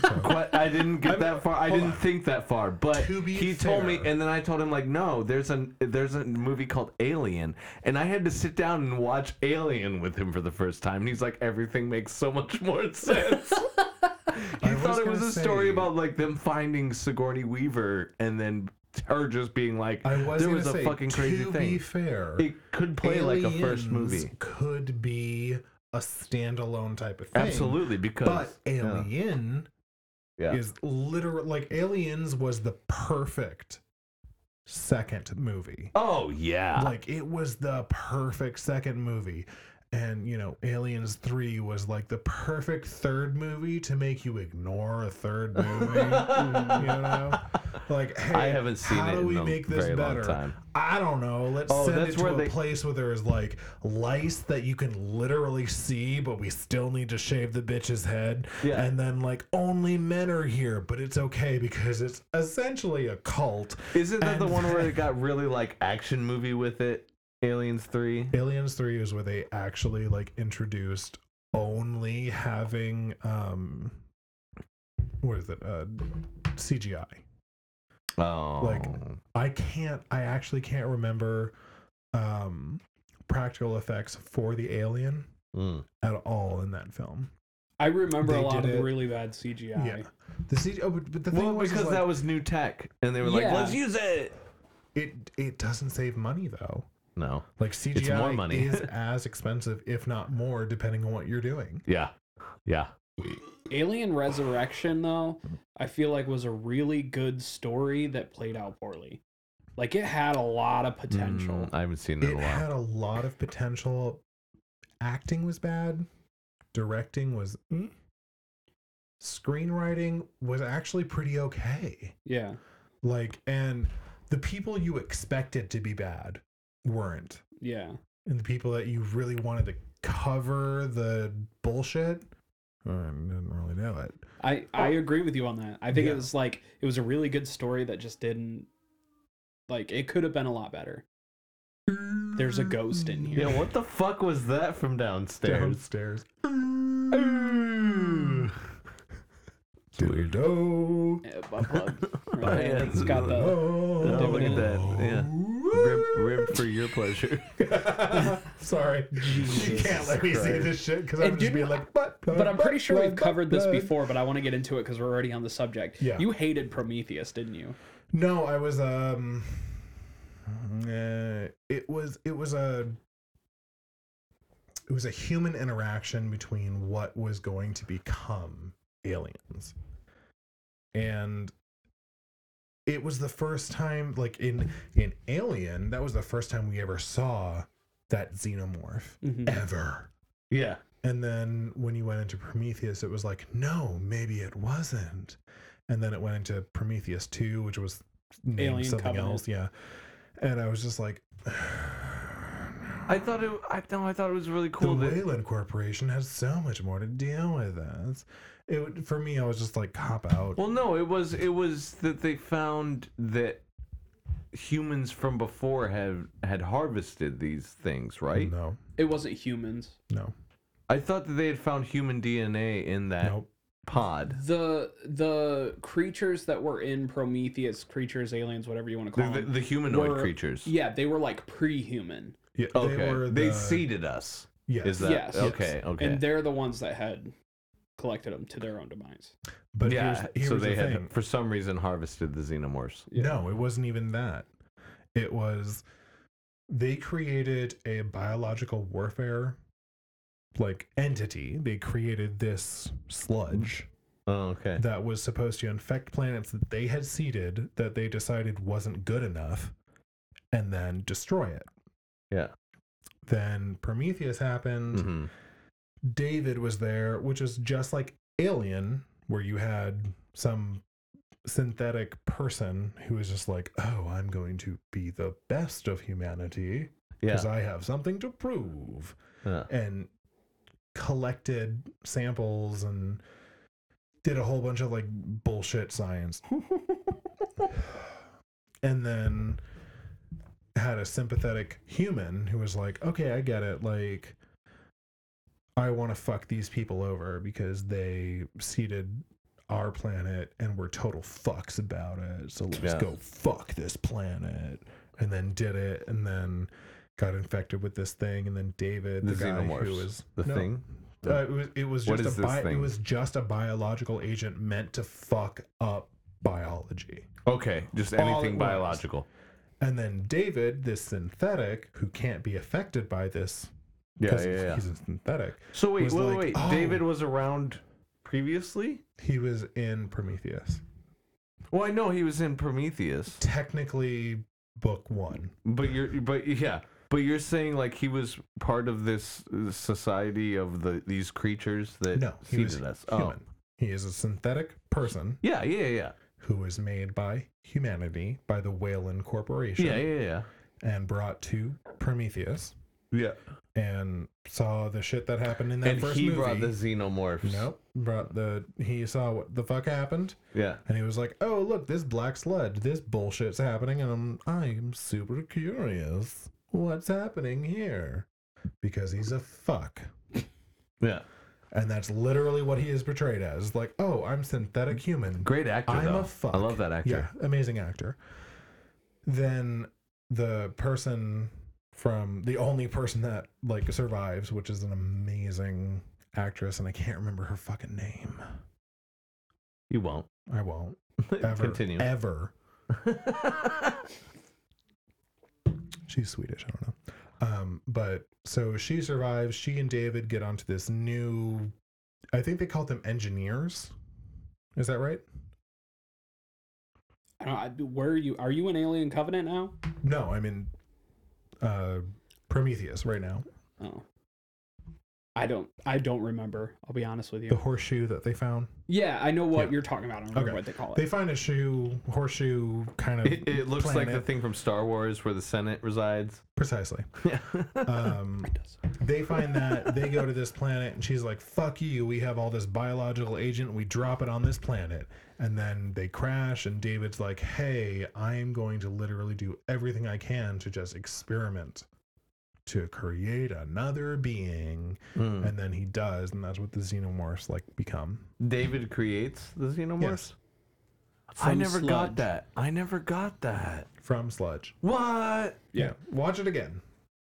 [SPEAKER 1] don't. quite, I didn't get that far. I
[SPEAKER 2] hold
[SPEAKER 1] didn't
[SPEAKER 2] on.
[SPEAKER 1] think that far. But
[SPEAKER 2] To be
[SPEAKER 1] he told me,
[SPEAKER 2] fair-
[SPEAKER 1] and then I told him like, no, there's a there's a movie called Alien, and I had to sit down and watch Alien with him for the first time. And he's like, everything makes so much more sense.
[SPEAKER 2] I
[SPEAKER 1] He thought it was
[SPEAKER 2] gonna
[SPEAKER 1] a story
[SPEAKER 2] say-
[SPEAKER 1] about like them finding Sigourney Weaver and then her just being like,
[SPEAKER 2] I was
[SPEAKER 1] there
[SPEAKER 2] gonna
[SPEAKER 1] was a
[SPEAKER 2] say,
[SPEAKER 1] fucking crazy
[SPEAKER 2] to
[SPEAKER 1] thing.
[SPEAKER 2] be fair,
[SPEAKER 1] It could play like a first
[SPEAKER 2] Aliens
[SPEAKER 1] movie.
[SPEAKER 2] Could be a standalone type of thing.
[SPEAKER 1] Absolutely, because
[SPEAKER 2] But Alien
[SPEAKER 1] yeah, yeah.
[SPEAKER 2] is literal. Like Aliens was the perfect second movie.
[SPEAKER 1] oh yeah,
[SPEAKER 2] Like it was the perfect second movie. And you know, Aliens Three was like the perfect third movie to make you ignore a third movie. you know, like hey,
[SPEAKER 1] I haven't seen
[SPEAKER 2] how
[SPEAKER 1] it
[SPEAKER 2] do
[SPEAKER 1] in
[SPEAKER 2] we
[SPEAKER 1] a
[SPEAKER 2] make this
[SPEAKER 1] very long
[SPEAKER 2] better?
[SPEAKER 1] time.
[SPEAKER 2] I don't know. Let's
[SPEAKER 1] Oh,
[SPEAKER 2] send it
[SPEAKER 1] that's
[SPEAKER 2] to
[SPEAKER 1] where
[SPEAKER 2] a
[SPEAKER 1] they-
[SPEAKER 2] place where there's like lice that you can literally see, but we still need to shave the bitch's head.
[SPEAKER 1] Yeah.
[SPEAKER 2] And then like only men are here, but it's okay because it's essentially a cult.
[SPEAKER 1] Isn't that the
[SPEAKER 2] And
[SPEAKER 1] one where it got really like action movie with it? Aliens Three.
[SPEAKER 2] Aliens 3 is where they actually like introduced only having um what is it? Uh CGI.
[SPEAKER 1] Oh,
[SPEAKER 2] Like- I can't I actually can't remember um practical effects for the alien
[SPEAKER 1] mm.
[SPEAKER 2] at all in that film.
[SPEAKER 3] I remember
[SPEAKER 2] They
[SPEAKER 3] a lot
[SPEAKER 2] did
[SPEAKER 3] of
[SPEAKER 2] it.
[SPEAKER 3] really bad CGI.
[SPEAKER 2] Yeah. The CGI oh, but, but the thing
[SPEAKER 1] well,
[SPEAKER 2] was is,
[SPEAKER 1] because
[SPEAKER 2] like,
[SPEAKER 1] that was new tech, and they were like,
[SPEAKER 3] Yeah.
[SPEAKER 1] let's use it.
[SPEAKER 2] it it doesn't save money though.
[SPEAKER 1] No,
[SPEAKER 2] Like CGI
[SPEAKER 1] more money.
[SPEAKER 2] is as expensive if not more depending on what you're doing.
[SPEAKER 1] yeah, yeah.
[SPEAKER 3] Alien Resurrection, though, I feel like was a really good story that played out poorly. Like it had a lot of potential.
[SPEAKER 1] Mm, I haven't seen it in
[SPEAKER 2] It
[SPEAKER 1] a
[SPEAKER 2] had
[SPEAKER 1] while.
[SPEAKER 2] a lot of potential. Acting was bad. Directing was mm. screenwriting was actually pretty okay.
[SPEAKER 3] yeah.
[SPEAKER 2] Like and the people you expected to be bad weren't.
[SPEAKER 3] Yeah.
[SPEAKER 2] and the people that you really wanted to cover the bullshit I didn't really know it.
[SPEAKER 3] I, I
[SPEAKER 1] Oh.
[SPEAKER 3] agree with you on that. I think
[SPEAKER 2] Yeah.
[SPEAKER 3] it was like it was a really good story that just didn't like it could have been a lot better. There's a ghost in here.
[SPEAKER 1] Yeah, what the fuck was that from downstairs?
[SPEAKER 2] Downstairs.
[SPEAKER 1] Ooh.
[SPEAKER 2] Dildo.
[SPEAKER 1] Mm.
[SPEAKER 3] Uh, butt plug. Right?
[SPEAKER 1] Oh, yeah.
[SPEAKER 3] It's got the
[SPEAKER 1] Oh,
[SPEAKER 2] Oh,
[SPEAKER 1] look at that. Yeah. Rib, rib for your pleasure.
[SPEAKER 2] Sorry. you can't let me see
[SPEAKER 1] Christ.
[SPEAKER 2] this shit because
[SPEAKER 3] And
[SPEAKER 2] I'm just
[SPEAKER 3] didn't-
[SPEAKER 2] being like, but,
[SPEAKER 3] but I'm pretty sure we've covered this before, but I want to get into it because we're already on the subject.
[SPEAKER 2] Yeah.
[SPEAKER 3] You hated Prometheus, didn't you?
[SPEAKER 2] No, I was, um, Uh, it was it was a it was a human interaction between what was going to become aliens and it was the first time like in in alien that was the first time we ever saw that xenomorph
[SPEAKER 3] Mhm.
[SPEAKER 2] ever
[SPEAKER 1] Yeah.
[SPEAKER 2] and then when you went into Prometheus, it was like, no, maybe it wasn't. And then it went into Prometheus 2, which was named
[SPEAKER 3] Alien
[SPEAKER 2] something
[SPEAKER 3] Covenant.
[SPEAKER 2] else. Yeah. And I was just like,
[SPEAKER 1] I thought it. I no. I thought it was really
[SPEAKER 2] the
[SPEAKER 1] cool. that,
[SPEAKER 2] Wayland Corporation has so much more to deal with us. It would- for me, I was just like, cop out.
[SPEAKER 1] well, no. It was. It was that they found that humans from before had had harvested these things, right?
[SPEAKER 2] No,
[SPEAKER 3] It wasn't humans.
[SPEAKER 2] no,
[SPEAKER 1] I thought that they had found human DNA in that
[SPEAKER 2] nope.
[SPEAKER 1] pod.
[SPEAKER 3] The the creatures that were in Prometheus, creatures, aliens, whatever you want to
[SPEAKER 1] The,
[SPEAKER 3] call
[SPEAKER 1] the,
[SPEAKER 3] them,
[SPEAKER 1] the humanoid
[SPEAKER 3] were-
[SPEAKER 1] creatures.
[SPEAKER 3] yeah, they were like pre-human,
[SPEAKER 2] Yeah,
[SPEAKER 1] Okay. They,
[SPEAKER 2] the-
[SPEAKER 1] seeded us.
[SPEAKER 2] Yes,
[SPEAKER 1] Is that
[SPEAKER 3] Yes.
[SPEAKER 1] okay? Okay.
[SPEAKER 3] and they're the ones that had collected them to their own demise.
[SPEAKER 2] but
[SPEAKER 1] yeah.
[SPEAKER 2] here's, here's
[SPEAKER 1] so
[SPEAKER 2] the
[SPEAKER 1] they had,
[SPEAKER 2] thing.
[SPEAKER 1] for some reason, harvested the xenomorphs.
[SPEAKER 3] Yeah.
[SPEAKER 2] No, it wasn't even that. It was they created a biological warfare like entity. They created this sludge
[SPEAKER 1] Oh, okay.
[SPEAKER 2] that was supposed to infect planets that they had seeded that they decided wasn't good enough and then destroy it.
[SPEAKER 1] Yeah.
[SPEAKER 2] Then Prometheus happened.
[SPEAKER 1] hmm
[SPEAKER 2] David was there, which is just like Alien, where you had some synthetic person who was just like, oh, I'm going to be the best of humanity
[SPEAKER 1] Yeah.
[SPEAKER 2] because I have something to prove,
[SPEAKER 1] yeah.
[SPEAKER 2] and collected samples and did a whole bunch of like bullshit science. and then had a sympathetic human who was like, okay, I get it. Like, I want to fuck these people over because they seeded our planet and we're total fucks about it. So let's
[SPEAKER 1] Yeah.
[SPEAKER 2] go fuck this planet. And then did it. And then got infected with this thing. And then David,
[SPEAKER 1] The
[SPEAKER 2] the, guy who
[SPEAKER 1] xenomorphs.
[SPEAKER 2] was
[SPEAKER 1] The
[SPEAKER 2] no,
[SPEAKER 1] thing.
[SPEAKER 2] uh, it was, it was
[SPEAKER 1] What
[SPEAKER 2] just
[SPEAKER 1] is
[SPEAKER 2] a
[SPEAKER 1] this
[SPEAKER 2] bi- it
[SPEAKER 1] thing?
[SPEAKER 2] was just a biological agent meant to fuck up biology.
[SPEAKER 1] Okay. Just
[SPEAKER 2] All it
[SPEAKER 1] anything
[SPEAKER 2] was.
[SPEAKER 1] biological.
[SPEAKER 2] And then David, this synthetic who can't be affected by this
[SPEAKER 1] Yeah.
[SPEAKER 2] because
[SPEAKER 1] Yeah. yeah.
[SPEAKER 2] he's a synthetic.
[SPEAKER 1] So wait,
[SPEAKER 2] was
[SPEAKER 1] wait,
[SPEAKER 2] like,
[SPEAKER 1] wait.
[SPEAKER 2] "Oh."
[SPEAKER 1] David was around previously.
[SPEAKER 2] He was in Prometheus.
[SPEAKER 1] Well, I know he was in Prometheus,
[SPEAKER 2] Technically book 1.
[SPEAKER 1] but you're, but yeah, but you're saying like he was part of this uh, society of the these creatures that
[SPEAKER 2] No, he was
[SPEAKER 1] seeded us. Oh,
[SPEAKER 2] human. He is a synthetic person
[SPEAKER 1] yeah, yeah, yeah,
[SPEAKER 2] who was made by humanity by the Whalen Corporation
[SPEAKER 1] yeah, yeah, yeah,
[SPEAKER 2] and brought to Prometheus
[SPEAKER 1] yeah.
[SPEAKER 2] and saw the shit that happened in that
[SPEAKER 1] And
[SPEAKER 2] first
[SPEAKER 1] he
[SPEAKER 2] movie.
[SPEAKER 1] brought the xenomorphs.
[SPEAKER 2] Nope. Brought the he saw what the fuck happened,
[SPEAKER 1] Yeah.
[SPEAKER 2] and he was like, "Oh, look, this black sludge, this bullshit's happening, and I'm I'm super curious. What's happening here?" Because he's a fuck,
[SPEAKER 1] Yeah.
[SPEAKER 2] and that's literally what he is portrayed as. Like, "Oh, I'm synthetic human.
[SPEAKER 1] Great actor.
[SPEAKER 2] I'm
[SPEAKER 1] though.
[SPEAKER 2] a fuck."
[SPEAKER 1] I love that actor.
[SPEAKER 2] Yeah, amazing actor. Then the person from the only person that like survives, which is an amazing actress, and I can't remember her fucking name.
[SPEAKER 1] You won't.
[SPEAKER 2] I won't ever
[SPEAKER 1] Continue.
[SPEAKER 2] ever. She's Swedish. I don't know. Um, but so she survives. She and David get onto this new. I think they called them engineers. Is that right?
[SPEAKER 3] I don't, I, where are you? Are you in Alien Covenant now?
[SPEAKER 2] No, I'm in uh, Prometheus right now.
[SPEAKER 3] Oh, I don't. I don't remember. I'll be honest with
[SPEAKER 2] The
[SPEAKER 3] you.
[SPEAKER 2] horseshoe that they found.
[SPEAKER 3] Yeah, I know what
[SPEAKER 2] Oh. Yeah.
[SPEAKER 3] you're talking about. I don't remember
[SPEAKER 2] Okay.
[SPEAKER 3] what they call it.
[SPEAKER 2] They find a shoe, horseshoe kind of.
[SPEAKER 1] It, it looks like the
[SPEAKER 2] planet.
[SPEAKER 1] thing from Star Wars where the Senate resides.
[SPEAKER 2] Precisely.
[SPEAKER 1] Yeah.
[SPEAKER 2] Um, they find that they go to this planet and she's like fuck you we have all this biological agent we drop it on this planet and then they crash and david's like hey i am going to literally do everything i can to just experiment to create another being
[SPEAKER 1] Mm.
[SPEAKER 2] and then he does and that's what the xenomorphs like become
[SPEAKER 1] David creates the xenomorphs.
[SPEAKER 2] Yes.
[SPEAKER 1] I
[SPEAKER 3] From
[SPEAKER 1] never
[SPEAKER 3] sludge.
[SPEAKER 1] got that. I never got that.
[SPEAKER 2] from sludge
[SPEAKER 1] What?
[SPEAKER 3] yeah.
[SPEAKER 2] watch it again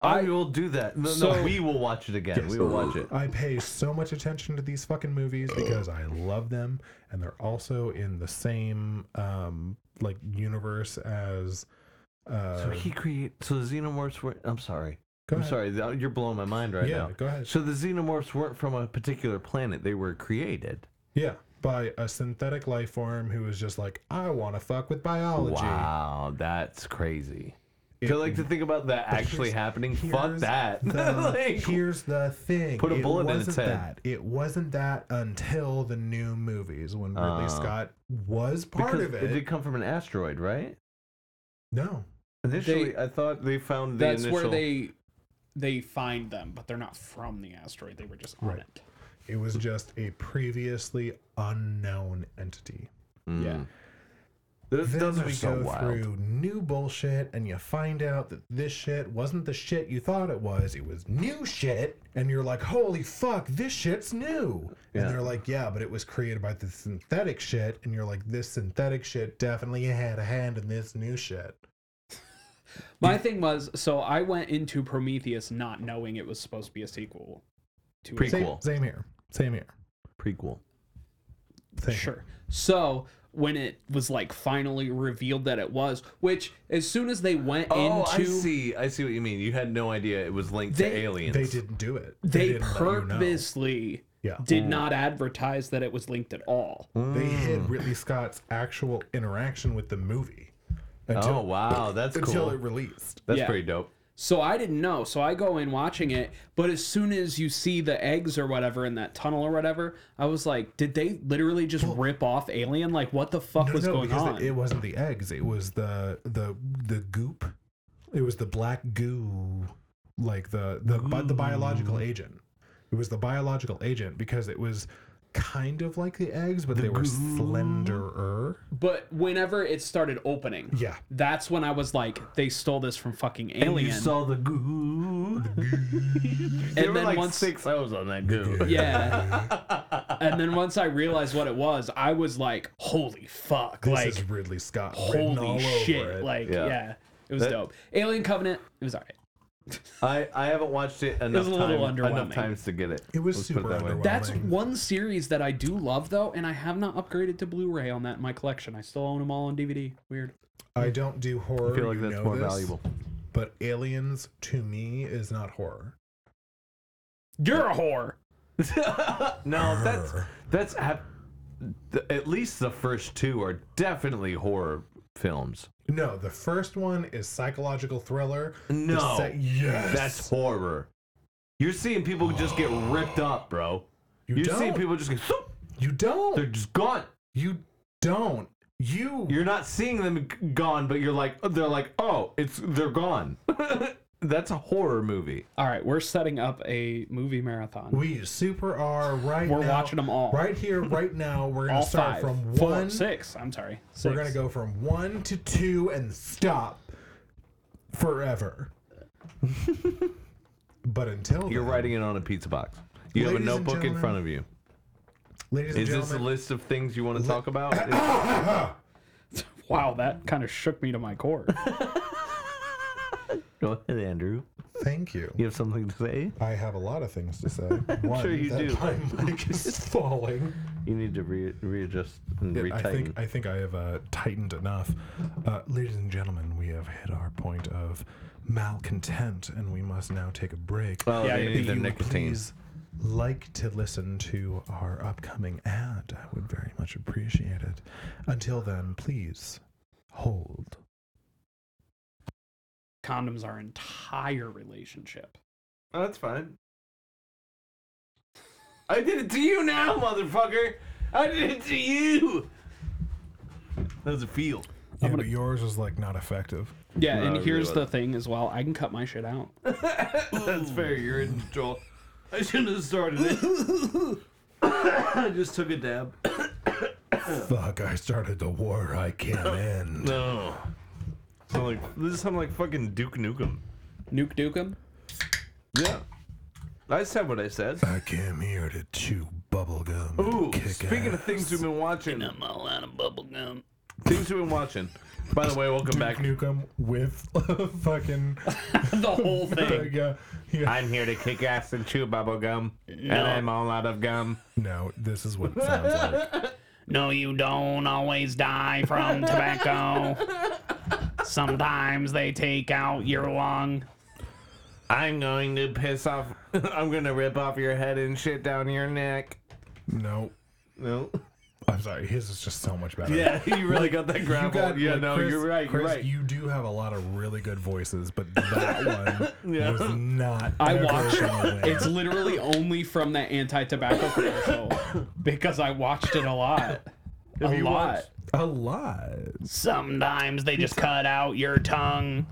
[SPEAKER 1] I, will do that. No,
[SPEAKER 3] So-
[SPEAKER 1] no, we will watch it again.
[SPEAKER 2] Yes.
[SPEAKER 1] We will watch it.
[SPEAKER 2] I pay so much attention to these fucking movies because I love them, and they're also in the same um, like universe as Uh,
[SPEAKER 1] So he create so the xenomorphs were. I'm sorry.
[SPEAKER 2] go
[SPEAKER 1] I'm
[SPEAKER 2] ahead.
[SPEAKER 1] sorry. th- You're blowing my mind right
[SPEAKER 2] Yeah,
[SPEAKER 1] now.
[SPEAKER 2] go ahead.
[SPEAKER 1] So the xenomorphs weren't from a particular planet. They were created.
[SPEAKER 2] Yeah, by a synthetic life form who was just like, I want to fuck with biology.
[SPEAKER 1] Wow, that's crazy.
[SPEAKER 2] It-
[SPEAKER 1] I like to think about that actually
[SPEAKER 2] here's-
[SPEAKER 1] happening. Fuck
[SPEAKER 2] here's
[SPEAKER 1] that.
[SPEAKER 2] The,
[SPEAKER 1] Like,
[SPEAKER 2] here's the thing.
[SPEAKER 1] Put a bullet in its
[SPEAKER 2] wasn't
[SPEAKER 1] head.
[SPEAKER 2] That. It wasn't that until the new movies when Ridley
[SPEAKER 1] Oh.
[SPEAKER 2] Scott was part
[SPEAKER 1] because
[SPEAKER 2] of
[SPEAKER 1] it. did come from an asteroid, right?
[SPEAKER 2] No,
[SPEAKER 1] Initially,
[SPEAKER 3] They-
[SPEAKER 1] I thought they found the
[SPEAKER 3] That's
[SPEAKER 1] initial.
[SPEAKER 3] where they they find them, but they're not from the asteroid. They were just on
[SPEAKER 2] Right.
[SPEAKER 3] it.
[SPEAKER 2] it was just a previously unknown entity.
[SPEAKER 1] Hmm.
[SPEAKER 3] Yeah.
[SPEAKER 1] Those,
[SPEAKER 2] Then
[SPEAKER 1] those
[SPEAKER 2] we
[SPEAKER 1] are so
[SPEAKER 2] go
[SPEAKER 1] wild.
[SPEAKER 2] through new bullshit, and you find out that this shit wasn't the shit you thought it was. It was new shit, and you're like, "Holy fuck, this shit's new!"
[SPEAKER 1] Yeah.
[SPEAKER 2] And they're like, "Yeah, but it was created by the synthetic shit," and you're like, "This synthetic shit definitely had a hand in this new shit."
[SPEAKER 3] My thing was, so I went into Prometheus not knowing it was supposed to be a sequel to
[SPEAKER 1] Prequel.
[SPEAKER 3] it.
[SPEAKER 2] Same,
[SPEAKER 1] Cool.
[SPEAKER 2] same here. Same here.
[SPEAKER 1] Prequel.
[SPEAKER 2] Same here.
[SPEAKER 3] Sure. So when it was like finally revealed that it was, which as soon as they went
[SPEAKER 1] Oh, I
[SPEAKER 3] into
[SPEAKER 1] see. I see what you mean. You had no idea it was linked to
[SPEAKER 3] They-
[SPEAKER 1] aliens.
[SPEAKER 2] They didn't do it.
[SPEAKER 3] they
[SPEAKER 2] didn't let you know.
[SPEAKER 3] purposely
[SPEAKER 2] Yeah.
[SPEAKER 3] did not advertise that it was linked at all.
[SPEAKER 2] They
[SPEAKER 1] Mm.
[SPEAKER 2] hid Ridley Scott's actual interaction with the movie until,
[SPEAKER 1] Oh wow, that's
[SPEAKER 2] until
[SPEAKER 1] cool.
[SPEAKER 2] it released.
[SPEAKER 1] that's
[SPEAKER 3] Yeah.
[SPEAKER 1] pretty dope.
[SPEAKER 3] So I didn't know. So I go in watching it, but as soon as you see the eggs or whatever in that tunnel or whatever, I was like, did they literally just rip off Alien? Like what the fuck was going
[SPEAKER 2] because
[SPEAKER 3] on?
[SPEAKER 2] It, it wasn't the eggs. It was the the the goop. It was the black goo, like the the bi- the biological agent. It was the biological agent because it was kind of like the eggs, but they were slenderer.
[SPEAKER 3] but whenever it started opening,
[SPEAKER 2] Yeah.
[SPEAKER 3] that's when I was like, they stole this from fucking Alien.
[SPEAKER 1] the goo.
[SPEAKER 3] And
[SPEAKER 1] there were
[SPEAKER 3] then
[SPEAKER 1] like
[SPEAKER 3] once-
[SPEAKER 1] six O's on that goo.
[SPEAKER 3] Yeah. and then once I realized what it was, I was like, holy fuck.
[SPEAKER 2] This
[SPEAKER 3] like,
[SPEAKER 2] is Ridley Scott. written all
[SPEAKER 3] holy
[SPEAKER 2] over
[SPEAKER 3] shit.
[SPEAKER 2] it.
[SPEAKER 3] Like,
[SPEAKER 1] Yeah.
[SPEAKER 3] yeah. It was
[SPEAKER 1] That-
[SPEAKER 3] dope. Alien Covenant, it was all right.
[SPEAKER 1] I, I haven't watched it enough,
[SPEAKER 3] was a little
[SPEAKER 1] time, enough
[SPEAKER 3] underwhelming.
[SPEAKER 1] times to get it.
[SPEAKER 2] It was
[SPEAKER 1] Let's put
[SPEAKER 2] super
[SPEAKER 1] that way.
[SPEAKER 2] underwhelming.
[SPEAKER 3] That's
[SPEAKER 2] Darling.
[SPEAKER 3] one series that I do love, though, and I have not upgraded to Blu ray on that in my collection. I still own them all on DVD. Weird.
[SPEAKER 2] I don't do horror.
[SPEAKER 1] I feel like
[SPEAKER 2] you
[SPEAKER 1] that's
[SPEAKER 2] know
[SPEAKER 1] more
[SPEAKER 2] this,
[SPEAKER 1] valuable.
[SPEAKER 2] But Aliens to me is not horror.
[SPEAKER 3] You're a whore.
[SPEAKER 1] no, that's that's at, th- at least the first two are definitely horror films.
[SPEAKER 2] No, the first one is psychological thriller.
[SPEAKER 1] No.
[SPEAKER 2] the se- yes,
[SPEAKER 1] That's horror. You're seeing people just get ripped up, bro.
[SPEAKER 2] you
[SPEAKER 1] You're
[SPEAKER 2] don't.
[SPEAKER 1] seeing people just get
[SPEAKER 2] you don't.
[SPEAKER 1] they're just gone.
[SPEAKER 2] You don't. You.
[SPEAKER 1] You're not seeing them g- gone, but you're like they're like, "Oh, it's they're gone." that's a horror movie.
[SPEAKER 3] All right, we're setting up a movie marathon.
[SPEAKER 2] we super are right
[SPEAKER 3] We're
[SPEAKER 2] now.
[SPEAKER 3] watching 'em all.
[SPEAKER 2] Right here, right now. We're gonna
[SPEAKER 3] All
[SPEAKER 2] start
[SPEAKER 3] five.
[SPEAKER 2] from
[SPEAKER 3] Four,
[SPEAKER 2] one.
[SPEAKER 3] six. I'm sorry. Six.
[SPEAKER 2] We're gonna go from one to two and stop forever. but until
[SPEAKER 1] You're
[SPEAKER 2] then,
[SPEAKER 1] writing it on a pizza box. You have a
[SPEAKER 2] Ladies and
[SPEAKER 1] notebook in
[SPEAKER 2] gentlemen,
[SPEAKER 1] front of you.
[SPEAKER 2] ladies and
[SPEAKER 1] Is this a
[SPEAKER 2] gentlemen,
[SPEAKER 1] list of things you want to talk about?
[SPEAKER 3] Wow, that kind of shook me to my core.
[SPEAKER 1] Go ahead, Andrew.
[SPEAKER 2] thank you.
[SPEAKER 1] You have something to say?
[SPEAKER 2] I have a lot of things to say. One,
[SPEAKER 1] sure you
[SPEAKER 2] that
[SPEAKER 1] do.
[SPEAKER 2] My mic is falling.
[SPEAKER 1] You need to re- readjust and
[SPEAKER 2] I
[SPEAKER 1] retighten.
[SPEAKER 2] think I think I have uh, tightened enough. Uh, ladies and gentlemen, we have hit our point of malcontent, and we must now take a break.
[SPEAKER 1] oh,
[SPEAKER 3] Yeah,
[SPEAKER 1] they
[SPEAKER 3] if
[SPEAKER 1] need
[SPEAKER 2] if
[SPEAKER 1] their
[SPEAKER 2] you would
[SPEAKER 1] nicotine.
[SPEAKER 2] please like to listen to our upcoming ad, I would very much appreciate it. Until then, please hold.
[SPEAKER 3] Condoms our entire relationship.
[SPEAKER 1] Oh, that's fine. I did it to you now, motherfucker. I did it to you. That was a feel.
[SPEAKER 2] Yeah, but yours was like not effective.
[SPEAKER 3] Yeah,
[SPEAKER 1] No, it
[SPEAKER 3] and
[SPEAKER 1] really
[SPEAKER 3] here's the
[SPEAKER 1] wasn't.
[SPEAKER 3] thing as well. I can cut my shit out.
[SPEAKER 1] That's fair. You're in control. I shouldn't have started it. I just took a dab.
[SPEAKER 2] Fuck! I started the war. I can't end.
[SPEAKER 1] No. Oh. Sound like this sound like fucking Duke Nukem.
[SPEAKER 3] Nuke Dukem?
[SPEAKER 1] Yeah. I said what I said.
[SPEAKER 2] I came here to chew bubblegum.
[SPEAKER 1] Ooh, speaking of things we've been watching,
[SPEAKER 3] I'm all out of bubblegum.
[SPEAKER 1] things we've been watching. By the way, welcome back.
[SPEAKER 2] Nukem with fucking
[SPEAKER 3] the whole thing.
[SPEAKER 2] yeah, yeah.
[SPEAKER 1] I'm here to kick ass and chew bubble gum, and I'm all out of gum.
[SPEAKER 2] No, this is what it sounds like.
[SPEAKER 3] No, you don't always die from tobacco. Sometimes they take out your lung.
[SPEAKER 1] I'm going to piss off. I'm going to rip off your head and shit down your neck.
[SPEAKER 2] No,
[SPEAKER 1] No.
[SPEAKER 2] I'm sorry. His is just so much better.
[SPEAKER 1] Yeah, you really got that
[SPEAKER 2] You
[SPEAKER 1] grapple.
[SPEAKER 2] got,
[SPEAKER 1] yeah,
[SPEAKER 2] like,
[SPEAKER 1] no,
[SPEAKER 2] Chris-
[SPEAKER 1] you're right. You're
[SPEAKER 2] Chris,
[SPEAKER 1] right.
[SPEAKER 2] You do have a lot of really good voices, but that one was not.
[SPEAKER 3] I
[SPEAKER 2] ever
[SPEAKER 3] watched.
[SPEAKER 2] gonna win.
[SPEAKER 3] It's literally only from that anti-tobacco commercial because I watched it a lot. A
[SPEAKER 1] you
[SPEAKER 3] lot.
[SPEAKER 1] watched-
[SPEAKER 2] a lot.
[SPEAKER 3] Sometimes they just cut out your tongue.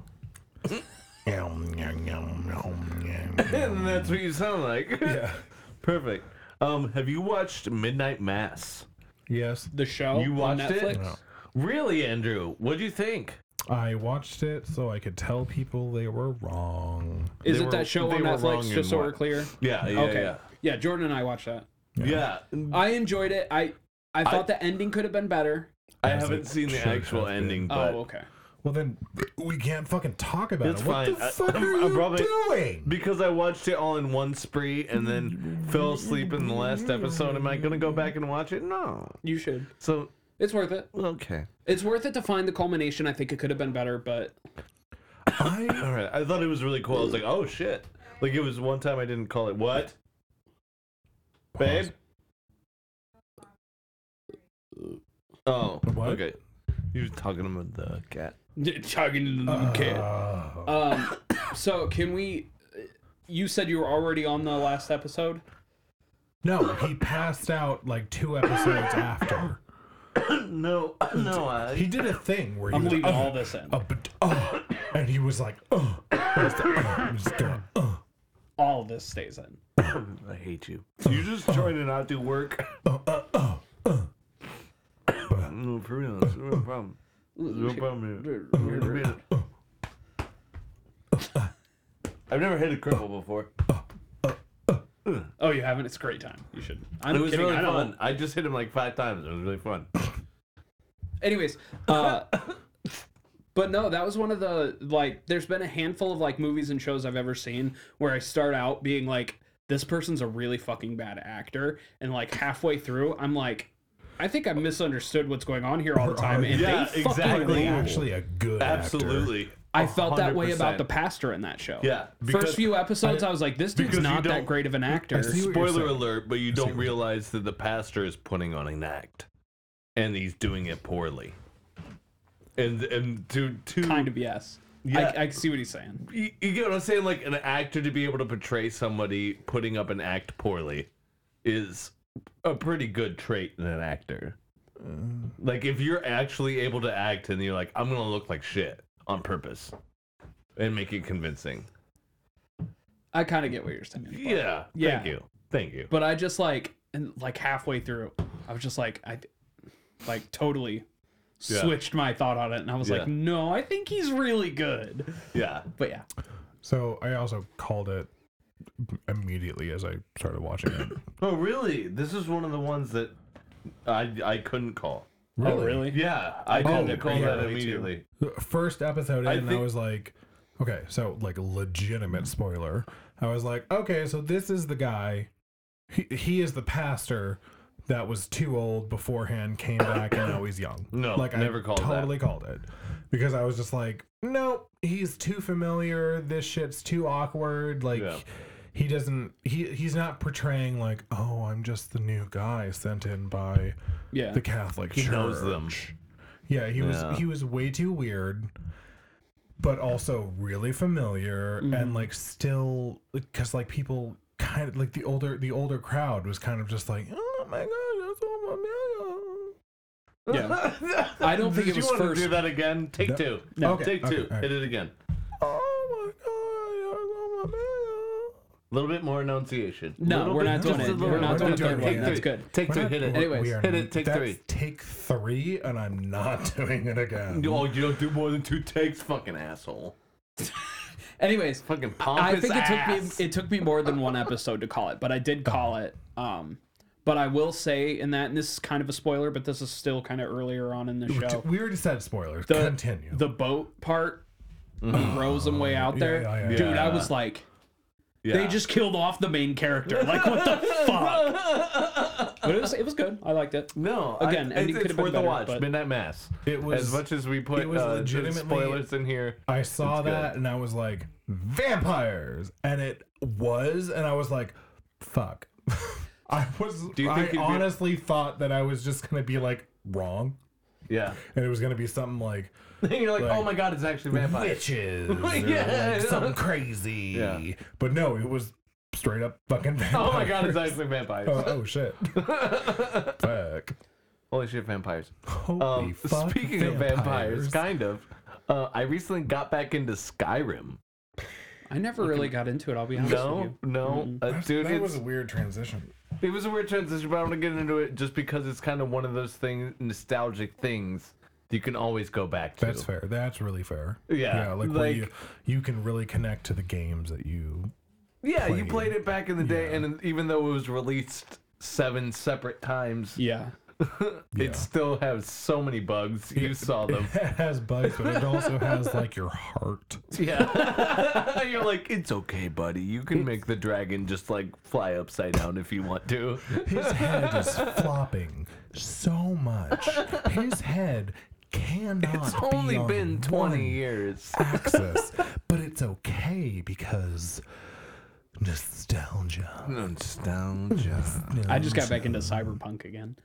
[SPEAKER 2] Yum, yum, yum, yum, yum, yum.
[SPEAKER 1] And that's what you sound like.
[SPEAKER 2] yeah.
[SPEAKER 1] Perfect. Um, have you watched Midnight Mass?
[SPEAKER 2] Yes.
[SPEAKER 3] The show
[SPEAKER 1] You
[SPEAKER 3] on
[SPEAKER 1] watched it?
[SPEAKER 3] Netflix.
[SPEAKER 2] No.
[SPEAKER 1] Really, Andrew? What'd you think?
[SPEAKER 2] I watched it so I could tell people they were wrong.
[SPEAKER 3] Is
[SPEAKER 1] They
[SPEAKER 3] it
[SPEAKER 1] were-
[SPEAKER 3] that show
[SPEAKER 1] they
[SPEAKER 3] on
[SPEAKER 1] were wrong
[SPEAKER 3] Netflix?
[SPEAKER 1] in
[SPEAKER 3] Just so
[SPEAKER 1] what?
[SPEAKER 3] we're clear.
[SPEAKER 1] Yeah, yeah,
[SPEAKER 3] okay. Yeah. Jordan and I watched that.
[SPEAKER 1] yeah. Yeah,
[SPEAKER 3] I enjoyed it. I I thought the ending could have been better.
[SPEAKER 1] I
[SPEAKER 2] Yes,
[SPEAKER 1] haven't
[SPEAKER 2] it
[SPEAKER 1] seen the
[SPEAKER 2] should
[SPEAKER 1] actual
[SPEAKER 2] have been.
[SPEAKER 1] ending, but
[SPEAKER 3] oh, okay.
[SPEAKER 2] Well, then we can't fucking talk about
[SPEAKER 1] It's
[SPEAKER 2] it. What
[SPEAKER 1] fine.
[SPEAKER 2] the
[SPEAKER 1] I-
[SPEAKER 2] fuck
[SPEAKER 1] I'm-
[SPEAKER 2] are
[SPEAKER 1] I'm
[SPEAKER 2] you
[SPEAKER 1] probably-
[SPEAKER 2] doing?
[SPEAKER 1] because I watched it all in one spree and then fell asleep in the last episode, am I gonna go back and watch it? No.
[SPEAKER 3] You should.
[SPEAKER 1] So
[SPEAKER 3] It's worth it.
[SPEAKER 1] okay.
[SPEAKER 3] It's worth it to find the culmination. I think it could have been better, but
[SPEAKER 2] I,
[SPEAKER 1] All right. I thought it was really cool. I was like, oh shit. Like it was one time I didn't call it what, babe? Oh,
[SPEAKER 2] What?
[SPEAKER 1] okay. He was talking about the cat.
[SPEAKER 3] talking to the cat.
[SPEAKER 2] Oh.
[SPEAKER 3] Um, so can we? You said you were already on the last episode.
[SPEAKER 2] no, he passed out like two episodes after.
[SPEAKER 1] No, no. I,
[SPEAKER 2] He did a thing where he
[SPEAKER 3] I'm
[SPEAKER 2] was,
[SPEAKER 3] leaving
[SPEAKER 2] "Oh,
[SPEAKER 3] all this in.
[SPEAKER 2] uh, but, uh," and he was like, oh, just gonna, uh,
[SPEAKER 3] All this stays in.
[SPEAKER 1] I hate you. You're just trying to not do work. No, for real. It's no problem. It's no problem. here. You're being- I've never hit a cripple before.
[SPEAKER 3] Oh, you haven't? It's a great time. You should. I'm
[SPEAKER 1] It was
[SPEAKER 3] kidding.
[SPEAKER 1] really
[SPEAKER 3] I don't-
[SPEAKER 1] fun. I just hit him like five times. It was really fun.
[SPEAKER 3] Anyways, uh, but no, that was one of the like. There's been a handful of like movies and shows I've ever seen where I start out being like, this person's a really fucking bad actor, and like halfway through, I'm like, I think I misunderstood what's going on here all the time, and
[SPEAKER 1] Yeah,
[SPEAKER 3] they fucking
[SPEAKER 1] exactly.
[SPEAKER 2] really
[SPEAKER 1] Ooh.
[SPEAKER 3] rule.
[SPEAKER 2] uh, actually a good actor.
[SPEAKER 1] Absolutely.
[SPEAKER 3] I felt that way
[SPEAKER 1] 100%.
[SPEAKER 3] about the pastor in that show.
[SPEAKER 1] Yeah, because-
[SPEAKER 3] First few episodes, I, was like, this dude's
[SPEAKER 1] because you
[SPEAKER 3] not
[SPEAKER 1] don't-
[SPEAKER 3] that great of an actor.
[SPEAKER 2] see what- you're
[SPEAKER 1] Spoiler
[SPEAKER 2] saying.
[SPEAKER 1] alert, but you don't realize that the pastor is putting on an act and he's doing it poorly. And and to to
[SPEAKER 3] Kind of yes.
[SPEAKER 1] Yeah.
[SPEAKER 3] I, I see what he's saying.
[SPEAKER 1] you, you get what I'm saying? Like an actor to be able to portray somebody putting up an act poorly is a pretty good trait in an actor. Like if you're actually able to act and you're like, I'm gonna look like shit on purpose and make it convincing.
[SPEAKER 3] I kind of get what you're saying. but-
[SPEAKER 1] Yeah.
[SPEAKER 3] Yeah.
[SPEAKER 1] Thank you. Thank you.
[SPEAKER 3] but I just like and like halfway through, I was just like I like totally
[SPEAKER 1] Yeah.
[SPEAKER 3] switched my thought on it, and I was
[SPEAKER 1] Yeah.
[SPEAKER 3] like, no, I think he's really good.
[SPEAKER 1] Yeah.
[SPEAKER 3] But yeah, Oh,
[SPEAKER 2] So I also called it immediately as I started watching it.
[SPEAKER 1] Oh really? This is one of the ones that I I couldn't call.
[SPEAKER 3] oh really?
[SPEAKER 1] Yeah, I couldn't
[SPEAKER 2] did
[SPEAKER 1] call that
[SPEAKER 2] immediately,
[SPEAKER 1] immediately.
[SPEAKER 2] The first episode in,
[SPEAKER 1] I
[SPEAKER 2] I,
[SPEAKER 1] think-
[SPEAKER 2] was like, okay, so like legitimate spoiler. I was like, okay, so this is the guy. He, he is the pastor that was too old beforehand, came back, and now he's young.
[SPEAKER 1] No,
[SPEAKER 2] like
[SPEAKER 1] never
[SPEAKER 2] I
[SPEAKER 1] called that.
[SPEAKER 2] totally called it because I was just like, nope, he's too familiar. This shit's too awkward. Like.
[SPEAKER 1] Yeah.
[SPEAKER 2] He doesn't. He he's not portraying like, oh, I'm just the new guy sent in by
[SPEAKER 3] Yeah.
[SPEAKER 2] the Catholic Church.
[SPEAKER 1] He knows them.
[SPEAKER 2] Yeah, he was
[SPEAKER 1] Yeah.
[SPEAKER 2] he was way too weird, but also really familiar
[SPEAKER 1] Mm-hmm.
[SPEAKER 2] and like still because like people kind of like the older the older crowd was kind of just like oh my god that's so familiar.
[SPEAKER 1] Yeah.
[SPEAKER 3] I don't think
[SPEAKER 1] Did
[SPEAKER 3] it was
[SPEAKER 1] you want
[SPEAKER 3] first.
[SPEAKER 1] to do that again? Take
[SPEAKER 2] No.
[SPEAKER 1] two.
[SPEAKER 2] No. Okay,
[SPEAKER 1] Take
[SPEAKER 2] okay,
[SPEAKER 1] two.
[SPEAKER 2] all right.
[SPEAKER 1] Hit it again.
[SPEAKER 2] Oh my god, that's
[SPEAKER 1] A little bit more enunciation.
[SPEAKER 3] No,
[SPEAKER 1] Little
[SPEAKER 3] we're
[SPEAKER 1] bit-
[SPEAKER 3] not doing
[SPEAKER 1] just a
[SPEAKER 3] it.
[SPEAKER 1] little
[SPEAKER 2] We're
[SPEAKER 1] bit
[SPEAKER 2] not
[SPEAKER 1] more.
[SPEAKER 2] doing
[SPEAKER 1] Take
[SPEAKER 2] it.
[SPEAKER 1] three.
[SPEAKER 2] That's
[SPEAKER 3] good.
[SPEAKER 1] Take
[SPEAKER 2] so
[SPEAKER 1] two.
[SPEAKER 2] familiar.
[SPEAKER 1] Hit it.
[SPEAKER 2] We're not-
[SPEAKER 3] Anyways,
[SPEAKER 2] we are-
[SPEAKER 1] hit it, take
[SPEAKER 2] that's
[SPEAKER 1] three.
[SPEAKER 2] Take three, and I'm not doing it again.
[SPEAKER 1] Oh, you don't do more than two takes, fucking asshole.
[SPEAKER 3] Anyways,
[SPEAKER 1] Fucking pompous
[SPEAKER 3] I think it
[SPEAKER 1] ass.
[SPEAKER 3] took me it took me more than one episode to call it, but I did call it. Um, but I will say in that, and this is kind of a spoiler, but this is still kind of earlier on in the show.
[SPEAKER 2] We already said spoilers.
[SPEAKER 3] the-
[SPEAKER 2] Continue.
[SPEAKER 3] The boat part throws him way out there.
[SPEAKER 2] yeah, yeah.
[SPEAKER 3] Dude, I
[SPEAKER 1] Yeah.
[SPEAKER 3] was like,
[SPEAKER 1] Yeah.
[SPEAKER 3] they just killed off the main character. Like, what the fuck? But it was it was good. I liked it.
[SPEAKER 1] No,
[SPEAKER 3] Again,
[SPEAKER 1] I,
[SPEAKER 3] ending
[SPEAKER 1] it's,
[SPEAKER 3] could've
[SPEAKER 1] it's
[SPEAKER 3] been
[SPEAKER 1] worth a
[SPEAKER 3] better,
[SPEAKER 1] watch.
[SPEAKER 3] but-
[SPEAKER 1] Midnight Mass.
[SPEAKER 2] It was-
[SPEAKER 1] as much as we put
[SPEAKER 2] it was
[SPEAKER 1] uh,
[SPEAKER 2] legitimately-
[SPEAKER 1] spoilers in here.
[SPEAKER 2] I saw
[SPEAKER 1] It's good.
[SPEAKER 2] that and I was like, vampires, and it was, and I was like, fuck. I was.
[SPEAKER 1] Do you
[SPEAKER 2] I
[SPEAKER 1] think you'd be-
[SPEAKER 2] honestly thought that I was just gonna be like wrong,
[SPEAKER 1] Yeah,
[SPEAKER 2] and it was gonna be something like
[SPEAKER 1] and you're like,
[SPEAKER 2] Like,
[SPEAKER 1] oh my god, it's actually vampires.
[SPEAKER 2] witches,
[SPEAKER 1] Yeah,
[SPEAKER 2] yeah,
[SPEAKER 1] I know.
[SPEAKER 2] something crazy.
[SPEAKER 1] Yeah.
[SPEAKER 2] But no, it was straight up fucking vampires.
[SPEAKER 1] Oh my god, it's actually vampires.
[SPEAKER 2] Oh, oh shit. fuck.
[SPEAKER 1] Holy shit, vampires.
[SPEAKER 2] Holy
[SPEAKER 1] Um,
[SPEAKER 2] fuck.
[SPEAKER 1] speaking of vampires, kind of, uh, I recently got back into Skyrim.
[SPEAKER 3] I never really got into it. I'll be honest with
[SPEAKER 1] No,
[SPEAKER 3] you.
[SPEAKER 1] no, uh,
[SPEAKER 2] That's-
[SPEAKER 1] dude,
[SPEAKER 2] that
[SPEAKER 1] it's,
[SPEAKER 2] was a weird transition.
[SPEAKER 1] it was a weird transition, but I want to get into it just because it's kind of one of those things, nostalgic things you can always go back to.
[SPEAKER 2] That's fair. That's really fair.
[SPEAKER 1] Yeah,
[SPEAKER 2] Yeah, like, where
[SPEAKER 1] like-
[SPEAKER 2] you you can really connect to the games that you
[SPEAKER 1] Yeah, you
[SPEAKER 2] played.
[SPEAKER 1] played it back in the day, and even though it was released seven separate times,
[SPEAKER 3] Yeah.
[SPEAKER 2] Yeah.
[SPEAKER 1] it still has so many bugs. You saw them.
[SPEAKER 2] It has bugs, but it also has like your heart.
[SPEAKER 1] Yeah. You're like, it's okay, buddy. You can make the dragon just like fly upside down if you want to.
[SPEAKER 2] His head is flopping so much. His head cannot.
[SPEAKER 1] It's only
[SPEAKER 2] be on
[SPEAKER 1] been 20
[SPEAKER 2] one
[SPEAKER 1] years.
[SPEAKER 2] Axis, but it's okay because nostalgia.
[SPEAKER 1] Nostalgia.
[SPEAKER 3] I just got back into cyberpunk again.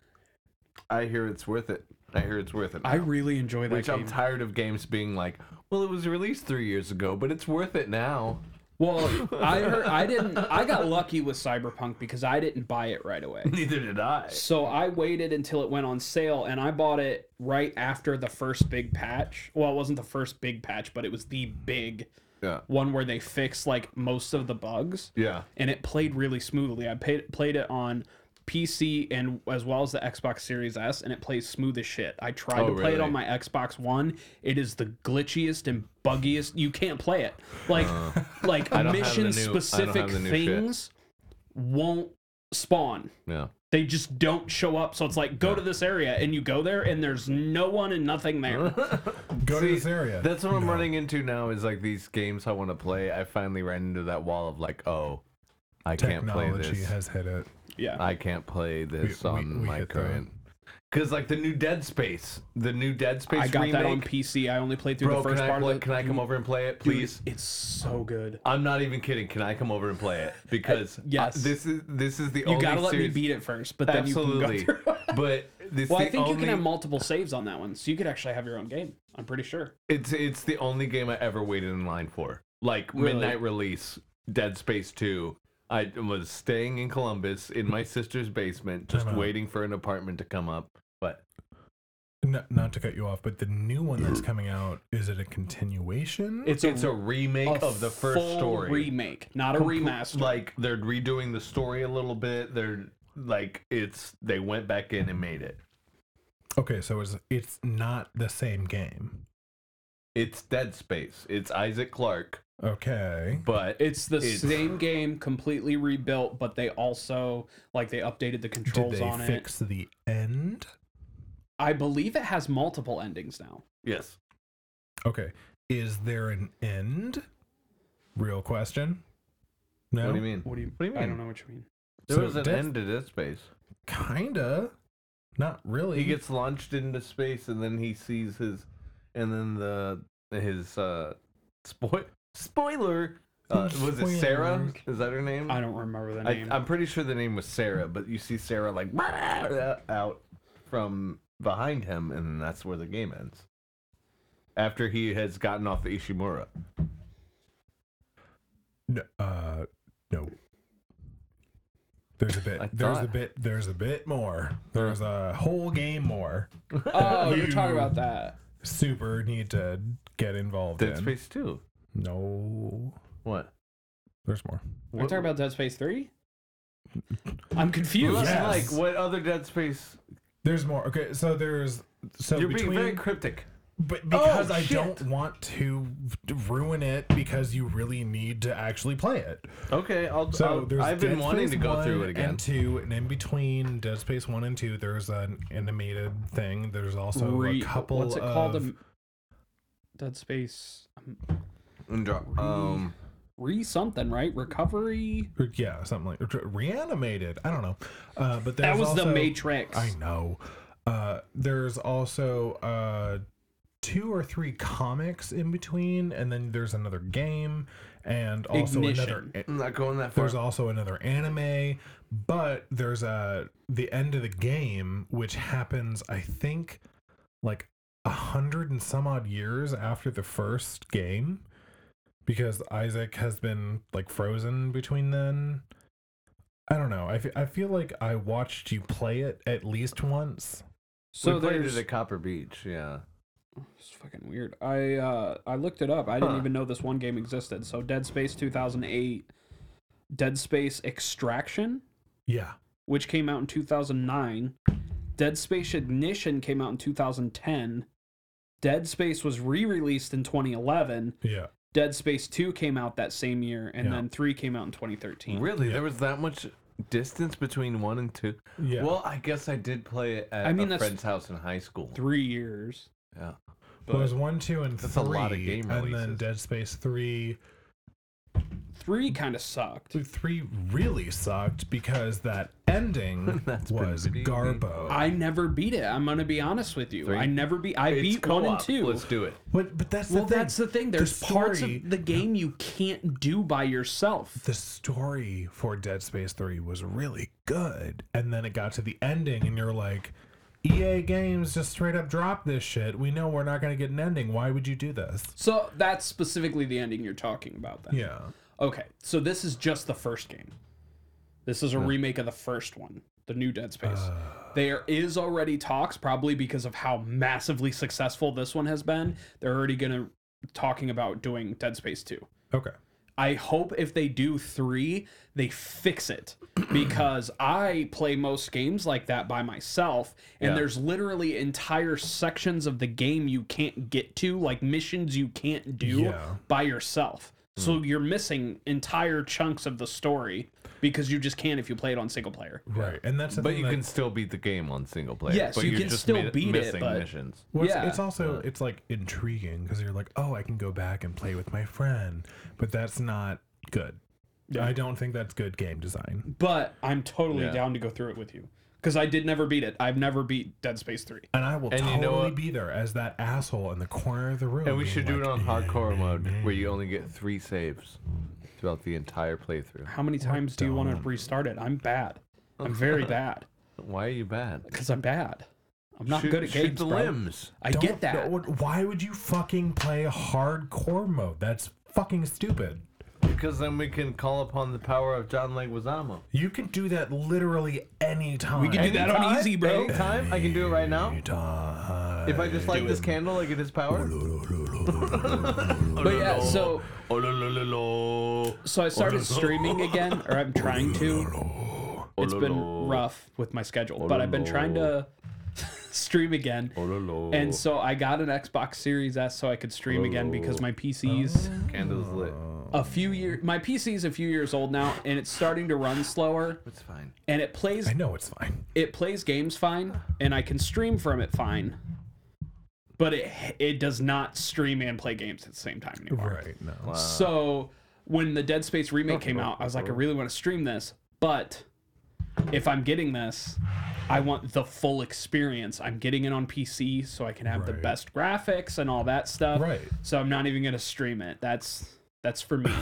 [SPEAKER 1] I hear it's worth it. I hear it's worth it.
[SPEAKER 3] I
[SPEAKER 1] now.
[SPEAKER 3] really enjoy that
[SPEAKER 1] Which
[SPEAKER 3] game.
[SPEAKER 1] I'm tired of games being like, well, it was released three years ago, but it's worth it now.
[SPEAKER 3] well, I heard, I didn't. I got lucky with cyberpunk because I didn't buy it right away.
[SPEAKER 1] Neither did I.
[SPEAKER 3] So I waited until it went on sale and I bought it right after the first big patch. Well, it wasn't the first big patch, but it was the big
[SPEAKER 1] Yeah.
[SPEAKER 3] one where they fixed like most of the bugs.
[SPEAKER 1] Yeah.
[SPEAKER 3] And it played really smoothly. I paid, played it on PC and as well as the Xbox Series S and it plays smooth as shit. I tried
[SPEAKER 1] Oh,
[SPEAKER 3] to play it
[SPEAKER 1] really?
[SPEAKER 3] on my Xbox 1. It is the glitchiest and buggiest. You can't play it. Like like
[SPEAKER 1] Uh, I don't have the new- I don't
[SPEAKER 3] mission
[SPEAKER 1] have
[SPEAKER 3] specific
[SPEAKER 1] the new shit.
[SPEAKER 3] things won't spawn
[SPEAKER 1] Yeah.
[SPEAKER 3] they just don't show up. So it's like, go to this area, and you go there, and there's no one and nothing there.
[SPEAKER 2] Go
[SPEAKER 1] See,
[SPEAKER 2] to this area.
[SPEAKER 1] That's what I'm running into now is like these games I want to play. I finally ran into that wall of like, oh, I can't play
[SPEAKER 2] Technology
[SPEAKER 1] this.
[SPEAKER 2] has hit it.
[SPEAKER 3] Yeah.
[SPEAKER 1] I can't play this
[SPEAKER 2] We- we-
[SPEAKER 1] on
[SPEAKER 2] we
[SPEAKER 1] my
[SPEAKER 2] hit that.
[SPEAKER 1] current. Because like the new Dead Space, the new Dead Space
[SPEAKER 3] I got
[SPEAKER 1] remake.
[SPEAKER 3] that on PC. I only played through
[SPEAKER 1] Bro,
[SPEAKER 3] the first
[SPEAKER 1] can I
[SPEAKER 3] part
[SPEAKER 1] play,
[SPEAKER 3] of it.
[SPEAKER 1] can I come over and play it,
[SPEAKER 3] Dude,
[SPEAKER 1] please?
[SPEAKER 3] It's so good.
[SPEAKER 1] I'm not even kidding. Can I come over and play it? Because I-
[SPEAKER 3] Uh, yes.
[SPEAKER 1] this is this is the
[SPEAKER 3] You
[SPEAKER 1] only
[SPEAKER 3] gotta let
[SPEAKER 1] serious-
[SPEAKER 3] me beat it first, but then
[SPEAKER 1] Absolutely,
[SPEAKER 3] you can go through.
[SPEAKER 1] but this
[SPEAKER 3] well,
[SPEAKER 1] the
[SPEAKER 3] I think
[SPEAKER 1] only,
[SPEAKER 3] you can have multiple saves on that one, so you could actually have your own game. I'm pretty sure.
[SPEAKER 1] it's it's the only game I ever waited in line for. Like
[SPEAKER 3] Really?
[SPEAKER 1] midnight release, Dead Space Two. I was staying in Columbus in my sister's basement, just
[SPEAKER 2] Time out.
[SPEAKER 1] waiting for an apartment to come up. But
[SPEAKER 2] N- not to cut you off, but the new one that's coming out is it a continuation?
[SPEAKER 1] it's a, remake of the first
[SPEAKER 3] full
[SPEAKER 1] story.
[SPEAKER 3] remake, not a
[SPEAKER 1] Comple-
[SPEAKER 3] remaster.
[SPEAKER 1] Like they're redoing the story a little bit. They're like it's they went back in and made it.
[SPEAKER 2] okay, so it's it's not the same game.
[SPEAKER 1] It's Dead Space. It's Isaac Clarke,
[SPEAKER 2] Okay.
[SPEAKER 1] but
[SPEAKER 3] It's the
[SPEAKER 1] It's-
[SPEAKER 3] same game, completely rebuilt, but they also like they updated the
[SPEAKER 2] Did
[SPEAKER 3] controls
[SPEAKER 2] they
[SPEAKER 3] on it.
[SPEAKER 2] fix the end?
[SPEAKER 3] I believe it has multiple endings now.
[SPEAKER 1] yes,
[SPEAKER 2] Okay. Is there an end? Real question. No.
[SPEAKER 1] What do you mean?
[SPEAKER 3] What do you?
[SPEAKER 1] What do you
[SPEAKER 3] I don't
[SPEAKER 1] mean?
[SPEAKER 3] know what you mean.
[SPEAKER 1] There
[SPEAKER 2] So
[SPEAKER 1] was an
[SPEAKER 2] Dead-
[SPEAKER 1] end to Dead Space. Mm-hmm.
[SPEAKER 2] Kinda. Not really.
[SPEAKER 1] He gets launched into space, and then he sees his, and then the his uh, spoil spoiler. Uh, was it Sarah?
[SPEAKER 2] Spoilers.
[SPEAKER 1] Is that her name?
[SPEAKER 3] I don't remember the
[SPEAKER 1] I,
[SPEAKER 3] name.
[SPEAKER 1] I'm pretty sure the name was Sarah, but you see Sarah like out from behind him, and then that's where the game ends. After he has gotten off the Ishimura,
[SPEAKER 2] No, uh, no. There's a
[SPEAKER 1] I
[SPEAKER 2] bit. There's a
[SPEAKER 1] thought-
[SPEAKER 2] bit. There's a bit more. There's a whole game more.
[SPEAKER 3] oh,
[SPEAKER 2] you're talking about
[SPEAKER 3] that.
[SPEAKER 2] Super need to get involved
[SPEAKER 1] Dead
[SPEAKER 2] in.
[SPEAKER 1] Space Two.
[SPEAKER 2] No,
[SPEAKER 1] What?
[SPEAKER 2] there's more.
[SPEAKER 3] We're talking about Dead Space Three. I'm confused.
[SPEAKER 1] Like,
[SPEAKER 2] Yes.
[SPEAKER 1] Like what other Dead Space?
[SPEAKER 2] There's more. Okay, so there's so
[SPEAKER 1] You're
[SPEAKER 2] between
[SPEAKER 1] being very cryptic.
[SPEAKER 2] but because
[SPEAKER 1] Oh,
[SPEAKER 2] I
[SPEAKER 1] shit.
[SPEAKER 2] don't want to ruin it because you really need to actually play it.
[SPEAKER 1] Okay, I'll.
[SPEAKER 2] So
[SPEAKER 1] I'll-
[SPEAKER 2] there's
[SPEAKER 1] Oh, I've been
[SPEAKER 2] Dead
[SPEAKER 1] wanting
[SPEAKER 2] Space
[SPEAKER 1] to go through
[SPEAKER 2] 1
[SPEAKER 1] it again.
[SPEAKER 2] And two, and in between Dead Space one and two, there's an animated thing. There's also
[SPEAKER 3] Re-
[SPEAKER 2] a couple.
[SPEAKER 3] What's it called?
[SPEAKER 2] of-
[SPEAKER 3] Um, Dead Space. um,
[SPEAKER 1] And drop. Um,
[SPEAKER 3] re something, right? Recovery.
[SPEAKER 2] Or, yeah, something like or reanimated. I don't know. Uh, but
[SPEAKER 3] That
[SPEAKER 2] there's
[SPEAKER 3] was the
[SPEAKER 2] also-
[SPEAKER 3] Matrix.
[SPEAKER 2] I know. Uh, there's also uh, two or three comics in between, and then there's another game, and also
[SPEAKER 3] Ignition.
[SPEAKER 2] another.
[SPEAKER 1] I'm not going that far.
[SPEAKER 2] There's also another anime, but there's a the end of the game, which happens, I think, like a hundred and some odd years after the first game, because Isaac has been like frozen between then. I don't know. I fe- I feel like I watched you play it at least once.
[SPEAKER 3] So
[SPEAKER 1] we played
[SPEAKER 3] there's
[SPEAKER 1] it at Copper Beach. Yeah.
[SPEAKER 3] It's fucking weird. I uh, I looked it up. I didn't
[SPEAKER 1] Huh.
[SPEAKER 3] even know this one game existed. So Dead Space 2008, Dead Space Extraction,
[SPEAKER 2] Yeah.
[SPEAKER 3] which came out in 2009, Dead Space Ignition came out in 2010. Dead Space was re-released in 2011.
[SPEAKER 2] Yeah.
[SPEAKER 3] Dead Space 2 came out that same year, and
[SPEAKER 2] Yeah.
[SPEAKER 3] then 3 came out in 2013.
[SPEAKER 1] Really?
[SPEAKER 2] Yeah.
[SPEAKER 1] There was that much distance between one and two.
[SPEAKER 2] Yeah.
[SPEAKER 1] Well, I guess I did play it at
[SPEAKER 3] I mean,
[SPEAKER 1] a
[SPEAKER 3] that's-
[SPEAKER 1] friend's house in high school.
[SPEAKER 3] Three years.
[SPEAKER 1] Yeah.
[SPEAKER 2] Well,
[SPEAKER 1] But
[SPEAKER 2] there's one, two, and
[SPEAKER 1] That's a
[SPEAKER 2] three,
[SPEAKER 1] lot of game
[SPEAKER 2] and then
[SPEAKER 1] releases.
[SPEAKER 2] Dead Space three.
[SPEAKER 3] Three kind of sucked.
[SPEAKER 2] Th- Three really sucked because that ending
[SPEAKER 1] That's been
[SPEAKER 2] was
[SPEAKER 1] pretty-
[SPEAKER 2] garbo.
[SPEAKER 3] I never beat it. I'm gonna be honest with you.
[SPEAKER 1] Three?
[SPEAKER 3] I never beat. I
[SPEAKER 1] it's
[SPEAKER 3] beat one and
[SPEAKER 1] co-op.
[SPEAKER 3] 2
[SPEAKER 1] Let's do it.
[SPEAKER 2] but but that's
[SPEAKER 3] Well,
[SPEAKER 2] the thing.
[SPEAKER 3] that's the thing. There's parts
[SPEAKER 2] story-
[SPEAKER 3] of the game you can't do by yourself.
[SPEAKER 2] the story for Dead Space three was really good, and then it got to the ending, and you're like, EA Games just straight up dropped this shit. We know we're not gonna get an ending. Why would you do this?
[SPEAKER 3] So that's specifically the ending you're talking about. Then,
[SPEAKER 2] Yeah.
[SPEAKER 3] okay. So this is just the first game. This is a remake of the first one, the new Dead Space. there is already talks, probably because of how massively successful this one has been. They're already gonna talking about doing Dead Space two.
[SPEAKER 2] Okay.
[SPEAKER 3] I hope if they do three, they fix it because I play most games like that by myself, and
[SPEAKER 1] Yeah.
[SPEAKER 3] there's literally entire sections of the game you can't get to, like missions you can't do
[SPEAKER 2] Yeah.
[SPEAKER 3] by yourself.
[SPEAKER 1] Hmm.
[SPEAKER 3] So you're missing entire chunks of the story because you just can't if you play it on single player.
[SPEAKER 2] Right. And that's the
[SPEAKER 1] But
[SPEAKER 2] thing
[SPEAKER 1] you
[SPEAKER 2] that-
[SPEAKER 1] can still beat the game on single player.
[SPEAKER 3] Yes,
[SPEAKER 1] but
[SPEAKER 3] you
[SPEAKER 1] you're
[SPEAKER 3] can
[SPEAKER 1] just
[SPEAKER 3] still beat it,
[SPEAKER 1] missing
[SPEAKER 3] but-
[SPEAKER 1] missions.
[SPEAKER 2] Well,
[SPEAKER 3] Yeah.
[SPEAKER 2] it's, it's also it's like intriguing because you're like, oh, I can go back and play with my friend, but that's not good. I don't think that's good game design.
[SPEAKER 3] But I'm totally
[SPEAKER 1] Yeah.
[SPEAKER 3] down to go through it with you because I did never beat it. I've never beat Dead Space 3.
[SPEAKER 2] And I will
[SPEAKER 1] And
[SPEAKER 2] totally
[SPEAKER 1] you know what?
[SPEAKER 2] be there as that asshole in the corner of the room.
[SPEAKER 1] And we
[SPEAKER 2] being
[SPEAKER 1] should do it on
[SPEAKER 2] like, "Yeah,
[SPEAKER 1] hardcore
[SPEAKER 2] man,
[SPEAKER 1] mode,
[SPEAKER 2] man."
[SPEAKER 1] where you only get three saves throughout the entire playthrough.
[SPEAKER 3] How many times do you want to restart it? I'm bad. I'm very bad.
[SPEAKER 1] Why are you bad?
[SPEAKER 3] Because I'm bad. I'm not
[SPEAKER 1] shoot,
[SPEAKER 3] good at
[SPEAKER 1] shoot
[SPEAKER 3] games.
[SPEAKER 1] the
[SPEAKER 3] bro.
[SPEAKER 1] limbs.
[SPEAKER 3] I
[SPEAKER 2] Don't-
[SPEAKER 3] get that.
[SPEAKER 2] no, why would you fucking play hardcore mode? That's fucking stupid.
[SPEAKER 1] Because then we can call upon the power of John Leguizamo.
[SPEAKER 2] You can do that literally any time.
[SPEAKER 3] can do that on
[SPEAKER 1] Anytime-
[SPEAKER 3] easy, bro.
[SPEAKER 1] Anytime I can do it right now.
[SPEAKER 2] Anytime.
[SPEAKER 1] If I just light this candle, I get his power.
[SPEAKER 3] But yeah, Uh, so
[SPEAKER 1] Oh, la, la, la, la.
[SPEAKER 3] so I started streaming again, or I'm trying to. It's been rough with my schedule, but I've been trying to stream again.
[SPEAKER 1] Oh, la, la.
[SPEAKER 3] And so I got an Xbox Series S so I could stream again because my PC's
[SPEAKER 1] candles lit.
[SPEAKER 3] a few years my PC's a few years old now and it's starting to run slower
[SPEAKER 1] It's fine.
[SPEAKER 3] and it plays
[SPEAKER 2] I know it's fine.
[SPEAKER 3] it plays games fine and I can stream from it fine. But it it does not stream and play games at the same time anymore.
[SPEAKER 2] Right. No.
[SPEAKER 3] So when the Dead Space remake came out, I was like I really want to stream this, but if I'm getting this, I want the full experience. I'm getting it on PC so I can have the
[SPEAKER 2] Right.
[SPEAKER 3] best graphics and all that stuff.
[SPEAKER 2] Right.
[SPEAKER 3] So I'm not even going to stream it. That's that's for me.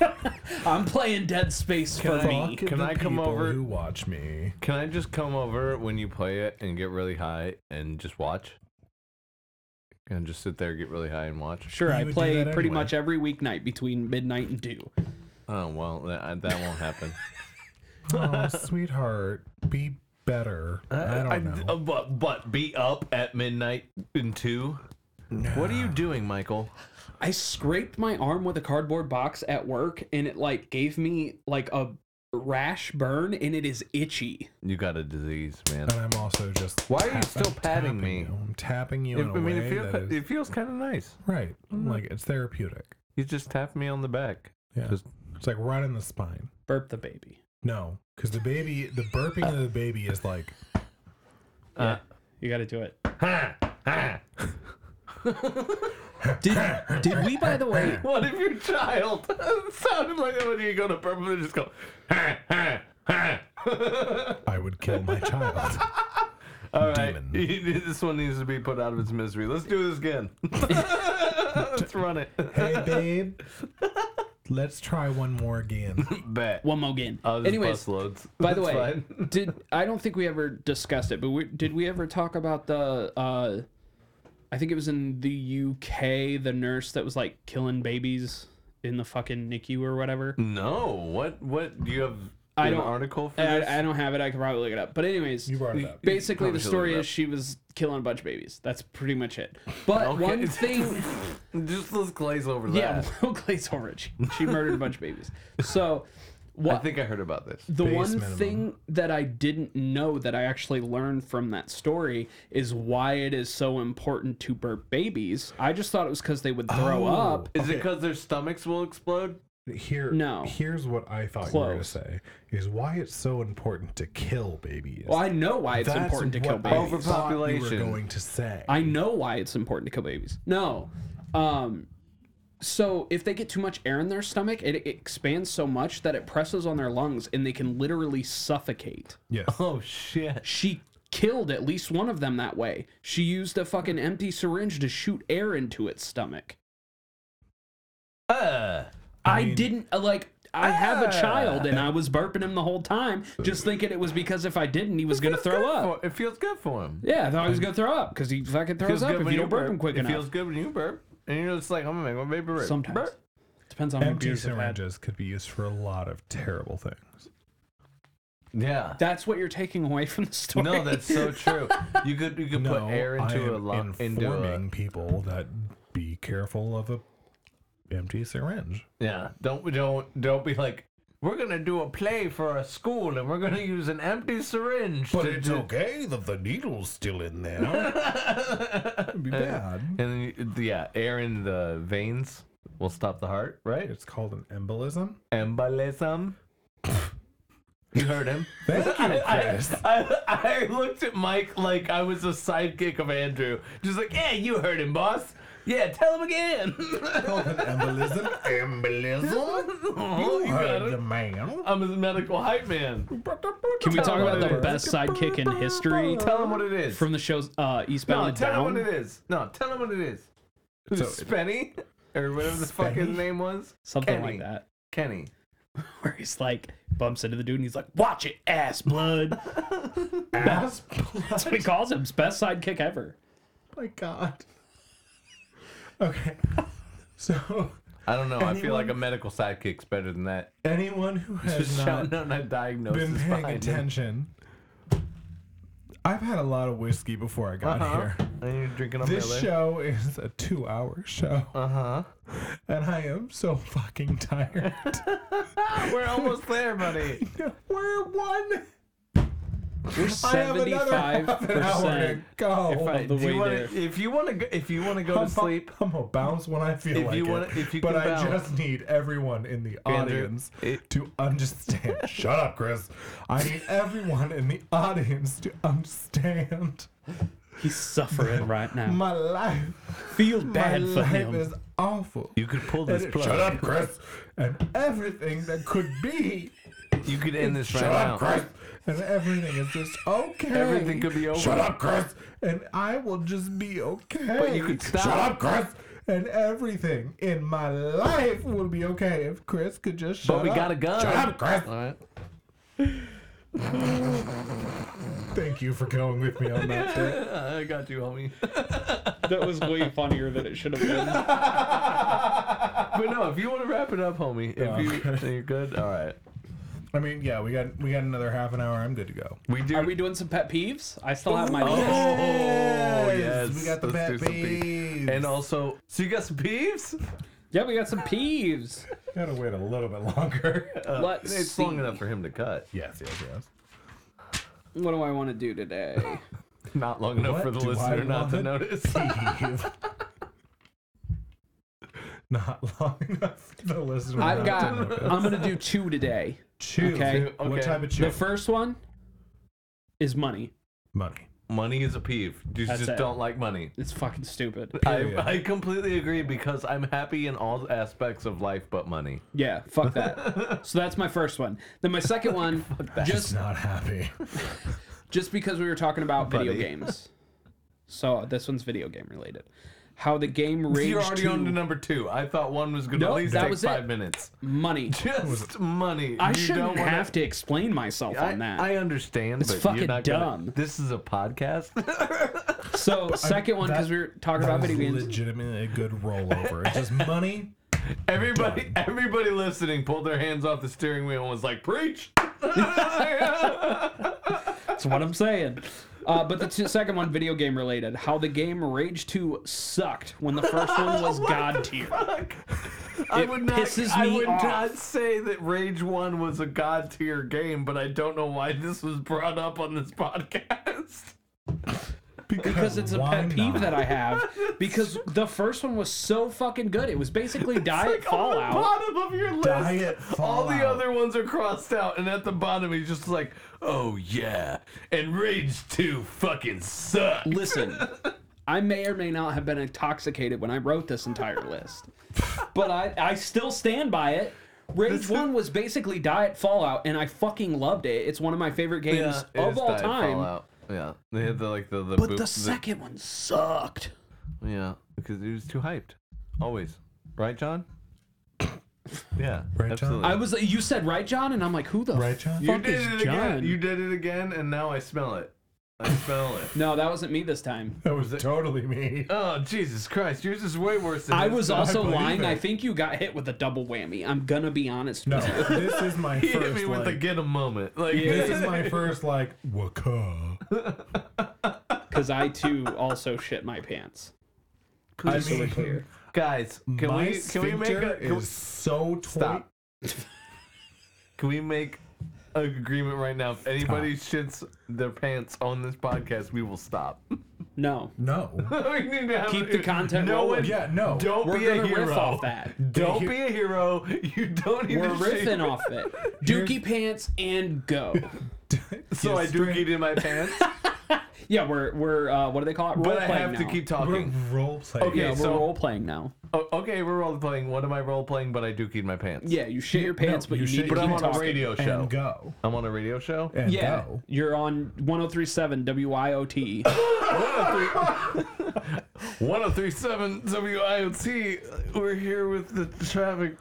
[SPEAKER 3] I'm playing Dead Space for me.
[SPEAKER 2] Fuck
[SPEAKER 1] Can
[SPEAKER 2] the
[SPEAKER 1] I come
[SPEAKER 2] people
[SPEAKER 1] over-
[SPEAKER 2] Who watch me?
[SPEAKER 1] Can I just come over when you play it and get really high and just watch? Can I just sit there, get really high, and watch?
[SPEAKER 3] Sure,
[SPEAKER 2] You
[SPEAKER 3] I
[SPEAKER 2] would do
[SPEAKER 3] play
[SPEAKER 2] that
[SPEAKER 3] pretty
[SPEAKER 2] anyway.
[SPEAKER 3] much every weeknight between midnight and two.
[SPEAKER 1] Oh well, that, that won't happen.
[SPEAKER 2] Oh, sweetheart, be better. I don't know.
[SPEAKER 1] uh, but but be up at midnight and two. What are you doing, Michael?
[SPEAKER 3] I scraped my arm with a cardboard box at work and it like gave me like a rash burn and it is itchy.
[SPEAKER 1] You got a disease, man.
[SPEAKER 2] and I'm also just.
[SPEAKER 1] Why are you
[SPEAKER 2] tap-
[SPEAKER 1] still
[SPEAKER 2] I'm
[SPEAKER 1] patting
[SPEAKER 2] tapping
[SPEAKER 1] me?
[SPEAKER 2] you. I'm tapping you
[SPEAKER 1] It-
[SPEAKER 2] in a
[SPEAKER 1] I mean,
[SPEAKER 2] way
[SPEAKER 1] it,
[SPEAKER 2] that
[SPEAKER 1] feel,
[SPEAKER 2] is
[SPEAKER 1] it feels kind of nice.
[SPEAKER 2] right.
[SPEAKER 1] Mm.
[SPEAKER 2] Like it's therapeutic.
[SPEAKER 1] You just tapped me on the back.
[SPEAKER 2] Yeah.
[SPEAKER 1] Just-
[SPEAKER 2] It's like right in the spine.
[SPEAKER 3] Burp the baby.
[SPEAKER 2] No, because the baby, the burping of the baby is like.
[SPEAKER 3] You got to do it.
[SPEAKER 6] Did did we by the way?
[SPEAKER 1] What if your child sounded like that when you go to purple and just go, "Huh, huh, huh."
[SPEAKER 2] I would kill my child.
[SPEAKER 1] All right,
[SPEAKER 2] Demon.
[SPEAKER 1] this one needs to be put out of its misery. Let's do this again. Let's run it.
[SPEAKER 2] hey, babe. Let's try one more again.
[SPEAKER 1] Bet.
[SPEAKER 6] One more again.
[SPEAKER 1] I'll just
[SPEAKER 6] Anyways,
[SPEAKER 1] bust loads.
[SPEAKER 6] By the
[SPEAKER 1] That's
[SPEAKER 6] way,
[SPEAKER 1] fine.
[SPEAKER 6] did I don't think we ever discussed it, but we, did we ever talk about the? Uh, I think it was in the UK, the nurse that was like killing babies in the fucking NICU or whatever.
[SPEAKER 2] Mm.
[SPEAKER 1] no. What? What? Do you have
[SPEAKER 6] I
[SPEAKER 1] an
[SPEAKER 6] don't-
[SPEAKER 1] article for this?
[SPEAKER 6] I, I don't have it. I could probably look it up. But anyways,
[SPEAKER 2] You brought it up.
[SPEAKER 6] basically
[SPEAKER 1] Probably
[SPEAKER 6] the
[SPEAKER 1] should look
[SPEAKER 6] story
[SPEAKER 1] it up.
[SPEAKER 6] is she was killing a bunch of babies. That's pretty much it. But
[SPEAKER 1] Okay.
[SPEAKER 6] one thing,
[SPEAKER 1] Just let's glaze over that.
[SPEAKER 6] yeah, we'll glaze over it. She, she murdered a bunch of babies. So
[SPEAKER 1] I
[SPEAKER 6] what?
[SPEAKER 1] think I heard about this.
[SPEAKER 6] the
[SPEAKER 2] Base
[SPEAKER 6] one
[SPEAKER 2] minimum.
[SPEAKER 6] thing that I didn't know that I actually learned from that story is why it is so important to burp babies. I just thought it was because they would throw
[SPEAKER 2] Oh.
[SPEAKER 6] up.
[SPEAKER 1] Is it
[SPEAKER 2] Okay.
[SPEAKER 1] because their stomachs will explode?
[SPEAKER 2] Here,
[SPEAKER 6] No.
[SPEAKER 2] Here's what I thought you were going to
[SPEAKER 6] Close.
[SPEAKER 2] say: is why it's so important to kill babies.
[SPEAKER 6] Well, I know why it's
[SPEAKER 2] That's
[SPEAKER 6] important to kill
[SPEAKER 2] what I
[SPEAKER 6] babies.
[SPEAKER 1] Over-
[SPEAKER 2] thought You
[SPEAKER 1] Overpopulation.
[SPEAKER 2] were going to say.
[SPEAKER 6] I know why it's important to kill babies. No. Um so if they get too much air in their stomach, it, it expands so much that it presses on their lungs and they can literally suffocate.
[SPEAKER 2] yes.
[SPEAKER 1] Oh shit!
[SPEAKER 6] She killed at least one of them that way. She used a fucking empty syringe to shoot air into its stomach.
[SPEAKER 1] Uh,
[SPEAKER 6] I,
[SPEAKER 2] mean-
[SPEAKER 6] didn't uh, like. I have a
[SPEAKER 1] Ah.
[SPEAKER 6] child, and I was burping him the whole time, just thinking it was because if I didn't, he was gonna throw up.
[SPEAKER 1] it feels good for him.
[SPEAKER 6] Yeah, I thought he was gonna throw up because he fucking throws up if you don't burp, him quick
[SPEAKER 1] it
[SPEAKER 6] enough.
[SPEAKER 1] feels good when you burp, and you're just like, I'm gonna make my baby burp.
[SPEAKER 6] Sometimes
[SPEAKER 1] Burp.
[SPEAKER 6] depends on what
[SPEAKER 2] Empty
[SPEAKER 6] beers I've had.
[SPEAKER 2] syringes could be used for a lot of terrible things.
[SPEAKER 1] Yeah.
[SPEAKER 6] That's what you're taking away from the story.
[SPEAKER 1] No, that's so true. You could you could
[SPEAKER 2] No,
[SPEAKER 1] put air
[SPEAKER 2] I
[SPEAKER 1] into
[SPEAKER 2] am
[SPEAKER 1] a lot into
[SPEAKER 2] informing
[SPEAKER 1] a
[SPEAKER 2] people that be careful of a empty syringe.
[SPEAKER 1] yeah. Don't don't don't be like we're gonna do a play for a school and we're gonna use an empty syringe. to do-"
[SPEAKER 2] okay that the needle's still in there. It'd be bad.
[SPEAKER 1] And then you- yeah, air in the veins will stop the heart, right?
[SPEAKER 2] It's called an embolism.
[SPEAKER 1] Embolism. you heard him.
[SPEAKER 2] Thank you, Chris.
[SPEAKER 1] I, I looked at Mike like I was a sidekick of Andrew. Just like, yeah, you heard him, boss. Yeah, tell him again.
[SPEAKER 2] called an embolism. Embolism.
[SPEAKER 1] Oh, you got it.
[SPEAKER 2] man.
[SPEAKER 1] I'm his medical hype man.
[SPEAKER 6] Can we talk
[SPEAKER 1] Tell
[SPEAKER 6] about
[SPEAKER 1] him what
[SPEAKER 6] the
[SPEAKER 1] it
[SPEAKER 6] best sidekick in history
[SPEAKER 1] Tell him what it is.
[SPEAKER 6] from the show's uh, Eastbound
[SPEAKER 1] no,
[SPEAKER 6] and
[SPEAKER 1] tell him
[SPEAKER 6] Down?
[SPEAKER 1] what it is. No, tell him what it is.
[SPEAKER 2] So-
[SPEAKER 1] Spenny or whatever the fuck his
[SPEAKER 2] Spenny?
[SPEAKER 1] name was.
[SPEAKER 6] Something
[SPEAKER 1] Kenny.
[SPEAKER 6] like that.
[SPEAKER 1] Kenny.
[SPEAKER 6] where he's like bumps into the dude and he's like, "Watch it, ass blood." ass blood. That's what he calls him. Best sidekick ever.
[SPEAKER 2] Oh My God. Okay. So,
[SPEAKER 1] I don't know. I feel like a
[SPEAKER 2] Anyone-
[SPEAKER 1] medical sidekick's better than that.
[SPEAKER 2] anyone who has
[SPEAKER 1] Just
[SPEAKER 2] not
[SPEAKER 1] shouting out that diagnosis
[SPEAKER 2] been paying
[SPEAKER 1] behind him.
[SPEAKER 2] attention, I've had a lot of whiskey before I got
[SPEAKER 1] Uh-huh.
[SPEAKER 2] here.
[SPEAKER 1] And you're drinking a
[SPEAKER 2] This
[SPEAKER 1] Miller.
[SPEAKER 2] show is a two hour show,
[SPEAKER 1] Uh-huh.
[SPEAKER 2] and I am so fucking tired.
[SPEAKER 1] We're almost there, buddy.
[SPEAKER 2] We're one.
[SPEAKER 6] We're
[SPEAKER 2] I have another
[SPEAKER 6] seventy-five
[SPEAKER 2] half an hour to
[SPEAKER 6] percent.
[SPEAKER 2] go.
[SPEAKER 6] If I-
[SPEAKER 1] Hey, do
[SPEAKER 6] way
[SPEAKER 1] you wanna,
[SPEAKER 6] there.
[SPEAKER 1] if you want to, if you want to go to
[SPEAKER 2] I'm a-
[SPEAKER 1] sleep,
[SPEAKER 2] I'm gonna bounce when I feel
[SPEAKER 1] If
[SPEAKER 2] like
[SPEAKER 1] you
[SPEAKER 2] it.
[SPEAKER 1] wanna- if you
[SPEAKER 2] but
[SPEAKER 1] can
[SPEAKER 2] I
[SPEAKER 1] bounce.
[SPEAKER 2] just need everyone in the
[SPEAKER 1] Andrew,
[SPEAKER 2] audience
[SPEAKER 1] it-
[SPEAKER 2] to understand. Shut up, Chris. I need everyone in the audience to understand.
[SPEAKER 6] He's suffering right now.
[SPEAKER 2] My life,
[SPEAKER 6] Feel
[SPEAKER 2] my
[SPEAKER 6] bad for
[SPEAKER 2] life
[SPEAKER 6] him.
[SPEAKER 2] is awful.
[SPEAKER 1] you could pull
[SPEAKER 2] And
[SPEAKER 1] this
[SPEAKER 2] it-
[SPEAKER 1] plug.
[SPEAKER 2] Shut up, Chris. And everything that could be.
[SPEAKER 1] You could end this right
[SPEAKER 2] Shut
[SPEAKER 1] now.
[SPEAKER 2] up, Chris. And everything is just okay.
[SPEAKER 1] Everything could be over.
[SPEAKER 2] Shut up, Chris. And I will just be okay.
[SPEAKER 1] But you could stop.
[SPEAKER 2] Shut up, Chris. And everything in my life would be okay if Chris could just shut
[SPEAKER 1] But we
[SPEAKER 2] up.
[SPEAKER 1] got a gun.
[SPEAKER 2] Shut up, Chris.
[SPEAKER 1] All right.
[SPEAKER 2] Thank you for going with me on that. Bit.
[SPEAKER 1] I got you, homie.
[SPEAKER 6] That was way funnier than it should have been.
[SPEAKER 1] but no, if you want to wrap it up, homie, if
[SPEAKER 2] Yeah.
[SPEAKER 1] you then you're good, all right.
[SPEAKER 2] I mean, yeah, we got we got another half an hour. I'm good to go.
[SPEAKER 1] We do.
[SPEAKER 6] Are we doing some pet peeves? I still have my.
[SPEAKER 1] Oh,
[SPEAKER 6] list.
[SPEAKER 1] yes.
[SPEAKER 2] we got the
[SPEAKER 1] Let's do
[SPEAKER 2] bat
[SPEAKER 1] some peeves. And also, so you got some peeves?
[SPEAKER 6] Yeah, we got some peeves.
[SPEAKER 2] Gotta wait a little bit longer.
[SPEAKER 6] Let's
[SPEAKER 1] Uh, It's
[SPEAKER 6] see.
[SPEAKER 1] long enough for him to cut.
[SPEAKER 2] yes, yes, yes.
[SPEAKER 6] What do I want to do today?
[SPEAKER 1] Not long enough
[SPEAKER 2] What
[SPEAKER 1] for the
[SPEAKER 2] do I
[SPEAKER 1] listener not to
[SPEAKER 2] want?
[SPEAKER 1] notice.
[SPEAKER 2] Peeve. Not long enough for the listener.
[SPEAKER 6] I've
[SPEAKER 2] not
[SPEAKER 6] got.
[SPEAKER 2] to notice.
[SPEAKER 6] I'm gonna do two today.
[SPEAKER 2] Chew.
[SPEAKER 6] Okay.
[SPEAKER 2] What
[SPEAKER 1] Okay.
[SPEAKER 2] type of chew?
[SPEAKER 6] The first one is money.
[SPEAKER 2] Money.
[SPEAKER 1] money is a peeve. You
[SPEAKER 6] That's
[SPEAKER 1] just
[SPEAKER 6] it.
[SPEAKER 1] don't like money.
[SPEAKER 6] It's fucking stupid.
[SPEAKER 1] I,
[SPEAKER 2] Period.
[SPEAKER 1] I completely agree because I'm happy in all aspects of life but money.
[SPEAKER 6] Yeah, fuck that. so that's my first one. Then my second one, just
[SPEAKER 2] Not happy.
[SPEAKER 6] just because we were talking about
[SPEAKER 1] Buddy.
[SPEAKER 6] video games. So uh, this one's video game related. How the game Rage
[SPEAKER 1] You're already
[SPEAKER 6] 2
[SPEAKER 1] on to number two. I thought one was going to
[SPEAKER 6] Nope,
[SPEAKER 1] at least
[SPEAKER 6] that
[SPEAKER 1] take
[SPEAKER 6] was
[SPEAKER 1] five
[SPEAKER 6] it.
[SPEAKER 1] minutes.
[SPEAKER 6] money.
[SPEAKER 1] Just money.
[SPEAKER 6] I
[SPEAKER 1] You
[SPEAKER 6] shouldn't
[SPEAKER 1] don't wanna-
[SPEAKER 6] have to explain myself
[SPEAKER 1] I,
[SPEAKER 6] on that.
[SPEAKER 1] I understand,
[SPEAKER 6] It's
[SPEAKER 1] but you're
[SPEAKER 6] fucking
[SPEAKER 1] not gonna-
[SPEAKER 6] dumb.
[SPEAKER 1] this is a podcast.
[SPEAKER 6] so second one because we were talking about
[SPEAKER 2] That was
[SPEAKER 6] video games.
[SPEAKER 2] Legitimately a good rollover. It's just money.
[SPEAKER 1] everybody, everybody listening pulled their hands off the steering wheel and was like, "Preach!"
[SPEAKER 6] That's what I'm saying. Uh, but the two, second one, video game related. How the game Rage 2 sucked when the first one was god tier.
[SPEAKER 1] I
[SPEAKER 6] It
[SPEAKER 1] would not.
[SPEAKER 6] pisses
[SPEAKER 1] I
[SPEAKER 6] me
[SPEAKER 1] would
[SPEAKER 6] off.
[SPEAKER 1] not say that Rage One was a god tier game, but I don't know why this was brought up on this podcast.
[SPEAKER 6] because it's a
[SPEAKER 2] why
[SPEAKER 6] pet peeve
[SPEAKER 2] not?
[SPEAKER 6] that I have. Because the first one was so fucking good. It was basically Diet
[SPEAKER 1] Like oh on the
[SPEAKER 6] Fallout.
[SPEAKER 1] bottom of your list,
[SPEAKER 2] Diet
[SPEAKER 1] all
[SPEAKER 2] Fallout.
[SPEAKER 1] the other ones are crossed out, and at the bottom he's just like, "Oh yeah," and Rage Two fucking sucks.
[SPEAKER 6] Listen, I may or may not have been intoxicated when I wrote this entire list, but I, I still stand by it. Rage 1 was basically Diet Fallout, and I fucking loved it. It's one of my favorite games
[SPEAKER 1] it
[SPEAKER 6] of
[SPEAKER 1] is
[SPEAKER 6] all
[SPEAKER 1] Diet
[SPEAKER 6] time.
[SPEAKER 1] Fallout. Yeah, they had the like the the.
[SPEAKER 6] But
[SPEAKER 1] boop-
[SPEAKER 6] the second one sucked.
[SPEAKER 1] yeah, because it was too hyped, always. Right, John? Yeah,
[SPEAKER 2] Right, John?
[SPEAKER 1] absolutely.
[SPEAKER 6] I was you said right, John, and I'm like, who the
[SPEAKER 2] Right, John?
[SPEAKER 1] You
[SPEAKER 6] fuck
[SPEAKER 1] did
[SPEAKER 6] is
[SPEAKER 1] it
[SPEAKER 6] John?
[SPEAKER 1] again. You did it again, and now I smell it. I smell it.
[SPEAKER 6] No, that wasn't me this time.
[SPEAKER 2] That was totally me.
[SPEAKER 1] Oh Jesus Christ! Yours is way worse. Than
[SPEAKER 6] I
[SPEAKER 1] his.
[SPEAKER 6] was
[SPEAKER 2] I
[SPEAKER 6] also
[SPEAKER 2] believe
[SPEAKER 6] lying.
[SPEAKER 2] it.
[SPEAKER 6] I think you got hit with a double whammy. I'm gonna be honest.
[SPEAKER 2] No,
[SPEAKER 6] with you.
[SPEAKER 2] this is my
[SPEAKER 1] He
[SPEAKER 2] first.
[SPEAKER 1] hit me with the
[SPEAKER 2] like,
[SPEAKER 1] get 'em moment. Like
[SPEAKER 2] this is my first like waka.
[SPEAKER 6] because I too also shit my pants.
[SPEAKER 2] I
[SPEAKER 1] Please.
[SPEAKER 2] mean,
[SPEAKER 1] guys, can
[SPEAKER 2] my
[SPEAKER 1] we can we make a
[SPEAKER 2] sphincter
[SPEAKER 1] can, we-
[SPEAKER 2] is so toy-
[SPEAKER 1] stop? can we make an agreement right now? If anybody shits their pants on this podcast, we will stop.
[SPEAKER 6] No,
[SPEAKER 2] No.
[SPEAKER 1] we need to have
[SPEAKER 6] Keep the content
[SPEAKER 1] No
[SPEAKER 6] rolling.
[SPEAKER 1] one-
[SPEAKER 2] Yeah, no.
[SPEAKER 1] Don't
[SPEAKER 6] we're
[SPEAKER 1] be a
[SPEAKER 6] gonna
[SPEAKER 1] hero.
[SPEAKER 6] riff off that.
[SPEAKER 1] Don't be a hero. You don't need
[SPEAKER 6] We're
[SPEAKER 1] to shit
[SPEAKER 6] riffing off it. Dookie pants and go.
[SPEAKER 1] So I do get in my pants,
[SPEAKER 6] Yeah, we're we're uh, what do they call it? Role
[SPEAKER 1] but I
[SPEAKER 6] playing
[SPEAKER 1] have
[SPEAKER 6] now.
[SPEAKER 1] to keep
[SPEAKER 2] We're
[SPEAKER 1] talking.
[SPEAKER 2] role playing.
[SPEAKER 1] Okay.
[SPEAKER 6] Yeah, we're
[SPEAKER 1] so-
[SPEAKER 6] role playing now.
[SPEAKER 1] Oh, okay, we're role playing. What am I role playing? But I do keep my pants.
[SPEAKER 6] Yeah, you shit your pants, but
[SPEAKER 2] you
[SPEAKER 6] you,
[SPEAKER 2] shit
[SPEAKER 6] need to
[SPEAKER 1] but
[SPEAKER 2] your
[SPEAKER 1] I'm
[SPEAKER 6] keep
[SPEAKER 1] on a
[SPEAKER 6] talking.
[SPEAKER 1] radio show.
[SPEAKER 2] And go.
[SPEAKER 1] I'm on a radio show.
[SPEAKER 2] And
[SPEAKER 6] Yeah,
[SPEAKER 2] go.
[SPEAKER 6] you're on 1037 WIOT.
[SPEAKER 1] 1037 WIOT. We're here with the traffic.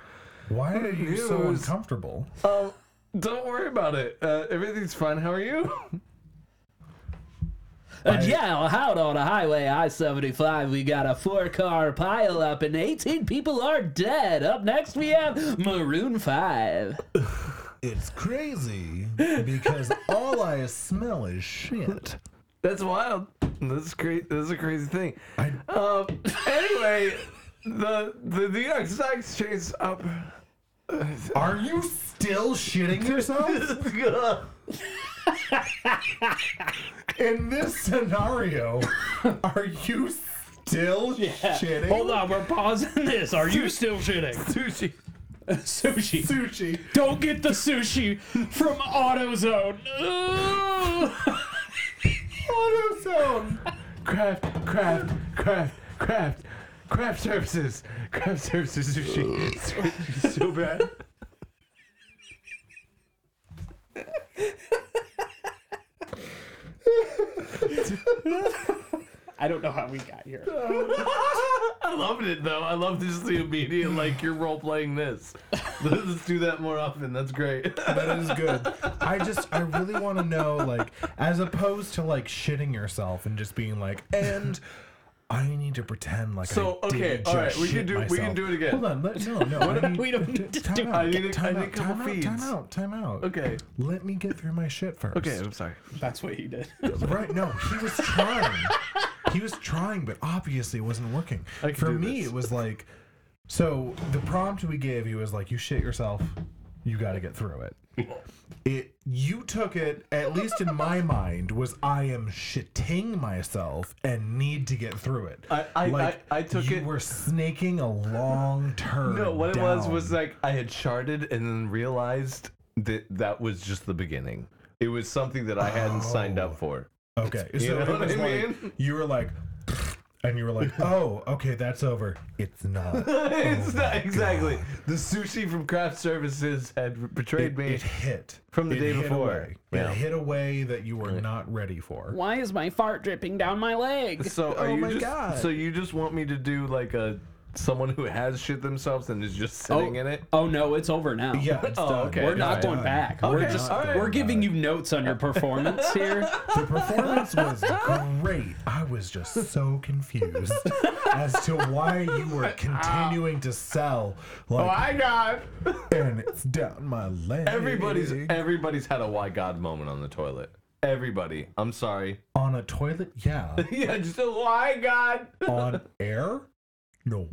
[SPEAKER 2] Why are you so
[SPEAKER 1] News.
[SPEAKER 2] uncomfortable?
[SPEAKER 1] Um, don't worry about it. Uh, everything's fine. How are you?
[SPEAKER 6] Uh, yeah, out on a highway I 75, we got a four car pileup and 18 people are dead. Up next, we have Maroon 5.
[SPEAKER 2] It's crazy because all I smell is shit.
[SPEAKER 1] That's wild. That's great. That's a crazy thing.
[SPEAKER 2] I,
[SPEAKER 1] Um, anyway, the the New York Stock Exchange up.
[SPEAKER 2] are you still shitting yourself? In this scenario, are you still shitting?
[SPEAKER 6] Hold on, we're pausing this. Are you still shitting?
[SPEAKER 1] Sushi.
[SPEAKER 6] Sushi.
[SPEAKER 2] Sushi.
[SPEAKER 6] Don't get the sushi from AutoZone. Ugh.
[SPEAKER 2] AutoZone.
[SPEAKER 1] Craft, craft, craft, craft, craft services. Craft services sushi. so bad.
[SPEAKER 6] I don't know how we got here.
[SPEAKER 1] I loved it though. I loved just the immediate like you're role playing this. Let's do that more often. That's great.
[SPEAKER 2] That is good. I just, I really want to know, like, as opposed to like shitting yourself and just being like, and I need to pretend like.
[SPEAKER 1] So,
[SPEAKER 2] I
[SPEAKER 1] okay,
[SPEAKER 2] did
[SPEAKER 1] all
[SPEAKER 2] just
[SPEAKER 1] right, we can
[SPEAKER 2] shit
[SPEAKER 1] do- we can
[SPEAKER 2] myself.
[SPEAKER 1] do it again.
[SPEAKER 2] Hold on, let, no, no, I need,
[SPEAKER 6] We don't need to
[SPEAKER 2] time
[SPEAKER 6] do
[SPEAKER 2] out,
[SPEAKER 1] I need a-
[SPEAKER 2] time
[SPEAKER 1] I
[SPEAKER 2] out,
[SPEAKER 1] need a couple
[SPEAKER 2] time out, time
[SPEAKER 1] feeds.
[SPEAKER 2] out, time out.
[SPEAKER 1] Okay.
[SPEAKER 2] let me get through my shit first.
[SPEAKER 1] Okay, I'm sorry.
[SPEAKER 6] That's what you did.
[SPEAKER 2] Right? No, he was trying. he was trying, but obviously it wasn't working.
[SPEAKER 1] I can
[SPEAKER 2] For
[SPEAKER 1] do
[SPEAKER 2] me,
[SPEAKER 1] this.
[SPEAKER 2] it was like, so the prompt we gave you is like, you shit yourself, you got to get through it. It you took it at least in my mind was I am shitting myself and need to get through it.
[SPEAKER 1] I- I- I- I took
[SPEAKER 2] you
[SPEAKER 1] it-
[SPEAKER 2] were snaking a long turn.
[SPEAKER 1] No, what it was was
[SPEAKER 2] down.
[SPEAKER 1] like I had charted and then
[SPEAKER 2] Oh.
[SPEAKER 1] realized that that was just the beginning. It was something that I hadn't signed up for.
[SPEAKER 2] Okay.
[SPEAKER 1] know
[SPEAKER 2] So it
[SPEAKER 1] what I
[SPEAKER 2] was like-
[SPEAKER 1] mean?
[SPEAKER 2] you were like, and you were like, oh, okay, that's over. It's not.
[SPEAKER 1] it's not exactly the sushi from craft services had betrayed
[SPEAKER 2] It,
[SPEAKER 1] me.
[SPEAKER 2] it hit
[SPEAKER 1] From the
[SPEAKER 2] It
[SPEAKER 1] day
[SPEAKER 2] hit
[SPEAKER 1] before.
[SPEAKER 2] away.
[SPEAKER 1] Yeah.
[SPEAKER 2] It hit a way that you were not ready for.
[SPEAKER 3] Why is my fart dripping down my leg?
[SPEAKER 1] so are
[SPEAKER 2] Oh
[SPEAKER 1] you
[SPEAKER 2] my
[SPEAKER 1] just
[SPEAKER 2] God.
[SPEAKER 1] so you just want me to do like a someone who has shit themselves and is just
[SPEAKER 3] Oh,
[SPEAKER 1] sitting in it?
[SPEAKER 3] oh no, it's over now.
[SPEAKER 2] Yeah. It's
[SPEAKER 1] Oh,
[SPEAKER 2] done.
[SPEAKER 1] okay.
[SPEAKER 3] We're
[SPEAKER 1] it's
[SPEAKER 3] not going
[SPEAKER 2] done.
[SPEAKER 3] back.
[SPEAKER 1] Okay,
[SPEAKER 3] we're just
[SPEAKER 1] all right.
[SPEAKER 3] we're giving you notes on your performance here.
[SPEAKER 2] The performance was great. I was just so confused as to why you
[SPEAKER 1] Ah.
[SPEAKER 2] were continuing to sell
[SPEAKER 1] Oh,
[SPEAKER 2] like,
[SPEAKER 1] God!
[SPEAKER 2] and it's down my leg.
[SPEAKER 1] Everybody's e- everybody's had a why God moment on the toilet. Everybody, I'm sorry.
[SPEAKER 2] on a toilet. Yeah.
[SPEAKER 1] yeah, just a why God.
[SPEAKER 2] on air? No.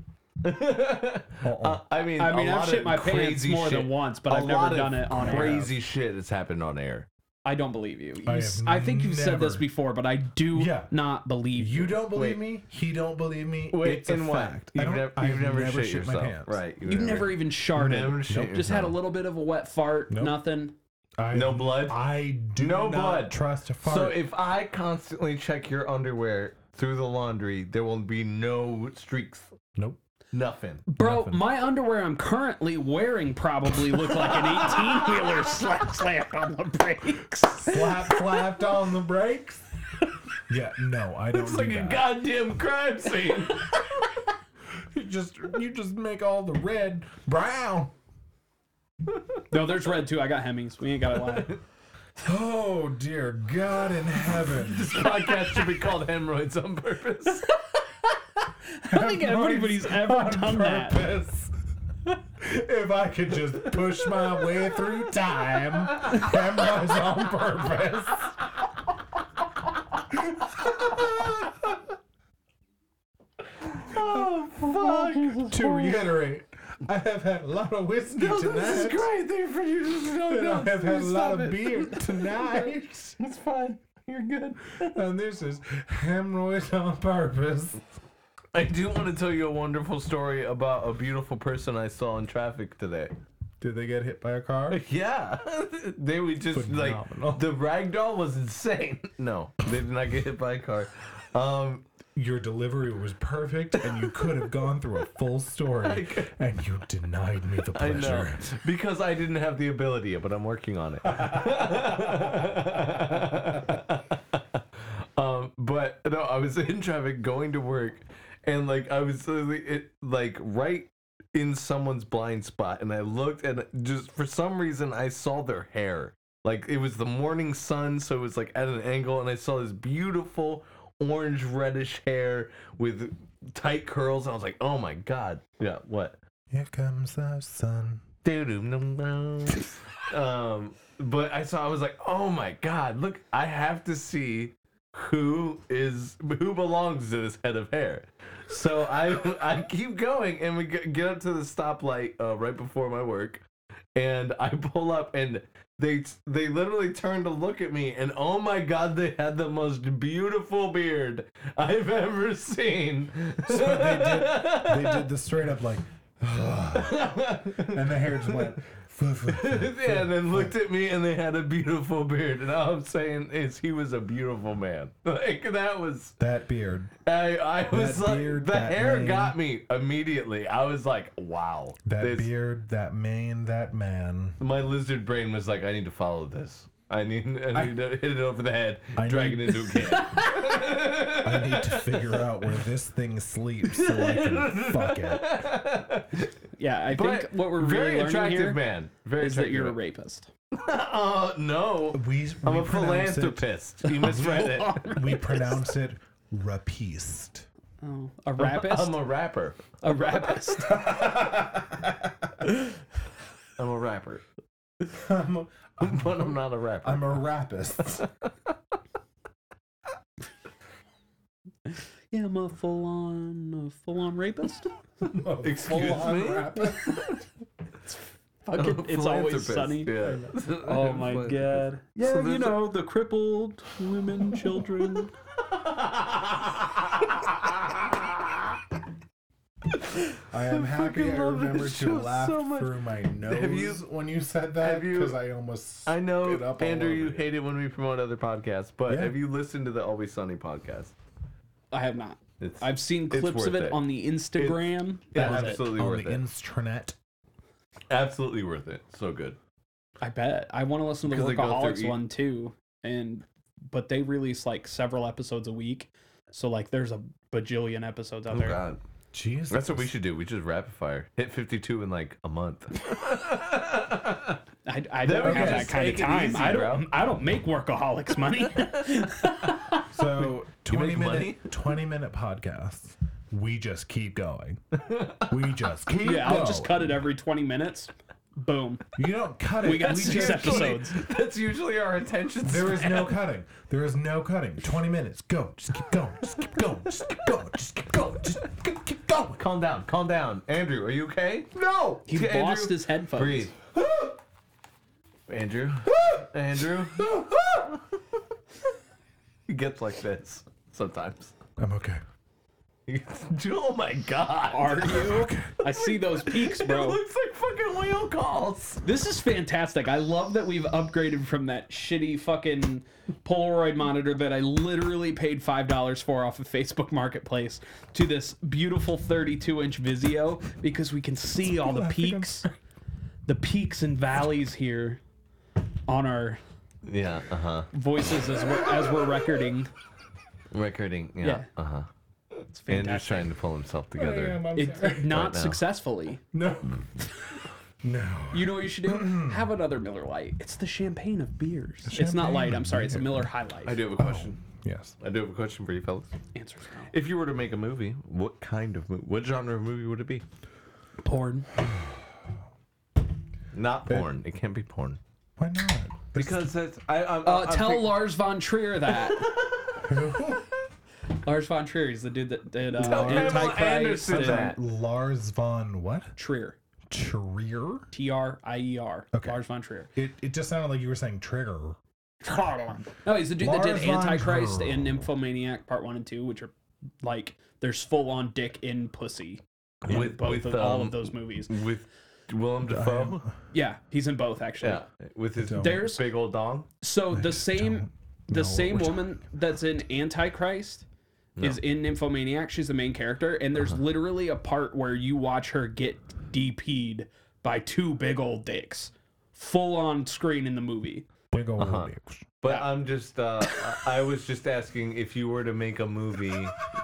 [SPEAKER 2] Uh-uh.
[SPEAKER 1] Uh, I mean,
[SPEAKER 3] I mean,
[SPEAKER 1] a
[SPEAKER 3] I've
[SPEAKER 1] lot
[SPEAKER 3] shit
[SPEAKER 1] of
[SPEAKER 3] my
[SPEAKER 1] crazy
[SPEAKER 3] pants more
[SPEAKER 1] shit.
[SPEAKER 3] than once, but
[SPEAKER 1] i
[SPEAKER 3] I've never done it on air.
[SPEAKER 1] crazy shit that's happened on air.
[SPEAKER 3] I don't believe you. You
[SPEAKER 2] I
[SPEAKER 3] s-
[SPEAKER 2] have
[SPEAKER 3] I, think you've said this
[SPEAKER 2] never-
[SPEAKER 3] before, but I do
[SPEAKER 2] Yeah.
[SPEAKER 3] not believe you.
[SPEAKER 2] you don't believe
[SPEAKER 1] Wait.
[SPEAKER 2] me. He don't believe me.
[SPEAKER 1] Wait,
[SPEAKER 2] it's a
[SPEAKER 1] in what?
[SPEAKER 2] fact. I
[SPEAKER 1] You've,
[SPEAKER 2] don't-
[SPEAKER 1] nev-
[SPEAKER 2] I've
[SPEAKER 1] you've never, shit,
[SPEAKER 2] shit
[SPEAKER 1] yourself,
[SPEAKER 2] my pants.
[SPEAKER 1] right?
[SPEAKER 3] You've never even sharted.
[SPEAKER 1] never shit
[SPEAKER 3] Just had a
[SPEAKER 1] yourself.
[SPEAKER 3] little bit of a wet fart.
[SPEAKER 2] Nope.
[SPEAKER 3] Nothing.
[SPEAKER 2] I,
[SPEAKER 1] No blood?
[SPEAKER 2] I do
[SPEAKER 1] No
[SPEAKER 2] not
[SPEAKER 1] blood.
[SPEAKER 2] trust a fart.
[SPEAKER 1] So if I constantly check your underwear through the laundry, there will be no streaks.
[SPEAKER 2] nope.
[SPEAKER 1] Nothing.
[SPEAKER 3] Bro, my underwear I'm currently wearing probably look like an 18 wheeler slap slap on the brakes.
[SPEAKER 2] Flap flapped on the brakes. Yeah, no, I don't
[SPEAKER 1] It's
[SPEAKER 2] do
[SPEAKER 1] like a
[SPEAKER 2] that.
[SPEAKER 1] goddamn crime scene.
[SPEAKER 2] You just you just make all the red brown.
[SPEAKER 3] No, there's red too. I got Hemmings. We ain't got to lie.
[SPEAKER 2] Oh dear God in heaven.
[SPEAKER 1] this podcast should be called Hemorrhoids on Purpose.
[SPEAKER 3] I don't think everybody's ever done that.
[SPEAKER 2] purpose. if I could just push my way through time, that was on purpose. oh fuck! to reiterate, I have had a lot of whiskey tonight.
[SPEAKER 1] great. Thank you for using
[SPEAKER 2] And I have had a lot of
[SPEAKER 1] it.
[SPEAKER 2] beer tonight,
[SPEAKER 1] It's fine. You're good.
[SPEAKER 2] and this is hemorrhoids on purpose.
[SPEAKER 1] I do want to tell you a wonderful story about a beautiful person I saw in traffic today.
[SPEAKER 2] Did they get hit by a car?
[SPEAKER 1] Yeah, they were just
[SPEAKER 2] Phenomenal.
[SPEAKER 1] like the ragdoll was insane. No, they did not get hit by a car. Um,
[SPEAKER 2] your delivery was perfect and you could have gone through a full story and you denied me the
[SPEAKER 1] I know
[SPEAKER 2] pleasure.
[SPEAKER 1] because I didn't have the ability, but I'm working on it. um, but no, I was in traffic going to work, and like I was literally it, like right in someone's blind spot, and I looked, and just for some reason I saw their hair. Like it was the morning sun, so it was like at an angle, and I saw this beautiful orange reddish hair with tight curls, and I was like, "Oh my god, yeah, what?"
[SPEAKER 2] Here comes the sun.
[SPEAKER 1] um, but I saw. I was like, "Oh my god! Look, I have to see who is who belongs to this head of hair." So I I keep going, and we get get up to the stoplight uh, right before my work, and I pull up, and they they literally turn to look at me, and oh my god, they had the most beautiful beard I've ever seen.
[SPEAKER 2] They did the straight up like, and the hair just went.
[SPEAKER 1] yeah, and then looked at me and they had a beautiful beard. And all I'm saying is he was a beautiful man. Like that was
[SPEAKER 2] that beard,
[SPEAKER 1] I I was
[SPEAKER 2] That
[SPEAKER 1] like
[SPEAKER 2] beard,
[SPEAKER 1] the
[SPEAKER 2] that
[SPEAKER 1] hair
[SPEAKER 2] mane.
[SPEAKER 1] got me immediately. I was like, wow.
[SPEAKER 2] that
[SPEAKER 1] This-
[SPEAKER 2] beard, that mane, that man.
[SPEAKER 1] My lizard brain was like, I need to follow this. I need I need to hit it over the head,
[SPEAKER 2] I
[SPEAKER 1] drag
[SPEAKER 2] need-
[SPEAKER 1] it into a can.
[SPEAKER 2] I need to figure out where this thing sleeps so I can fuck it.
[SPEAKER 3] Yeah, I
[SPEAKER 1] But
[SPEAKER 3] think what we're
[SPEAKER 1] very
[SPEAKER 3] really learning
[SPEAKER 1] attractive
[SPEAKER 3] here
[SPEAKER 1] man. Very
[SPEAKER 3] is that
[SPEAKER 1] attractive
[SPEAKER 3] you're a
[SPEAKER 1] man.
[SPEAKER 3] rapist.
[SPEAKER 1] Uh, no.
[SPEAKER 2] We,
[SPEAKER 1] I'm
[SPEAKER 2] we
[SPEAKER 1] a
[SPEAKER 2] pronounce it-
[SPEAKER 1] philanthropist. You misread it.
[SPEAKER 2] We pronounce it rapiste.
[SPEAKER 3] Oh, a rapist?
[SPEAKER 1] I'm a rapper.
[SPEAKER 3] a rapist.
[SPEAKER 1] I'm a rapper.
[SPEAKER 2] I'm a,
[SPEAKER 1] But I'm not a rapper.
[SPEAKER 2] I'm a rapist.
[SPEAKER 3] Yeah, I'm a full on, a full on rapist.
[SPEAKER 1] Excuse
[SPEAKER 2] full-on
[SPEAKER 1] me?
[SPEAKER 2] rapist.
[SPEAKER 3] Fucking, it's always
[SPEAKER 1] Philanthropist,
[SPEAKER 3] sunny.
[SPEAKER 1] Yeah.
[SPEAKER 3] Oh my god. Yeah,
[SPEAKER 1] there's
[SPEAKER 3] you know the crippled women, children.
[SPEAKER 2] I am happy
[SPEAKER 1] fucking
[SPEAKER 2] I
[SPEAKER 1] love this
[SPEAKER 2] remember
[SPEAKER 1] show
[SPEAKER 2] to laugh
[SPEAKER 1] so much.
[SPEAKER 2] through my nose
[SPEAKER 1] you-
[SPEAKER 2] when you said that
[SPEAKER 1] have you-
[SPEAKER 2] because I almost
[SPEAKER 1] I
[SPEAKER 2] spit
[SPEAKER 1] know,
[SPEAKER 2] up all
[SPEAKER 1] Andrew,
[SPEAKER 2] over
[SPEAKER 1] you hate it when we promote other podcasts, but
[SPEAKER 2] Yeah.
[SPEAKER 1] have you listened to the Always Sunny podcast?
[SPEAKER 6] I have not.
[SPEAKER 1] It's-
[SPEAKER 6] I've seen
[SPEAKER 1] it's
[SPEAKER 6] clips of
[SPEAKER 1] worth
[SPEAKER 6] it,
[SPEAKER 1] it.
[SPEAKER 6] on the Instagram. that was it.
[SPEAKER 1] absolutely
[SPEAKER 2] on
[SPEAKER 1] worth
[SPEAKER 2] the
[SPEAKER 1] it.
[SPEAKER 2] intranet.
[SPEAKER 1] absolutely worth it. So good.
[SPEAKER 6] I bet. I want to listen to the
[SPEAKER 1] Because they go through
[SPEAKER 6] Workaholics
[SPEAKER 1] each-
[SPEAKER 6] one too, and but they release like several episodes a week, so like there's a bajillion episodes out
[SPEAKER 1] Oh
[SPEAKER 6] there.
[SPEAKER 1] God,
[SPEAKER 2] Jesus,
[SPEAKER 1] that's what we should do. We just rapid fire hit fifty-two in like a month.
[SPEAKER 6] I, I
[SPEAKER 1] Then
[SPEAKER 6] don't
[SPEAKER 1] we can
[SPEAKER 6] have that
[SPEAKER 1] just
[SPEAKER 6] kind of
[SPEAKER 1] take it
[SPEAKER 6] time.
[SPEAKER 1] easy,
[SPEAKER 6] I
[SPEAKER 1] bro.
[SPEAKER 6] don't. I don't make Workaholics money.
[SPEAKER 2] So twenty
[SPEAKER 1] make
[SPEAKER 2] minute
[SPEAKER 1] money?
[SPEAKER 2] twenty minute podcasts. We just keep going. We just keep
[SPEAKER 6] yeah, I'll just
[SPEAKER 2] going.
[SPEAKER 6] cut it every twenty minutes. Boom.
[SPEAKER 2] You don't cut it.
[SPEAKER 6] We got six
[SPEAKER 2] just
[SPEAKER 6] episodes.
[SPEAKER 1] that's usually our attention.
[SPEAKER 2] There is no cutting. There is no cutting. Twenty minutes. Go. Just keep going. Just keep going. Just keep going. Just keep going. Just keep, keep going.
[SPEAKER 1] Calm down, calm down, Andrew. Are you okay? No.
[SPEAKER 6] He lost his headphones.
[SPEAKER 1] Breathe. Andrew. Andrew. he gets like this sometimes.
[SPEAKER 2] I'm okay.
[SPEAKER 1] He gets- oh my god.
[SPEAKER 6] Are you? I see those peaks,
[SPEAKER 1] It
[SPEAKER 6] bro.
[SPEAKER 1] looks like fucking wheel calls.
[SPEAKER 6] This is fantastic. I love that we've upgraded from that shitty fucking Polaroid monitor that I literally paid five dollars for off of Facebook Marketplace to this beautiful 32-inch Vizio because we can see all the
[SPEAKER 2] I think I'm
[SPEAKER 6] peaks, the peaks and valleys here on our
[SPEAKER 1] Yeah, uh huh.
[SPEAKER 6] voices as we're, as we're recording.
[SPEAKER 1] Recording. Yeah,
[SPEAKER 6] Yeah.
[SPEAKER 1] uh huh.
[SPEAKER 6] It's
[SPEAKER 1] Andrew's
[SPEAKER 6] fantastic.
[SPEAKER 1] trying to pull himself together.
[SPEAKER 6] It, not
[SPEAKER 1] now.
[SPEAKER 6] successfully.
[SPEAKER 2] No.
[SPEAKER 1] Mm-hmm.
[SPEAKER 2] No.
[SPEAKER 6] You know what you should do? Have another Miller Light. It's the champagne of beers. it's not
[SPEAKER 2] champagne
[SPEAKER 6] light.
[SPEAKER 2] of
[SPEAKER 6] I'm sorry. It's a
[SPEAKER 2] beer.
[SPEAKER 6] Miller High Life.
[SPEAKER 1] I do have a question.
[SPEAKER 2] Yes.
[SPEAKER 1] I do have a question for you, fellas.
[SPEAKER 6] Answers no.
[SPEAKER 1] If you were to make a movie, what kind of movie? What genre of movie would it be?
[SPEAKER 6] Porn.
[SPEAKER 1] Not porn. It can't be porn.
[SPEAKER 2] Why not?
[SPEAKER 1] Because that's I. I,
[SPEAKER 6] Uh, tell Lars von Trier that. Lars von Trier is the dude that did uh,
[SPEAKER 1] Pamela
[SPEAKER 6] Antichrist
[SPEAKER 1] Anderson
[SPEAKER 6] and
[SPEAKER 1] that.
[SPEAKER 2] Lars von what?
[SPEAKER 6] Trier.
[SPEAKER 2] Trier.
[SPEAKER 6] T R I E R.
[SPEAKER 2] Okay.
[SPEAKER 6] Lars von Trier.
[SPEAKER 2] It, it just sounded like you were saying trigger.
[SPEAKER 6] No, he's the dude that
[SPEAKER 2] Lars
[SPEAKER 6] did
[SPEAKER 2] von
[SPEAKER 6] Antichrist
[SPEAKER 2] Trier.
[SPEAKER 6] and Nymphomaniac Part One and Two, which are like there's full on dick in pussy in
[SPEAKER 1] With-
[SPEAKER 6] both
[SPEAKER 1] with,
[SPEAKER 6] of all
[SPEAKER 1] um,
[SPEAKER 6] of those movies.
[SPEAKER 1] with Willem Dafoe.
[SPEAKER 6] Yeah, he's in both actually.
[SPEAKER 1] Yeah, with his
[SPEAKER 6] There's
[SPEAKER 1] big old dong.
[SPEAKER 6] So the same the
[SPEAKER 2] know
[SPEAKER 6] same
[SPEAKER 2] which
[SPEAKER 6] woman that's in Antichrist is in Nymphomaniac. She's the main character, and there's literally a part where you watch her get DP'd by two big old dicks, full on screen in the movie.
[SPEAKER 2] Big old
[SPEAKER 1] Uh-huh. But I'm just. Uh, I I was just asking if you were to make a movie,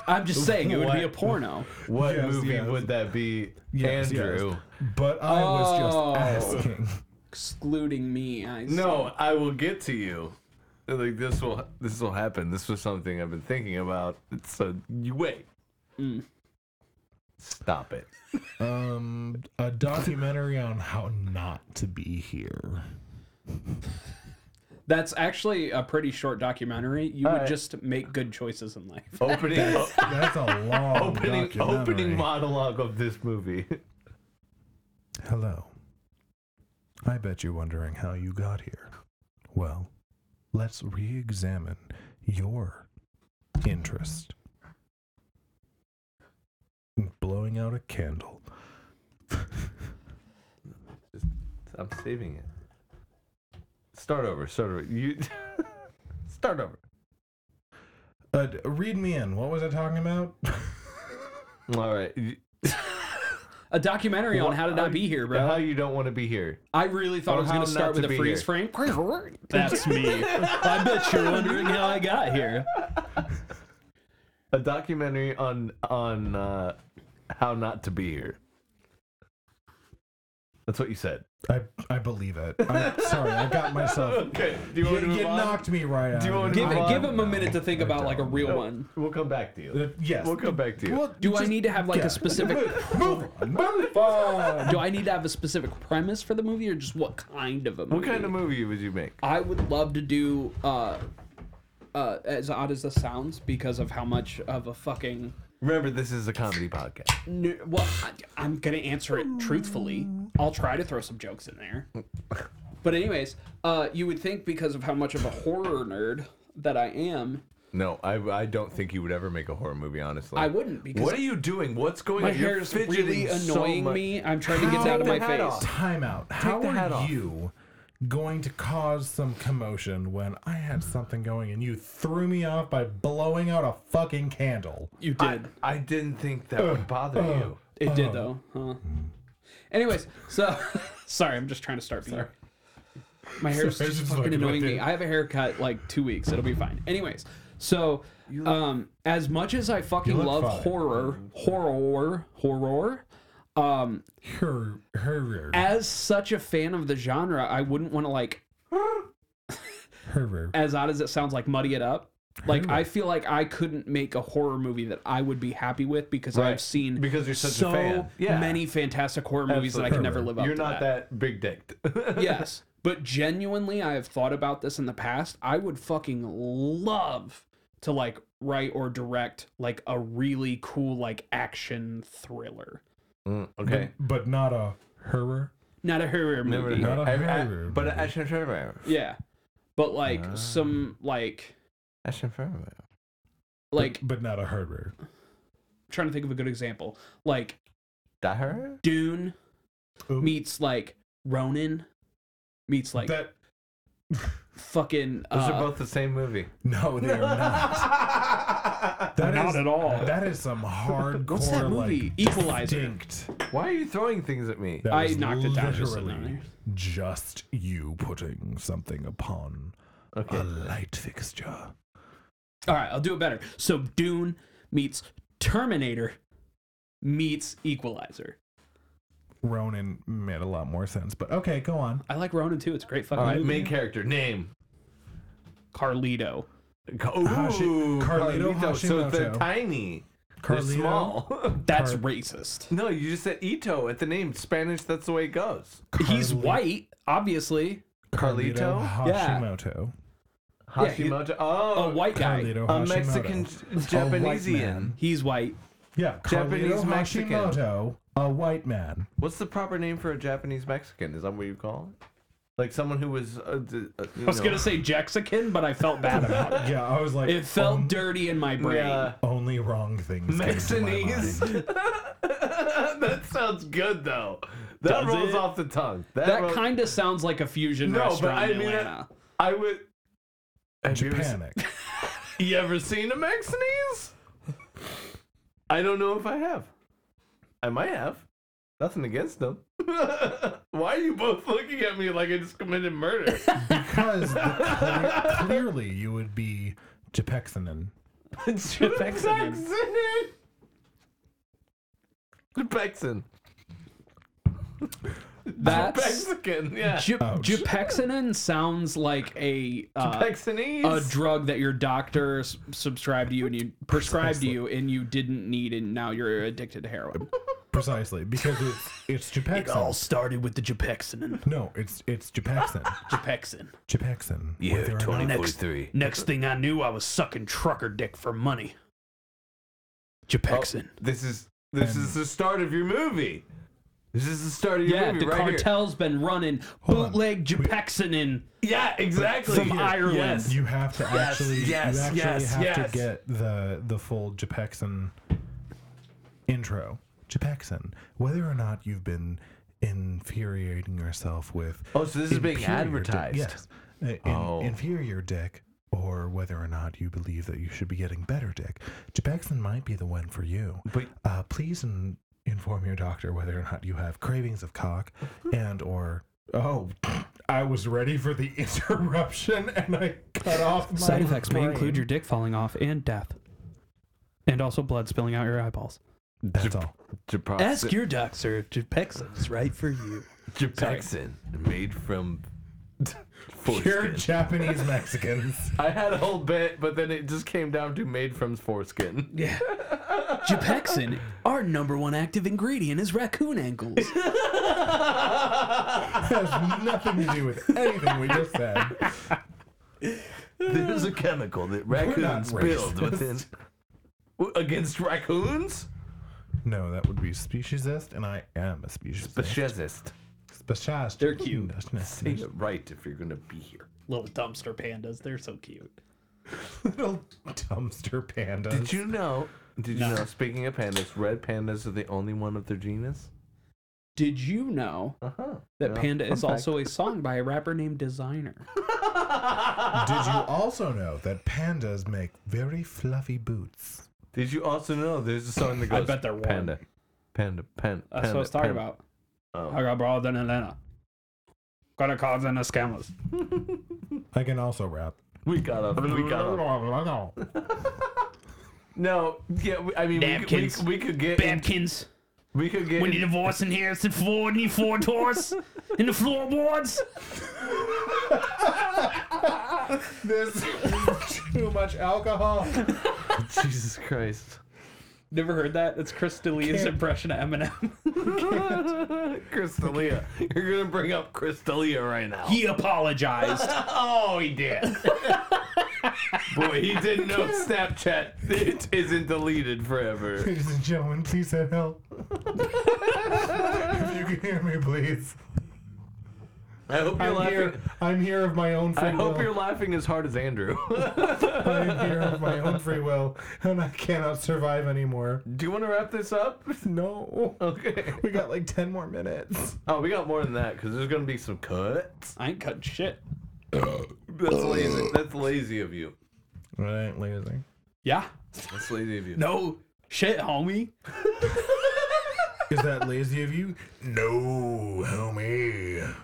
[SPEAKER 6] I'm just saying it would be a
[SPEAKER 1] What?
[SPEAKER 6] porno.
[SPEAKER 1] what
[SPEAKER 2] Yes,
[SPEAKER 1] movie
[SPEAKER 2] yes.
[SPEAKER 1] would that be,
[SPEAKER 2] Yes, yes.
[SPEAKER 1] Andrew?
[SPEAKER 2] But I
[SPEAKER 6] Oh.
[SPEAKER 2] was just asking.
[SPEAKER 6] Excluding me, I see.
[SPEAKER 1] No, I will get to you. Like this will this will happen. This was something I've been thinking about. So you wait. Stop it.
[SPEAKER 2] Um, a documentary on how not to be here.
[SPEAKER 6] That's actually a pretty short documentary. You would
[SPEAKER 1] right.
[SPEAKER 6] just make good choices in life.
[SPEAKER 1] Opening
[SPEAKER 2] That's a long
[SPEAKER 1] opening
[SPEAKER 2] documentary.
[SPEAKER 1] opening monologue of this movie.
[SPEAKER 2] Hello. I bet you're wondering how you got here. Well, let's re-examine your interest. in Blowing out a candle.
[SPEAKER 1] I'm saving it. Start over. Start over. You start over.
[SPEAKER 2] Uh, d- read me in. What was I talking about?
[SPEAKER 1] All right. You-
[SPEAKER 6] A documentary on how to not be here, bro.
[SPEAKER 1] How you don't want to be here?
[SPEAKER 6] I really thought
[SPEAKER 1] Or
[SPEAKER 6] I was
[SPEAKER 1] how
[SPEAKER 6] going to
[SPEAKER 1] not
[SPEAKER 6] start
[SPEAKER 1] to
[SPEAKER 6] with a
[SPEAKER 1] be
[SPEAKER 6] freeze frame. That's me. I bet you're wondering how I got here.
[SPEAKER 1] A documentary on on uh, how not to be here. That's what you said.
[SPEAKER 2] I I believe it. I'm sorry, I got myself.
[SPEAKER 1] Okay. Do you
[SPEAKER 2] You,
[SPEAKER 1] want to move
[SPEAKER 2] you
[SPEAKER 1] on?
[SPEAKER 2] knocked me right out.
[SPEAKER 1] you
[SPEAKER 2] of
[SPEAKER 1] want to
[SPEAKER 2] it.
[SPEAKER 6] Give,
[SPEAKER 1] move
[SPEAKER 6] it,
[SPEAKER 1] on?
[SPEAKER 6] give him a minute to think
[SPEAKER 2] I
[SPEAKER 6] about like a
[SPEAKER 2] don't.
[SPEAKER 6] real
[SPEAKER 1] No,
[SPEAKER 6] one.
[SPEAKER 1] We'll come back to
[SPEAKER 2] Uh,
[SPEAKER 1] you.
[SPEAKER 2] yes.
[SPEAKER 1] We'll come back to you.
[SPEAKER 2] Well,
[SPEAKER 6] Do I
[SPEAKER 2] just-
[SPEAKER 6] need to have like
[SPEAKER 2] yeah.
[SPEAKER 6] a specific?
[SPEAKER 2] Move on. Move on.
[SPEAKER 6] Do I need to have a specific premise for the movie, or just what kind of a movie?
[SPEAKER 1] What kind of movie would you make?
[SPEAKER 6] I would love to do. uh uh, as odd as this sounds, because of how much of a fucking
[SPEAKER 1] Remember, this is a comedy podcast.
[SPEAKER 6] nu- well, I, I'm gonna answer it truthfully. I'll try to throw some jokes in there. But anyways, uh, you would think because of how much of a horror nerd that I am,
[SPEAKER 1] No, I, I don't think you would ever make a horror movie, honestly.
[SPEAKER 6] I wouldn't because
[SPEAKER 1] What are you doing? What's going
[SPEAKER 6] my
[SPEAKER 1] on? You're
[SPEAKER 6] hair is
[SPEAKER 1] fidgeting
[SPEAKER 6] really
[SPEAKER 1] so
[SPEAKER 6] annoying
[SPEAKER 1] much.
[SPEAKER 6] me. I'm trying to get it out of
[SPEAKER 1] Take
[SPEAKER 6] my
[SPEAKER 1] the hat
[SPEAKER 6] face.
[SPEAKER 1] off.
[SPEAKER 2] Time out. How
[SPEAKER 1] the hat
[SPEAKER 2] are
[SPEAKER 1] off.
[SPEAKER 2] you going to cause some commotion when I had something going and you threw me off by blowing out a fucking candle?
[SPEAKER 6] You did.
[SPEAKER 1] I didn't think that would bother you.
[SPEAKER 6] It did though. Huh. Anyways, so sorry, I'm just trying to start. Sorry. My hair's
[SPEAKER 2] Sorry,
[SPEAKER 6] just
[SPEAKER 2] just
[SPEAKER 6] fucking
[SPEAKER 2] fucking
[SPEAKER 6] annoying
[SPEAKER 2] with
[SPEAKER 6] me.
[SPEAKER 2] you.
[SPEAKER 6] I have a haircut like two weeks. It'll be fine. Anyways, so um, as much as I fucking
[SPEAKER 2] look
[SPEAKER 6] love
[SPEAKER 2] fine.
[SPEAKER 6] horror, horror, horror, um,
[SPEAKER 2] Her, her,
[SPEAKER 6] as such a fan of the genre, I wouldn't want to like
[SPEAKER 2] her.
[SPEAKER 6] as odd as it sounds, like muddy it up. Like I feel like I couldn't make a horror movie that I would be happy with because I've
[SPEAKER 1] Right.
[SPEAKER 6] seen
[SPEAKER 1] Because you're such a
[SPEAKER 6] so
[SPEAKER 1] fan. Yeah.
[SPEAKER 6] many fantastic horror movies that I can never live up
[SPEAKER 1] You're
[SPEAKER 6] to.
[SPEAKER 1] not that, big dicked.
[SPEAKER 6] yes. But genuinely, I have thought about this in the past. I would fucking love to like write or direct like a really cool like action thriller.
[SPEAKER 1] Mm, okay.
[SPEAKER 2] But not a her.
[SPEAKER 6] Not a horror
[SPEAKER 1] Never
[SPEAKER 6] movie.
[SPEAKER 1] heard.
[SPEAKER 2] Not a
[SPEAKER 1] I've- I-
[SPEAKER 2] horror
[SPEAKER 1] But
[SPEAKER 2] movie.
[SPEAKER 1] action thriller.
[SPEAKER 6] Yeah. But like some like
[SPEAKER 1] Action thriller.
[SPEAKER 6] like
[SPEAKER 2] But not a her.
[SPEAKER 6] trying to think of a good example. Like
[SPEAKER 1] That her?
[SPEAKER 6] Dune
[SPEAKER 2] Ooh.
[SPEAKER 6] meets like Ronin meets like
[SPEAKER 2] that
[SPEAKER 6] fucking
[SPEAKER 1] Those
[SPEAKER 6] uh,
[SPEAKER 1] are both the same movie.
[SPEAKER 2] no, they are not. That
[SPEAKER 6] Not
[SPEAKER 2] is-
[SPEAKER 6] at all.
[SPEAKER 2] That is some hardcore.
[SPEAKER 6] What's that movie?
[SPEAKER 2] Like,
[SPEAKER 6] Equalizer.
[SPEAKER 2] distinct.
[SPEAKER 1] Why are you throwing things at me?
[SPEAKER 2] That
[SPEAKER 6] I
[SPEAKER 2] was
[SPEAKER 6] knocked it down just so
[SPEAKER 2] literally
[SPEAKER 6] now.
[SPEAKER 2] Just you putting something upon
[SPEAKER 1] Okay.
[SPEAKER 2] a light fixture.
[SPEAKER 6] All right, I'll do it better. So Dune meets Terminator meets Equalizer.
[SPEAKER 2] Ronan made a lot more sense, but okay, go on.
[SPEAKER 6] I like Ronin too. It's a great fucking
[SPEAKER 1] All right.
[SPEAKER 6] movie.
[SPEAKER 1] Main character name.
[SPEAKER 6] Carlito.
[SPEAKER 1] Ooh,
[SPEAKER 2] Hashi- Carlito
[SPEAKER 1] So they're
[SPEAKER 2] Hashimoto.
[SPEAKER 1] tiny. They're
[SPEAKER 2] Carlito?
[SPEAKER 1] small.
[SPEAKER 6] That's racist.
[SPEAKER 1] no, you just said Ito at the name. Spanish, that's the way it goes.
[SPEAKER 6] He's white, obviously.
[SPEAKER 1] Carlito?
[SPEAKER 6] Yeah.
[SPEAKER 2] Hashimoto.
[SPEAKER 6] Yeah, he-
[SPEAKER 1] Hashimoto.
[SPEAKER 6] A
[SPEAKER 1] oh,
[SPEAKER 6] white guy.
[SPEAKER 2] Carlito
[SPEAKER 1] a
[SPEAKER 2] Hashimoto.
[SPEAKER 1] Mexican Japanesian.
[SPEAKER 6] He's white.
[SPEAKER 2] Yeah, Carlito
[SPEAKER 1] Japanese Mexican.
[SPEAKER 2] Hashimoto, a white man.
[SPEAKER 1] What's the proper name for a Japanese Mexican? Is that what you call it? Like someone who was. Uh, d- uh, you
[SPEAKER 6] I was gonna say Jexican, but I felt bad about it.
[SPEAKER 2] Yeah, I was like,
[SPEAKER 6] It felt dirty in my brain.
[SPEAKER 1] Yeah.
[SPEAKER 2] only wrong things. came to my
[SPEAKER 1] Mexinese.
[SPEAKER 2] mind.
[SPEAKER 1] that sounds good though. That
[SPEAKER 6] Does
[SPEAKER 1] rolls
[SPEAKER 6] it?
[SPEAKER 1] off the tongue. That,
[SPEAKER 6] That
[SPEAKER 1] rolls-
[SPEAKER 6] kind of sounds like a fusion
[SPEAKER 1] No,
[SPEAKER 6] restaurant
[SPEAKER 1] but I
[SPEAKER 6] in
[SPEAKER 1] mean,
[SPEAKER 6] Atlanta.
[SPEAKER 1] I would. Have you ever, se-
[SPEAKER 2] Japanic.
[SPEAKER 1] you ever seen a Mexinese? I don't know if I have. I might have. Nothing against them. Why are you both looking at me like I just committed murder?
[SPEAKER 2] because the- cle- clearly you would be Japexanin.
[SPEAKER 6] Jexican.
[SPEAKER 1] Pexin.
[SPEAKER 6] That's
[SPEAKER 1] Mexican, yeah.
[SPEAKER 6] Jap-
[SPEAKER 2] Ouch.
[SPEAKER 6] Japexanin sounds like a uh, a
[SPEAKER 1] Pexinese.
[SPEAKER 6] drug that your doctor s- subscribed to you and you prescribed to you and you didn't need and now you're addicted to heroin.
[SPEAKER 2] Precisely, because it's it's Japexin.
[SPEAKER 6] started with the Japexin.
[SPEAKER 2] No, it's it's Japexin.
[SPEAKER 6] Japexin.
[SPEAKER 2] Japexin. whether or not-
[SPEAKER 6] Next thing I knew, I was sucking trucker dick for money.
[SPEAKER 1] Oh, this is this is the start of your movie. This is the start of your
[SPEAKER 6] yeah,
[SPEAKER 1] movie
[SPEAKER 6] the
[SPEAKER 1] right here.
[SPEAKER 6] cartel's been running
[SPEAKER 2] Hold on.
[SPEAKER 6] bootleg Japexin in.
[SPEAKER 1] Yeah, exactly.
[SPEAKER 6] From Ireland.
[SPEAKER 1] Yes.
[SPEAKER 2] You have to actually,
[SPEAKER 1] yes,
[SPEAKER 2] you actually
[SPEAKER 1] yes,
[SPEAKER 2] have
[SPEAKER 1] yes.
[SPEAKER 2] to get the the full Japexin intro. Japexin, whether or not you've been infuriating yourself with.
[SPEAKER 1] Oh, so this is being
[SPEAKER 2] inferior
[SPEAKER 1] advertised.
[SPEAKER 2] Dick, yes, uh, in-
[SPEAKER 1] Oh.
[SPEAKER 2] inferior dick, or whether or not you believe that you should be getting better dick. Japexin might be the one for you.
[SPEAKER 1] But-
[SPEAKER 2] uh, please in, inform your doctor whether or not you have cravings of cock and or. Oh, I was ready for the interruption and I cut off my
[SPEAKER 6] Side effects may
[SPEAKER 2] brain.
[SPEAKER 6] include your dick falling off and death, and also blood spilling out your eyeballs.
[SPEAKER 2] That's all.
[SPEAKER 1] Japroxen-
[SPEAKER 6] Ask your doctor if Japexin is right for you.
[SPEAKER 1] Japexin, made from
[SPEAKER 2] Pure
[SPEAKER 1] foreskin.
[SPEAKER 2] Japanese Mexicans.
[SPEAKER 1] I had a whole bit, but then it just came down to made from foreskin.
[SPEAKER 6] Yeah. Japexin, our number one active ingredient is raccoon ankles.
[SPEAKER 2] has nothing to do with anything we just said.
[SPEAKER 1] There's a chemical that
[SPEAKER 2] not
[SPEAKER 1] raccoons build
[SPEAKER 2] racist.
[SPEAKER 1] within W- against raccoons.
[SPEAKER 2] No, that would be speciesist, and I am a speciesist.
[SPEAKER 1] Fascist.
[SPEAKER 2] Speciesist.
[SPEAKER 6] They're cute.
[SPEAKER 1] Say it right if you're gonna be here.
[SPEAKER 6] Little dumpster pandas, they're so cute.
[SPEAKER 2] Little dumpster pandas.
[SPEAKER 1] Did you know? Did you know? Speaking of pandas, red pandas are the only one of their genus.
[SPEAKER 6] Did you know
[SPEAKER 1] Uh huh.
[SPEAKER 6] that Panda is also a song by a rapper named Designer?
[SPEAKER 2] Did you also know that pandas make very fluffy boots?
[SPEAKER 1] Did you also know there's a song that
[SPEAKER 6] I
[SPEAKER 1] goes?
[SPEAKER 6] bet they're warm.
[SPEAKER 1] panda, panda, pan- panda.
[SPEAKER 6] That's what I was talking
[SPEAKER 1] panda.
[SPEAKER 6] about.
[SPEAKER 1] Oh.
[SPEAKER 6] I got broader than Atlanta. Gonna call them the scammers.
[SPEAKER 2] I can also rap.
[SPEAKER 1] We got off. We got off. No, yeah. we- I mean, we, could- we,
[SPEAKER 6] Babkins.
[SPEAKER 1] we could get. in-
[SPEAKER 6] Babkins.
[SPEAKER 1] we could get.
[SPEAKER 6] When
[SPEAKER 1] in-
[SPEAKER 6] you divorce and Harrison Ford and he Ford horse in the floorboards.
[SPEAKER 2] This is too much alcohol.
[SPEAKER 1] Jesus Christ.
[SPEAKER 6] Never heard that? That's Chris D'Elia's impression of Eminem.
[SPEAKER 1] Crystalia. You're gonna bring up Crystalia right now.
[SPEAKER 6] he apologized.
[SPEAKER 1] oh, he did. Boy, he didn't know Snapchat it isn't deleted forever.
[SPEAKER 2] Ladies and gentlemen, please have help. if you can hear me, please.
[SPEAKER 1] I hope you're
[SPEAKER 2] I'm
[SPEAKER 1] laughing.
[SPEAKER 2] here. I'm here of my own free
[SPEAKER 1] I hope
[SPEAKER 2] will.
[SPEAKER 1] you're laughing as hard as Andrew.
[SPEAKER 2] I'm here of my own free will, and I cannot survive anymore.
[SPEAKER 1] Do you want to wrap this up?
[SPEAKER 2] No.
[SPEAKER 1] Okay.
[SPEAKER 2] We got like 10 more minutes.
[SPEAKER 1] Oh, we got more than that because there's gonna be some cuts.
[SPEAKER 6] I ain't cutting shit.
[SPEAKER 1] That's lazy. That's lazy of you.
[SPEAKER 2] Right, losing.
[SPEAKER 6] Yeah.
[SPEAKER 1] That's lazy of you.
[SPEAKER 6] No. Shit, homie.
[SPEAKER 2] Is that lazy of you? No, homie.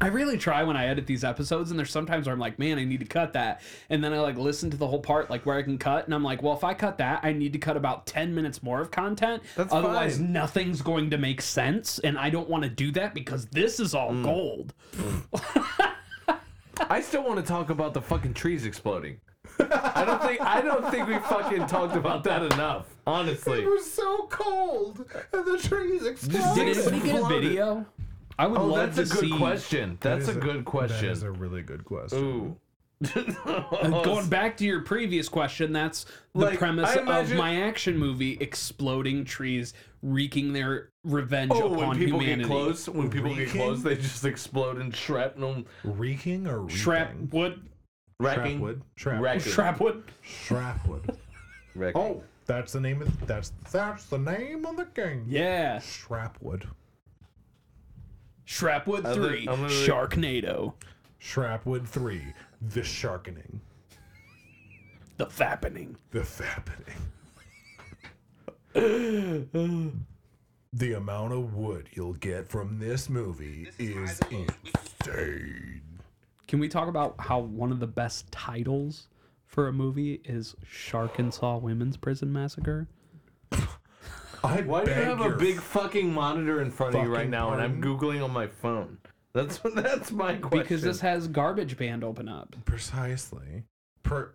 [SPEAKER 6] I really try when I edit these episodes, and there's sometimes where I'm like, man, I need to cut that. And then I like listen to the whole part, like where I can cut, and I'm like, well, if I cut that, I need to cut about 10 minutes more of content.
[SPEAKER 1] That's
[SPEAKER 6] Otherwise,
[SPEAKER 1] fine.
[SPEAKER 6] nothing's going to make sense, and I don't want to do that because this is all
[SPEAKER 1] Mm.
[SPEAKER 6] gold.
[SPEAKER 1] I still want to talk about the fucking trees exploding. I don't think I don't think we fucking talked about that enough. Honestly.
[SPEAKER 2] It was so cold, and the trees
[SPEAKER 1] dig
[SPEAKER 2] exploded.
[SPEAKER 1] it.
[SPEAKER 6] Did anybody get a
[SPEAKER 1] Exploded.
[SPEAKER 6] video? I would
[SPEAKER 1] Oh,
[SPEAKER 6] love
[SPEAKER 1] that's a
[SPEAKER 6] to
[SPEAKER 1] good
[SPEAKER 6] see.
[SPEAKER 1] question. That's a good
[SPEAKER 2] That is a
[SPEAKER 1] question.
[SPEAKER 2] really good question.
[SPEAKER 1] Ooh.
[SPEAKER 6] Going back to your previous question, that's the
[SPEAKER 1] Like,
[SPEAKER 6] premise
[SPEAKER 1] I imagine-
[SPEAKER 6] of my action movie: exploding trees, wreaking their revenge
[SPEAKER 1] Oh,
[SPEAKER 6] upon
[SPEAKER 1] when people
[SPEAKER 6] humanity.
[SPEAKER 1] get close, when people get
[SPEAKER 2] Reeking?
[SPEAKER 1] close, they just explode in shrapnel,
[SPEAKER 2] Reeking or reaping?
[SPEAKER 6] Shrapwood,
[SPEAKER 1] wrecking,
[SPEAKER 2] Shrapwood. Shrap-
[SPEAKER 1] wrecking,
[SPEAKER 6] Shrapwood.
[SPEAKER 2] Shrapwood.
[SPEAKER 1] wrecking.
[SPEAKER 2] Oh, that's the name of that's that's the name of the game.
[SPEAKER 6] Yeah.
[SPEAKER 2] Shrapwood.
[SPEAKER 6] Shrapwood
[SPEAKER 1] I'm
[SPEAKER 6] 3,
[SPEAKER 1] gonna- I'm gonna-
[SPEAKER 6] Sharknado,
[SPEAKER 2] Shrapwood three. The sharkening.
[SPEAKER 6] The Fappening.
[SPEAKER 2] The fappening. the amount of wood you'll get from this movie is insane.
[SPEAKER 6] Can we talk about how one of the best titles for a movie is Sharkensaw Women's Prison Massacre?
[SPEAKER 2] I
[SPEAKER 1] Why do you
[SPEAKER 2] beg
[SPEAKER 1] have a
[SPEAKER 2] your
[SPEAKER 1] big fucking monitor in front of you right
[SPEAKER 2] fucking
[SPEAKER 1] now? And I'm
[SPEAKER 2] pardon?
[SPEAKER 1] googling on my phone. That's that's my question.
[SPEAKER 6] Because this has Garbage Band open up.
[SPEAKER 2] precisely, per,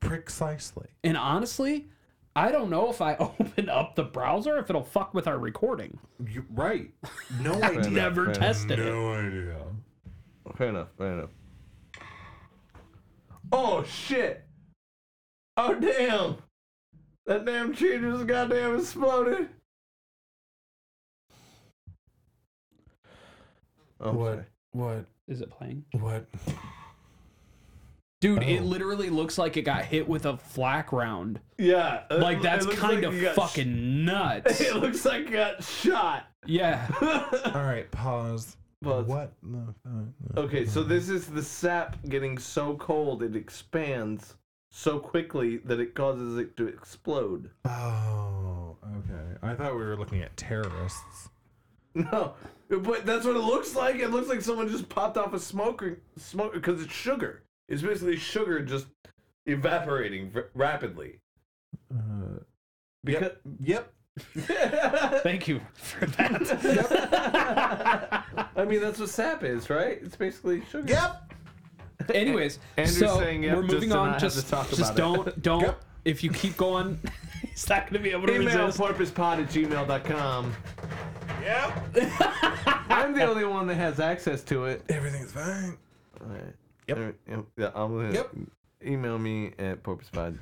[SPEAKER 2] precisely.
[SPEAKER 6] And honestly, I don't know if I open up the browser if it'll fuck with our recording.
[SPEAKER 2] You, right? No
[SPEAKER 6] I
[SPEAKER 2] idea.
[SPEAKER 6] never
[SPEAKER 1] fair
[SPEAKER 6] tested it.
[SPEAKER 2] no idea.
[SPEAKER 1] fair enough. Fair enough. Oh shit! Oh damn! That damn tree just goddamn exploded. Oh,
[SPEAKER 2] What?
[SPEAKER 1] sorry.
[SPEAKER 2] What?
[SPEAKER 6] Is it playing?
[SPEAKER 2] What?
[SPEAKER 6] Dude,
[SPEAKER 2] Oh.
[SPEAKER 6] it literally looks like it got hit with a flak round.
[SPEAKER 1] Yeah, it-
[SPEAKER 6] Like, that's
[SPEAKER 1] it looks
[SPEAKER 6] kind
[SPEAKER 1] like
[SPEAKER 6] of
[SPEAKER 1] you got sh-
[SPEAKER 6] fucking nuts.
[SPEAKER 1] It looks like you got shot.
[SPEAKER 6] yeah.
[SPEAKER 2] All right. Pause.
[SPEAKER 1] Pause.
[SPEAKER 2] What? the fuck?
[SPEAKER 1] Okay, so this is the sap getting so cold it expands so quickly that it causes it to explode.
[SPEAKER 2] Oh, okay. I thought we were looking at terrorists.
[SPEAKER 1] No, but that's what it looks like. It looks like someone just popped off a smoker smoke because it's sugar. It's basically sugar just evaporating v- rapidly.
[SPEAKER 2] Uh,
[SPEAKER 1] Because
[SPEAKER 2] yep.
[SPEAKER 6] Thank you for that.
[SPEAKER 1] I mean, that's what sap is, right? It's basically sugar.
[SPEAKER 2] Yep.
[SPEAKER 6] Anyways,
[SPEAKER 1] Andrew's
[SPEAKER 6] so
[SPEAKER 1] saying, yep,
[SPEAKER 6] we're
[SPEAKER 1] just
[SPEAKER 6] moving
[SPEAKER 1] to not
[SPEAKER 6] on.
[SPEAKER 1] have
[SPEAKER 6] Just,
[SPEAKER 1] to talk
[SPEAKER 6] just
[SPEAKER 1] about
[SPEAKER 6] don't, don't.
[SPEAKER 2] Yep.
[SPEAKER 6] If you keep going, he's not going to be able to
[SPEAKER 1] Email
[SPEAKER 6] resist.
[SPEAKER 1] porpoisepod at gmail.com.
[SPEAKER 2] Yep.
[SPEAKER 1] I'm the only one that has access to it.
[SPEAKER 2] Everything's fine.
[SPEAKER 1] Alright.
[SPEAKER 2] Yep.
[SPEAKER 1] Alright, Yeah, I'm gonna
[SPEAKER 2] Yep.
[SPEAKER 1] email me at porpoisepod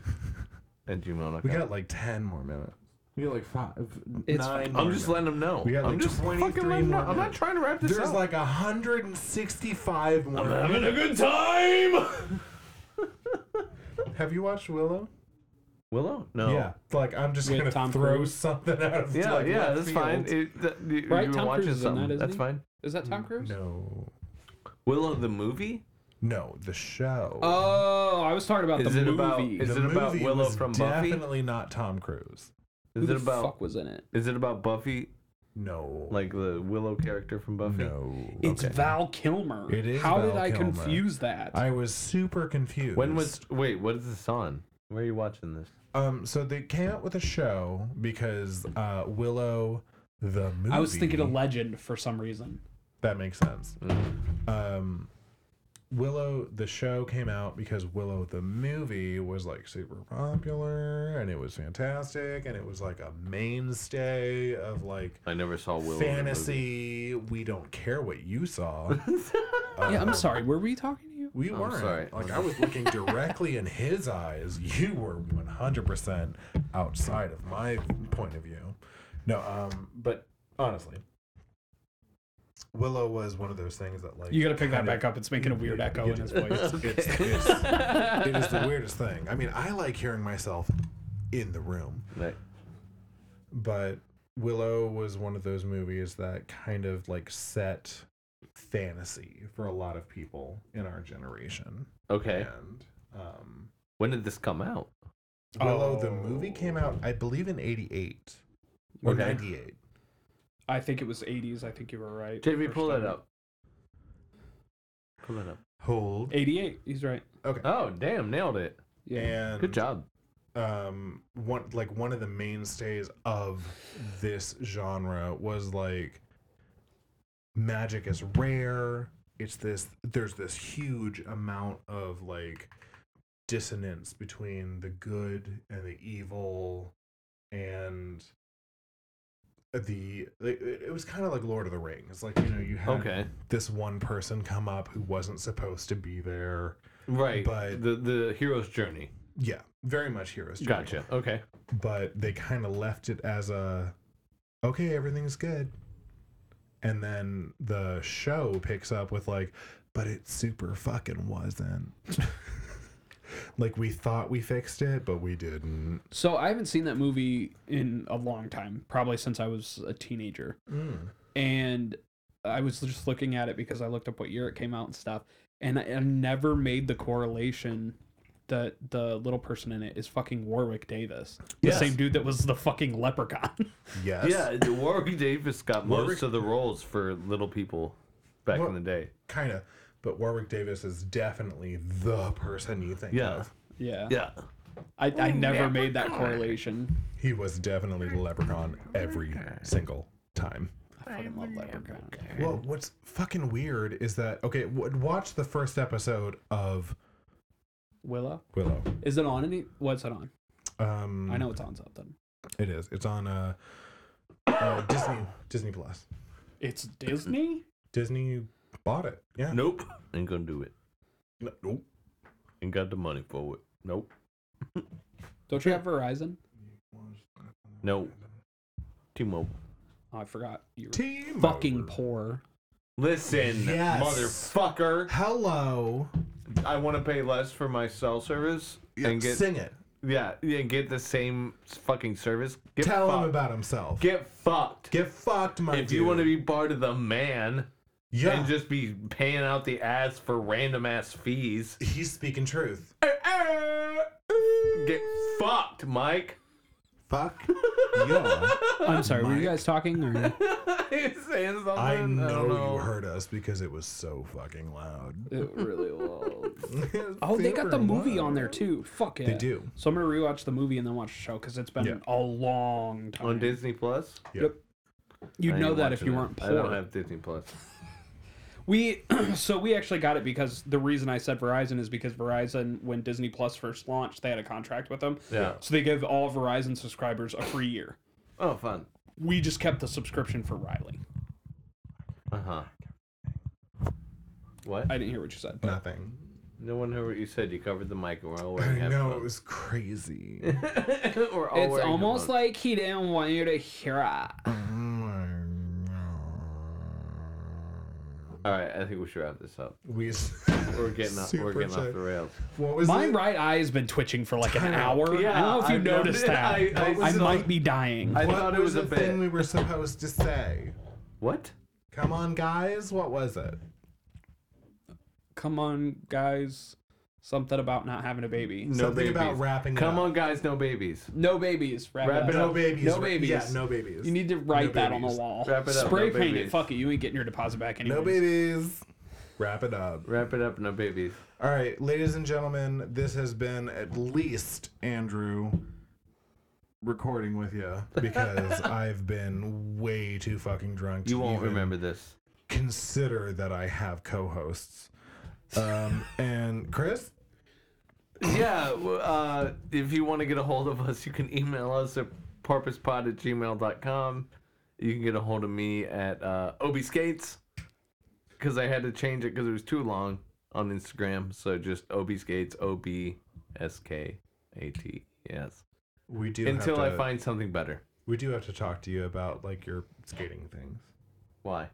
[SPEAKER 1] at gmail.com.
[SPEAKER 2] We got like ten more minutes. We got like five.
[SPEAKER 6] It's
[SPEAKER 2] nine.
[SPEAKER 6] fine.
[SPEAKER 2] more
[SPEAKER 1] I'm just
[SPEAKER 2] minutes.
[SPEAKER 1] letting them know.
[SPEAKER 2] We got,
[SPEAKER 1] I'm
[SPEAKER 2] like,
[SPEAKER 1] just fucking
[SPEAKER 2] 23
[SPEAKER 1] letting 'em know.
[SPEAKER 2] more
[SPEAKER 1] I'm not
[SPEAKER 2] minutes.
[SPEAKER 1] trying to wrap this
[SPEAKER 2] There's
[SPEAKER 1] up.
[SPEAKER 2] like 165 more.
[SPEAKER 1] I'm having a good time.
[SPEAKER 2] Have you watched Willow?
[SPEAKER 1] Willow? No.
[SPEAKER 2] Yeah. Like I'm just
[SPEAKER 6] With
[SPEAKER 2] gonna
[SPEAKER 6] Tom
[SPEAKER 2] throw
[SPEAKER 6] Cruise?
[SPEAKER 2] something out of
[SPEAKER 1] Yeah,
[SPEAKER 2] like,
[SPEAKER 1] yeah,
[SPEAKER 2] left
[SPEAKER 1] that's
[SPEAKER 2] field.
[SPEAKER 1] fine. It, that, you,
[SPEAKER 6] Right,
[SPEAKER 1] you were
[SPEAKER 6] Tom
[SPEAKER 1] watching
[SPEAKER 6] Cruise is in that,
[SPEAKER 1] something.
[SPEAKER 6] isn't
[SPEAKER 1] that's
[SPEAKER 6] he?
[SPEAKER 1] fine.
[SPEAKER 6] Is that Tom
[SPEAKER 1] Mm-hmm.
[SPEAKER 6] Cruise?
[SPEAKER 2] No,
[SPEAKER 1] Willow the movie?
[SPEAKER 2] no, the show.
[SPEAKER 6] Oh, I was talking about
[SPEAKER 1] Is
[SPEAKER 6] the
[SPEAKER 1] it
[SPEAKER 6] movie.
[SPEAKER 1] about- is
[SPEAKER 2] the
[SPEAKER 1] it about
[SPEAKER 2] movie
[SPEAKER 1] Willow
[SPEAKER 2] was
[SPEAKER 1] from Buffy?
[SPEAKER 2] definitely not Tom Cruise.
[SPEAKER 6] Who
[SPEAKER 1] Is
[SPEAKER 6] the
[SPEAKER 1] it about
[SPEAKER 6] fuck was in it?
[SPEAKER 1] is it about Buffy
[SPEAKER 2] No,
[SPEAKER 1] like the Willow character from Buffy?
[SPEAKER 2] no.
[SPEAKER 6] It's Val Kilmer.
[SPEAKER 2] It is
[SPEAKER 6] How did
[SPEAKER 2] Val
[SPEAKER 6] I
[SPEAKER 2] Kilmer.
[SPEAKER 6] confuse that?
[SPEAKER 2] I was super confused.
[SPEAKER 1] When was wait, what is this on? Where are you watching this?
[SPEAKER 2] um? So they came out with a show because uh Willow the movie.
[SPEAKER 6] I was thinking of Legend for some reason.
[SPEAKER 2] that makes sense. Um, Willow the show came out because Willow the movie was like super popular and it was fantastic and it was like a mainstay of like
[SPEAKER 1] I never saw Willow. the movie.
[SPEAKER 2] fantasy. We don't care what you saw. Um,
[SPEAKER 6] yeah, I'm sorry. Were we talking to you?
[SPEAKER 2] We weren't.
[SPEAKER 1] sorry.
[SPEAKER 2] Like I was looking directly in his eyes. You were 100% outside of my point of view. No, um, but honestly, Willow was one of those things that like
[SPEAKER 6] You got to pick that
[SPEAKER 2] kinda-
[SPEAKER 6] back up. It's making a weird echo
[SPEAKER 2] you
[SPEAKER 6] in
[SPEAKER 2] do.
[SPEAKER 6] his voice.
[SPEAKER 2] It's, it's, it is the weirdest thing. I mean, I like hearing myself in the room,
[SPEAKER 1] Like,
[SPEAKER 2] but Willow was one of those movies that kind of like set fantasy for a lot of people in our generation.
[SPEAKER 1] Okay.
[SPEAKER 2] And um,
[SPEAKER 1] When did this come out?
[SPEAKER 2] Willow the
[SPEAKER 6] Oh.
[SPEAKER 2] movie came out, I believe, in '88 or
[SPEAKER 1] Okay.
[SPEAKER 2] '98.
[SPEAKER 6] I think it was 80s. I think you were right.
[SPEAKER 1] JB,
[SPEAKER 6] First
[SPEAKER 1] pull that
[SPEAKER 6] time.
[SPEAKER 1] up. Pull that up.
[SPEAKER 2] Hold.
[SPEAKER 6] 88. He's right.
[SPEAKER 2] Okay.
[SPEAKER 1] Oh, damn, nailed it.
[SPEAKER 6] Yeah.
[SPEAKER 2] And
[SPEAKER 1] Good job.
[SPEAKER 2] um one like one of the mainstays of this genre was like magic is rare it's this there's this huge amount of like dissonance between the good and the evil and the like, it it was kind of like lord of the rings like you know you had
[SPEAKER 1] Okay.
[SPEAKER 2] this one person come up who wasn't supposed to be there
[SPEAKER 1] Right.
[SPEAKER 2] But-
[SPEAKER 1] the the hero's journey.
[SPEAKER 2] yeah very much heroes journey.
[SPEAKER 1] Gotcha. Okay.
[SPEAKER 2] but they kind of left it as a okay everything's good and then the show picks up with like but it super fucking wasn't like we thought we fixed it but we didn't
[SPEAKER 6] So I haven't seen that movie in a long time, probably since I was a teenager.
[SPEAKER 1] Hmm.
[SPEAKER 6] And I was just looking at it because I looked up what year it came out and stuff. And I, I never made the correlation that the little person in it is fucking Warwick Davis, the
[SPEAKER 1] Yes.
[SPEAKER 6] same dude that was the fucking leprechaun.
[SPEAKER 2] yes
[SPEAKER 1] Yeah, the Warwick E. Davis got
[SPEAKER 2] Warwick-
[SPEAKER 1] most of the roles for little people back
[SPEAKER 2] War-
[SPEAKER 1] in the day.
[SPEAKER 2] kind of but warwick davis is definitely the person you think
[SPEAKER 1] Yeah.
[SPEAKER 2] of
[SPEAKER 6] yeah.
[SPEAKER 1] Yeah.
[SPEAKER 6] I, I never made that correlation.
[SPEAKER 2] he was definitely the leprechaun every single time
[SPEAKER 6] I fucking love leprechaun.
[SPEAKER 2] Well, what's fucking weird is that okay, w- watch the first episode of
[SPEAKER 6] Willow?
[SPEAKER 2] Willow.
[SPEAKER 6] Is it on any? What's it on?
[SPEAKER 2] Um,
[SPEAKER 6] I
[SPEAKER 1] Hmm.
[SPEAKER 6] know it's on something.
[SPEAKER 2] it is. It's on uh, uh Disney Disney Plus.
[SPEAKER 6] It's Disney?
[SPEAKER 2] Disney bought it. Yeah.
[SPEAKER 1] Nope. Ain't gonna do it.
[SPEAKER 2] No- Nope.
[SPEAKER 1] Ain't got the money for it. Nope.
[SPEAKER 6] Don't you have Verizon?
[SPEAKER 1] Nope. T-Mobile.
[SPEAKER 6] Oh, I forgot. You were
[SPEAKER 2] Team.
[SPEAKER 6] fucking poor.
[SPEAKER 1] Listen,
[SPEAKER 2] Yes.
[SPEAKER 1] motherfucker.
[SPEAKER 2] Hello.
[SPEAKER 1] I want to pay less for my cell service and get
[SPEAKER 2] Sing it.
[SPEAKER 1] yeah, and get the same fucking service. Get
[SPEAKER 2] Tell
[SPEAKER 1] fucked.
[SPEAKER 2] him about himself. Get,
[SPEAKER 1] Get fucked.
[SPEAKER 2] fucked, my
[SPEAKER 1] if
[SPEAKER 2] dude.
[SPEAKER 1] you want to be part of the man
[SPEAKER 2] yeah.
[SPEAKER 1] and just be paying out the ass for random ass fees,
[SPEAKER 2] He's speaking truth.
[SPEAKER 1] get fucked, Mike.
[SPEAKER 2] Fuck. yeah.
[SPEAKER 6] I'm sorry, were you guys talking? Or...
[SPEAKER 1] He's saying something.
[SPEAKER 2] I
[SPEAKER 1] don't
[SPEAKER 2] know you heard us because it was so fucking loud.
[SPEAKER 6] it really was. Uh, Oh, they got the movie on there too. Fuck it.
[SPEAKER 2] They do.
[SPEAKER 6] So I'm gonna rewatch the movie and then watch the show because it's been
[SPEAKER 2] Yeah.
[SPEAKER 6] a long time.
[SPEAKER 1] on Disney Plus.
[SPEAKER 2] Yep.
[SPEAKER 6] You'd
[SPEAKER 1] I
[SPEAKER 6] know
[SPEAKER 1] ain't
[SPEAKER 6] that if
[SPEAKER 1] watching
[SPEAKER 6] you
[SPEAKER 1] it.
[SPEAKER 6] weren't poor.
[SPEAKER 1] I don't have Disney Plus.
[SPEAKER 6] We so we actually got it because the reason I said Verizon is because Verizon, when Disney Plus first launched, they had a contract with them.
[SPEAKER 1] Yeah.
[SPEAKER 6] So they gave all Verizon subscribers a free year.
[SPEAKER 1] Oh, fun.
[SPEAKER 6] We just kept the subscription for Riley.
[SPEAKER 1] Uh huh. What?
[SPEAKER 6] I didn't hear what you said. but-
[SPEAKER 2] Nothing.
[SPEAKER 1] no one heard what you said. You covered the mic, and we're all wearing
[SPEAKER 2] I know
[SPEAKER 1] headphones.
[SPEAKER 2] it was crazy.
[SPEAKER 1] we're all
[SPEAKER 6] It's
[SPEAKER 1] wearing
[SPEAKER 6] almost
[SPEAKER 1] headphones.
[SPEAKER 6] like he didn't want you to hear it.
[SPEAKER 1] All right, I think we should wrap this up.
[SPEAKER 2] We
[SPEAKER 1] We're getting off, we're
[SPEAKER 2] Super
[SPEAKER 1] getting off
[SPEAKER 2] sad.
[SPEAKER 1] the rails.
[SPEAKER 2] what was
[SPEAKER 3] My
[SPEAKER 2] it?
[SPEAKER 3] right eye has been twitching for like an hour. I don't know if you
[SPEAKER 1] I
[SPEAKER 3] noticed
[SPEAKER 1] noticed-
[SPEAKER 3] that.
[SPEAKER 1] I- I
[SPEAKER 3] I,
[SPEAKER 1] saw-
[SPEAKER 3] might be dying.
[SPEAKER 1] I
[SPEAKER 2] What
[SPEAKER 1] thought it was a
[SPEAKER 2] the thing
[SPEAKER 1] bit.
[SPEAKER 2] we were supposed to say?
[SPEAKER 1] What?
[SPEAKER 2] Come on, guys. What was it?
[SPEAKER 3] Come on, guys. Something about not having a baby.
[SPEAKER 1] No
[SPEAKER 2] Something
[SPEAKER 1] babies.
[SPEAKER 2] about wrapping. it
[SPEAKER 1] Come
[SPEAKER 2] up.
[SPEAKER 1] on, guys, no babies.
[SPEAKER 3] No babies. Wrap
[SPEAKER 1] Wrap
[SPEAKER 3] it
[SPEAKER 1] it
[SPEAKER 3] up.
[SPEAKER 2] No babies.
[SPEAKER 3] No babies.
[SPEAKER 2] Yeah, no babies.
[SPEAKER 3] You need to write
[SPEAKER 2] No
[SPEAKER 3] that on the
[SPEAKER 2] babies.
[SPEAKER 3] wall.
[SPEAKER 1] Wrap it up,
[SPEAKER 3] Spray
[SPEAKER 1] no
[SPEAKER 3] paint it.
[SPEAKER 1] babies.
[SPEAKER 3] Fuck it. You ain't getting your deposit back anyway.
[SPEAKER 2] no babies. Wrap it up.
[SPEAKER 1] Wrap it up, no babies.
[SPEAKER 2] All right, ladies and gentlemen, this has been at least Andrew recording with you because I've been way too fucking drunk. to
[SPEAKER 1] You won't
[SPEAKER 2] even
[SPEAKER 1] remember this.
[SPEAKER 2] Consider that I have co-hosts. Um, and Chris,
[SPEAKER 1] Yeah, w- uh, if you want to get a hold of us, you can email us at porpoisepod at gmail.com. You can get a hold of me at uh, Obi Skates because I had to change it because it was too long on Instagram. So just Obi Skates, O B S K A T. Yes.
[SPEAKER 2] we do
[SPEAKER 1] Until
[SPEAKER 2] have
[SPEAKER 1] I
[SPEAKER 2] to,
[SPEAKER 1] find something better.
[SPEAKER 2] we do have to talk to you about like your skating things
[SPEAKER 1] Why?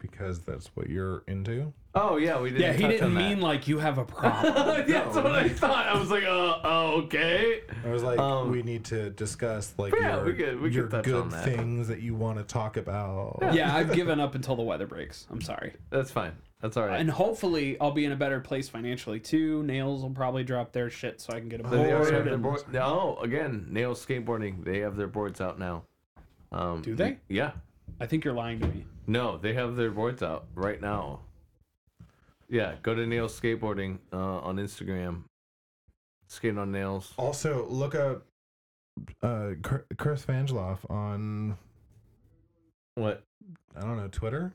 [SPEAKER 2] because that's what you're into.
[SPEAKER 1] Oh, yeah, we didn't.
[SPEAKER 3] Yeah, he
[SPEAKER 1] touch
[SPEAKER 3] didn't
[SPEAKER 1] on that.
[SPEAKER 3] mean like you have a problem.
[SPEAKER 1] That's what I thought. I was like, uh, oh, okay.
[SPEAKER 2] I was like,
[SPEAKER 1] Um,
[SPEAKER 2] we need to discuss like
[SPEAKER 1] yeah,
[SPEAKER 2] your,
[SPEAKER 1] we could- we could
[SPEAKER 2] your
[SPEAKER 1] touch
[SPEAKER 2] good
[SPEAKER 1] on that.
[SPEAKER 2] things that you want to talk about.
[SPEAKER 3] yeah, I've given up until the weather breaks. I'm sorry.
[SPEAKER 1] That's fine. That's all right.
[SPEAKER 3] And hopefully, I'll be in a better place financially too. Nails will probably drop their shit so I can get a
[SPEAKER 1] They already
[SPEAKER 3] board.
[SPEAKER 1] have their
[SPEAKER 3] and-
[SPEAKER 1] board- No, again, nail skateboarding. They have their boards out now. Um,
[SPEAKER 3] Do they?
[SPEAKER 1] Yeah.
[SPEAKER 3] I think you're lying to me.
[SPEAKER 1] No, they have their boards out right now. Yeah, go to nail skateboarding uh, on Instagram. Skate on nails.
[SPEAKER 2] Also, look up uh, Cur- Chris Vangeloff on
[SPEAKER 1] What?
[SPEAKER 2] I don't know Twitter.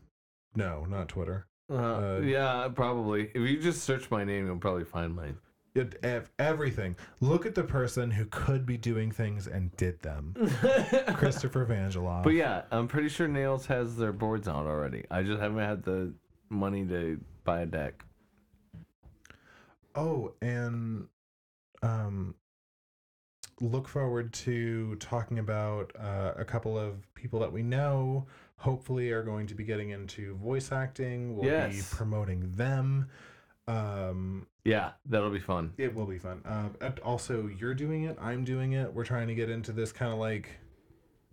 [SPEAKER 2] No, not Twitter.
[SPEAKER 1] Uh,
[SPEAKER 2] Uh,
[SPEAKER 1] yeah, probably. If you just search my name, you'll probably find mine.
[SPEAKER 2] It, ev- everything. Look at the person who could be doing things and did them. Christopher Vangeloff.
[SPEAKER 1] But yeah, I'm pretty sure Nails has their boards out already. I just haven't had the money to buy a deck.
[SPEAKER 2] Oh, and um, look forward to talking about uh, a couple of people that we know. Hopefully, are going to be getting into voice acting. We'll be
[SPEAKER 1] Yes.
[SPEAKER 2] promoting them. Um,
[SPEAKER 1] Yeah, that'll be fun.
[SPEAKER 2] It will be fun. Uh, and also, you're doing it. I'm doing it. We're trying to get into this kind of like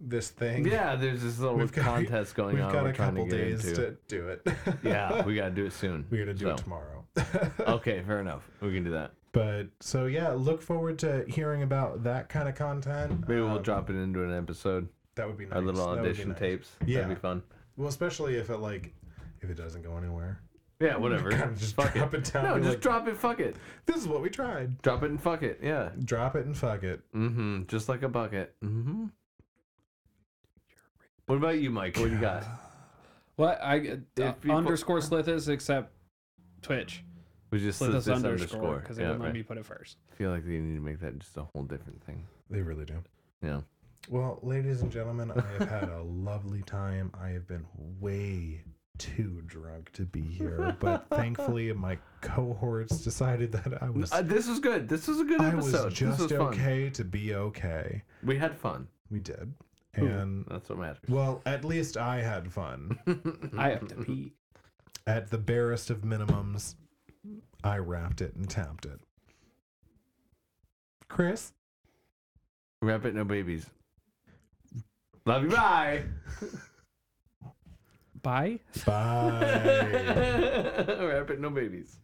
[SPEAKER 2] this thing.
[SPEAKER 1] Yeah, there's this little
[SPEAKER 2] We've got-
[SPEAKER 1] contest going
[SPEAKER 2] We've
[SPEAKER 1] on.
[SPEAKER 2] got
[SPEAKER 1] we're
[SPEAKER 2] a
[SPEAKER 1] trying
[SPEAKER 2] couple
[SPEAKER 1] to get
[SPEAKER 2] days
[SPEAKER 1] into.
[SPEAKER 2] to do it.
[SPEAKER 1] yeah, we gotta do it soon.
[SPEAKER 2] we're gonna do
[SPEAKER 1] So,
[SPEAKER 2] it tomorrow.
[SPEAKER 1] Okay, fair enough. We can do that.
[SPEAKER 2] but so yeah, look forward to hearing about that kind of content.
[SPEAKER 1] Maybe we'll
[SPEAKER 2] Um,
[SPEAKER 1] drop it into an episode.
[SPEAKER 2] that would be nice.
[SPEAKER 1] Our little
[SPEAKER 2] That would be
[SPEAKER 1] audition
[SPEAKER 2] nice.
[SPEAKER 1] tapes.
[SPEAKER 2] Yeah.
[SPEAKER 1] That'd be fun.
[SPEAKER 2] Well, especially if it like if it doesn't go anywhere.
[SPEAKER 1] Yeah, whatever.
[SPEAKER 2] Kind of just
[SPEAKER 1] fuck
[SPEAKER 2] drop
[SPEAKER 1] it.
[SPEAKER 2] it down.
[SPEAKER 1] No,
[SPEAKER 2] be
[SPEAKER 1] just
[SPEAKER 2] like,
[SPEAKER 1] drop it. Fuck it.
[SPEAKER 2] This is what we tried.
[SPEAKER 1] Drop it and fuck it. Yeah.
[SPEAKER 2] Drop it and fuck it.
[SPEAKER 1] Mm-hmm. Just like a bucket. Mm-hmm. What about you, Mike? What do you got?
[SPEAKER 3] What I uh,
[SPEAKER 1] If people-
[SPEAKER 3] underscore slithis except Twitch
[SPEAKER 1] We just slid this
[SPEAKER 3] slithis
[SPEAKER 1] underscore.
[SPEAKER 3] underscore because it
[SPEAKER 1] yeah,
[SPEAKER 3] wouldn't
[SPEAKER 1] right.
[SPEAKER 3] let me put it first.
[SPEAKER 1] I feel like they need to make that just a whole different thing.
[SPEAKER 2] They really do.
[SPEAKER 1] Yeah.
[SPEAKER 2] Well, ladies and gentlemen, I have had a lovely time. I have been way too drunk to be here, but thankfully my cohorts decided that I was
[SPEAKER 1] Uh, this was good. This was a good
[SPEAKER 2] I
[SPEAKER 1] episode.
[SPEAKER 2] was just
[SPEAKER 1] this was fun.
[SPEAKER 2] okay to be okay.
[SPEAKER 1] We had fun.
[SPEAKER 2] We did. And
[SPEAKER 1] That's what matters.
[SPEAKER 2] well, at least I had fun.
[SPEAKER 3] I have to pee.
[SPEAKER 2] at the barest of minimums, I wrapped it and tapped it. Chris,
[SPEAKER 1] Wrap it, no babies. Love you. Bye.
[SPEAKER 3] Bye.
[SPEAKER 2] bye.
[SPEAKER 1] Wrap it, no babies.